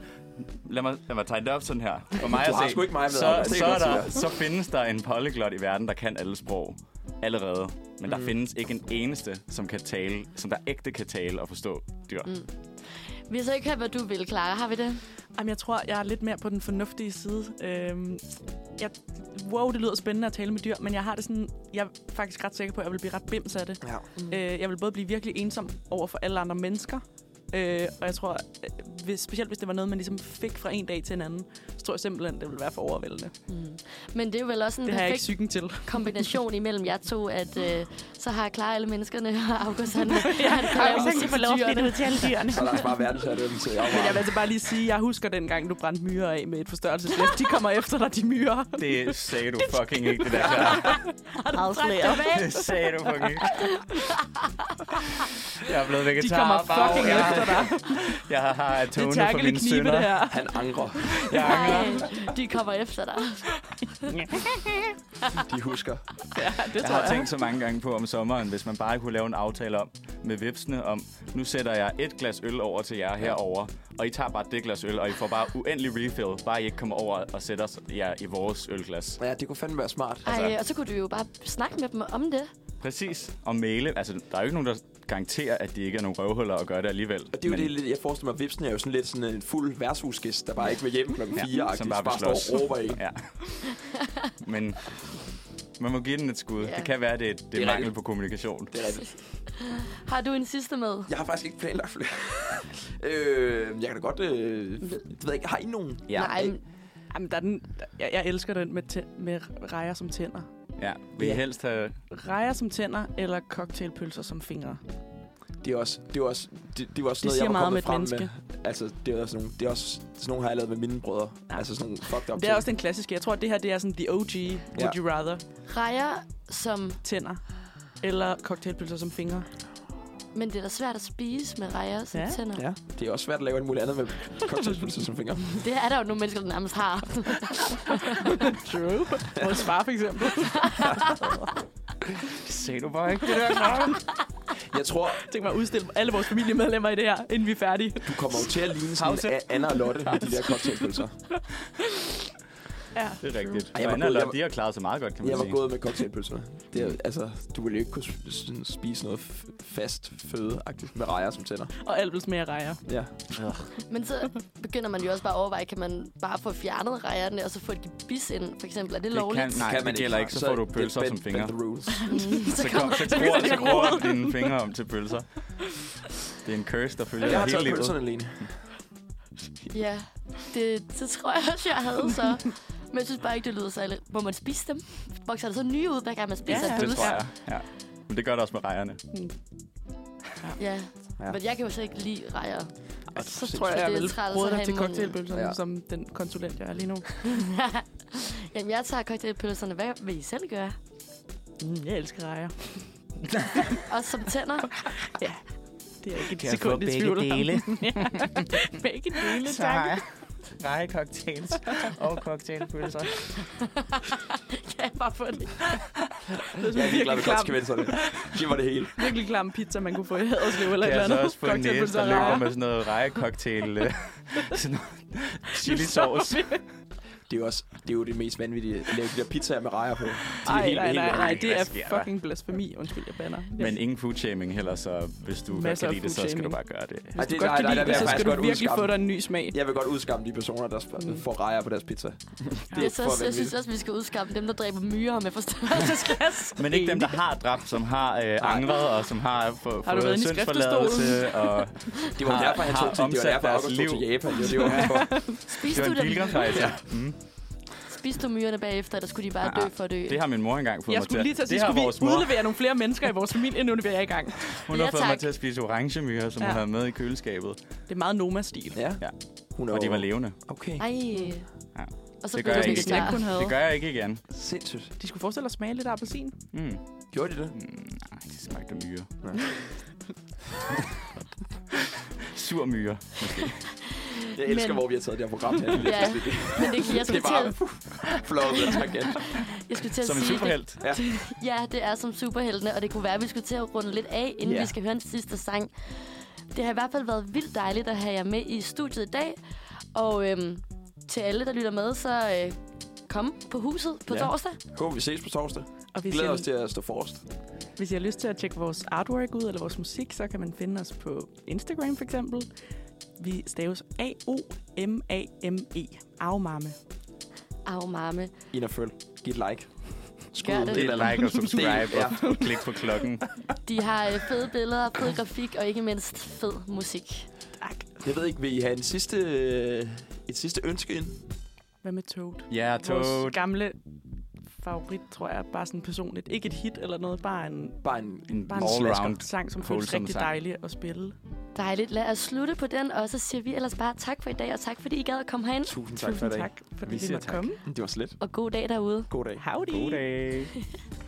lad mig, lad mig tegne det op sådan her. For mig
Du
at
har
se,
sgu ikke mig med,
så,
Anders. Det
så,
er
er
godt,
der,
Peter.
så findes der en polyglot i verden, der kan alle sprog allerede. Men der
Mm.
findes ikke en eneste, som kan tale, som der ægte kan tale og forstå dyr. Mm.
Vi har så ikke hørt, hvad du vil, Clara. Har vi det?
Jamen, jeg tror, jeg er lidt mere på den fornuftige side. Øhm, jeg, wow, det lyder spændende at tale med dyr, men jeg har det sådan... Jeg er faktisk ret sikker på, at jeg vil blive ret bims af det.
Ja.
Øh, jeg vil både blive virkelig ensom over for alle andre mennesker, øh, og jeg tror, øh, hvis, specielt hvis det var noget, man ligesom fik fra en dag til en anden, så tror jeg simpelthen, det ville være for overvældende.
Mm. Men det er jo vel også en
Det har jeg ikke
perfekt
psyken til.
kombination imellem jer to, at øh, så har Clara alle menneskerne, og August han, han kan lave musik for dyrene.
til alle dyrene.
Så er der altså bare verdensherredømme til
Men jeg vil
afvaren.
altså bare lige sige, jeg husker dengang, du brændte myrer af med et forstørrelseslæs. De kommer efter dig, de myrer.
Det sagde du fucking ikke, det der klar.
Afslører.
Det sagde du fucking ikke. Jeg er blevet
De
vegetar.
kommer
Bau.
fucking
jeg,
efter dig.
Jeg har
Det er
atonet for
tærkelig
mine
knibe, det
synder.
her.
Han angrer.
Jeg
Nej,
angrer.
de kommer efter dig.
De husker.
Det
Jeg
tror
har
jeg.
tænkt så mange gange på om sommeren, hvis man bare kunne lave en aftale om med vipsene om, nu sætter jeg et glas øl over til jer herover, og I tager bare det glas øl, og I får bare uendelig refill, bare I ikke kommer over og sætter jer i vores ølglas.
Ja, det kunne fandme
Altså.
være smart.
Ej, og så kunne du jo bare snakke med dem om det.
Præcis. Og male. Altså, der er jo ikke nogen, der garantere, at de ikke er nogle røvhuller og gør det alligevel.
Og det er jo
Men-
det, lidt- jeg forestiller mig, Vipsen er jo sådan lidt sådan en fuld værtshusgæst, der bare ikke vil hjem klokken 4 ja,
som
bare,
bare
bare
vil
står og
slås.
råber i.
Ja. Men man må give den et skud.
Ja.
Ja. Det kan være, det, er- det, det
rigtigt.
er mangel på kommunikation.
Det er rigtigt.
Har du en sidste med?
Jeg har faktisk ikke planlagt flere. øh, jeg kan da godt... Øh, det ved jeg ikke, har I nogen?
Ja.
Nej, men
Jamen, der er den, der- jeg, jeg elsker den med, tæ, med rejer som tænder.
Ja. Vil I
Ja.
helst have...
Rejer som tænder eller cocktailpølser som fingre.
Det er også, det er også, det, det er også
Det
noget,
siger
jeg var
meget om
kommet
et
frem
menneske.
med. Altså, det er også nogle, det er også, sådan nogle har jeg lavet med mine brødre.
Ja.
Altså sådan nogle fucked up
Det er også den klassiske. Jeg tror, at det her det er sådan the OG, would you rather,
rejer som...
tænder. Eller cocktailpølser som fingre.
Men det er da svært at spise med rejer som
Ja.
tænder.
Ja, det er også svært at lave alt muligt andet med cocktailspølser som fingre.
Det er der jo nogle mennesker, der nærmest har.
True. Vores far for eksempel.
Det sagde du bare ikke, det der.
Jeg tror,
Tænk mig at udstille alle vores familiemedlemmer i det her, inden vi er færdige.
du kommer jo til at ligne sådan
Pause.
en A- Anna og Lotte med de der cocktailspølser.
Det er rigtigt.
Ej, jeg
Ej,
var
Anna og
god- jeg
Lotte,
var-
de har klaret sig meget godt, kan man
Jeg var
sige.
gået med cocktailpølserne. Det er, altså, du ville jo ikke kunne s- sådan spise noget f- fast føde-agtigt med rejer som tænder.
Og alt vil smage af rejer.
Ja.
Men så begynder man jo også bare at overveje, kan man bare få fjernet rejerne, og så få et gebis ind, for eksempel. Er det,
Det
lovligt?
kan, nej, kan det gælder ikke. Så får du
det er
pølser
bend-
som fingre.
Bend the rules.
Så, kom, så, gror, så gror dine fingre om til pølser. Det er en curse, der følger
Jeg
dig
har
hele
taget
livet.
pølserne alene.
Ja, det, det tror jeg også, jeg havde så. Men jeg synes bare ikke, det lyder særligt. Må man spise dem? Vokser der så nye ud, hver gang man spiser
Ja,
ja,
ja.
en
Det
pølse?
tror jeg, ja. Men det gør det også med rejerne.
Ja.
Ja.
ja. Men jeg kan jo slet ikke lide rejer.
Så tror jeg,
Så
jeg
det er
vil
træls at
bruge
have
dig
i
til
munden.
cocktailpølserne,
Ja.
ja. som den konsulent, jeg er lige nu.
Jamen, jeg tager cocktailpølserne. Hvad vil I selv gøre?
Mm, jeg elsker rejer.
Også som tænder?
Det er ikke et
Kan jeg
sekund
få
i
begge
tvivl om.
dele?
begge dele,
Så har jeg rejecocktails og cocktailpølser.
kan jeg bare få det?
Det er
Jeg er virkelig
sådan
glad,
virkelig
at godt skal
klam,
vende sådan. Giv mig det hele.
virkelig klam pizza, man kunne få i Haderslev eller et eller
Kan jeg så
andet.
altså også få en næse,
Cocktailpølser
der
og
løber
rejer.
med sådan noget rejecocktail, øh, sådan noget chili sauce.
Det er jo også det, er jo det mest vanvittige. At lave de der pizzaer med rejer på. De er
Ej,
helt,
nej,
helt
nej, nej,
Hvad
det er
sker der?
fucking blasfemi. Undskyld, jeg banner.
Men ingen foodshaming heller, så hvis du godt
Masser
kan
af
lide det, så skal du
foodshaming.
bare gøre det.
Ej,
Hvis
det-
du
nej,
godt kan
nej,
lide
der vil
det,
jeg
så skal
faktisk
du
godt
virkelig få
udskamme.
dig en ny smag.
Jeg vil godt udskamme de personer, der sp- får rejer på deres pizza.
det er så,
for
jeg synes
vanvittigt.
også, vi skal udskamme dem, der dræber myrer med forstørrelsesglas.
Men ikke dem, der har dræbt, som har øh, angret, og som har få,
Har du været
fået
inde i
syndsforladelse. Og
Det var
Har-
derfor, han
har
tog til, det var
omsat
derfor, August
deres
tog til
liv.
Japan. Jo, det var derfor.
Spiste
det var
du
en
dem?
pilgrimsrejse. Mm.
Spiste du myrerne bagefter, eller skulle de bare
Ah,
dø for at dø?
Det har min mor engang fået
Jeg
mig til.
skulle lige til at sige,
det har
skulle vi
vores mor.
udlevere nogle flere mennesker i vores familie, nu vi er i gang.
Hun har
Ja,
fået
tak.
mig til at spise orangemyrer, som
Ja.
hun havde med i køleskabet.
Det er meget Noma-stil.
Ja.
Ja.
Hun er
Og de
jo-
var levende.
Okay,
Ej.
Ja.
Og så blev
Det gør
du
jeg ikke.
vegetar.
Hun havde.
Det gør jeg ikke igen.
sindssygt.
De skulle forestille at smage lidt af appelsin.
Mm.
Gjorde de det?
Mm, nej, det smagte af myre.
Nej.
Sur myre.
Jeg elsker,
Men-
hvor vi har taget det her program her. Det
Ja, men det, jeg,
Det
skulle
er
til
bare
at,
flot og tangent.
jeg skulle til at
Som en
sige, det,
superhelt.
ja, det er som superheltene, og det kunne være, at vi skulle til at runde lidt af, inden
Ja.
vi skal høre den sidste sang. Det har i hvert fald været vildt dejligt at have jer med i studiet i dag, og øhm, til alle, der lytter med, så øh, kom på huset på
Ja.
ja. torsdag.
Håber vi ses på torsdag.
Og hvis
Glæder
I,
os til at stå forrest.
hvis I har lyst til at tjekke vores artwork ud, eller vores musik, så kan man finde os på Instagram for eksempel. Vi staves A-O-M-A-M-E. Afmarme.
Au, mamme.
Ind og følg. Giv et like.
Gør
Det
Det
er
det.
er like og subscribe
Det-
og klik på klokken.
De har øh, fede billeder, fed grafik og ikke mindst fed musik.
Jeg ved ikke, vil I have en sidste, øh, et sidste ønske ind?
Hvad med Toad?
Ja,
Vores
Toad.
gamle favorit, tror jeg, bare sådan personligt. Ikke et hit eller noget, bare en,
Bare en...
En
bare en
all-round.
sang, som føles
wholesome
rigtig
sang.
dejlig at spille.
Dejligt. Lad os slutte på den, og så siger vi ellers bare tak for i dag, og tak fordi I gad at komme herind.
Tusind tak for
Tusind
i dag.
tak, fordi
Vi
vi, vi
siger
måtte
tak.
komme.
Det var slet.
Og god dag derude.
God dag.
Howdy.
God dag.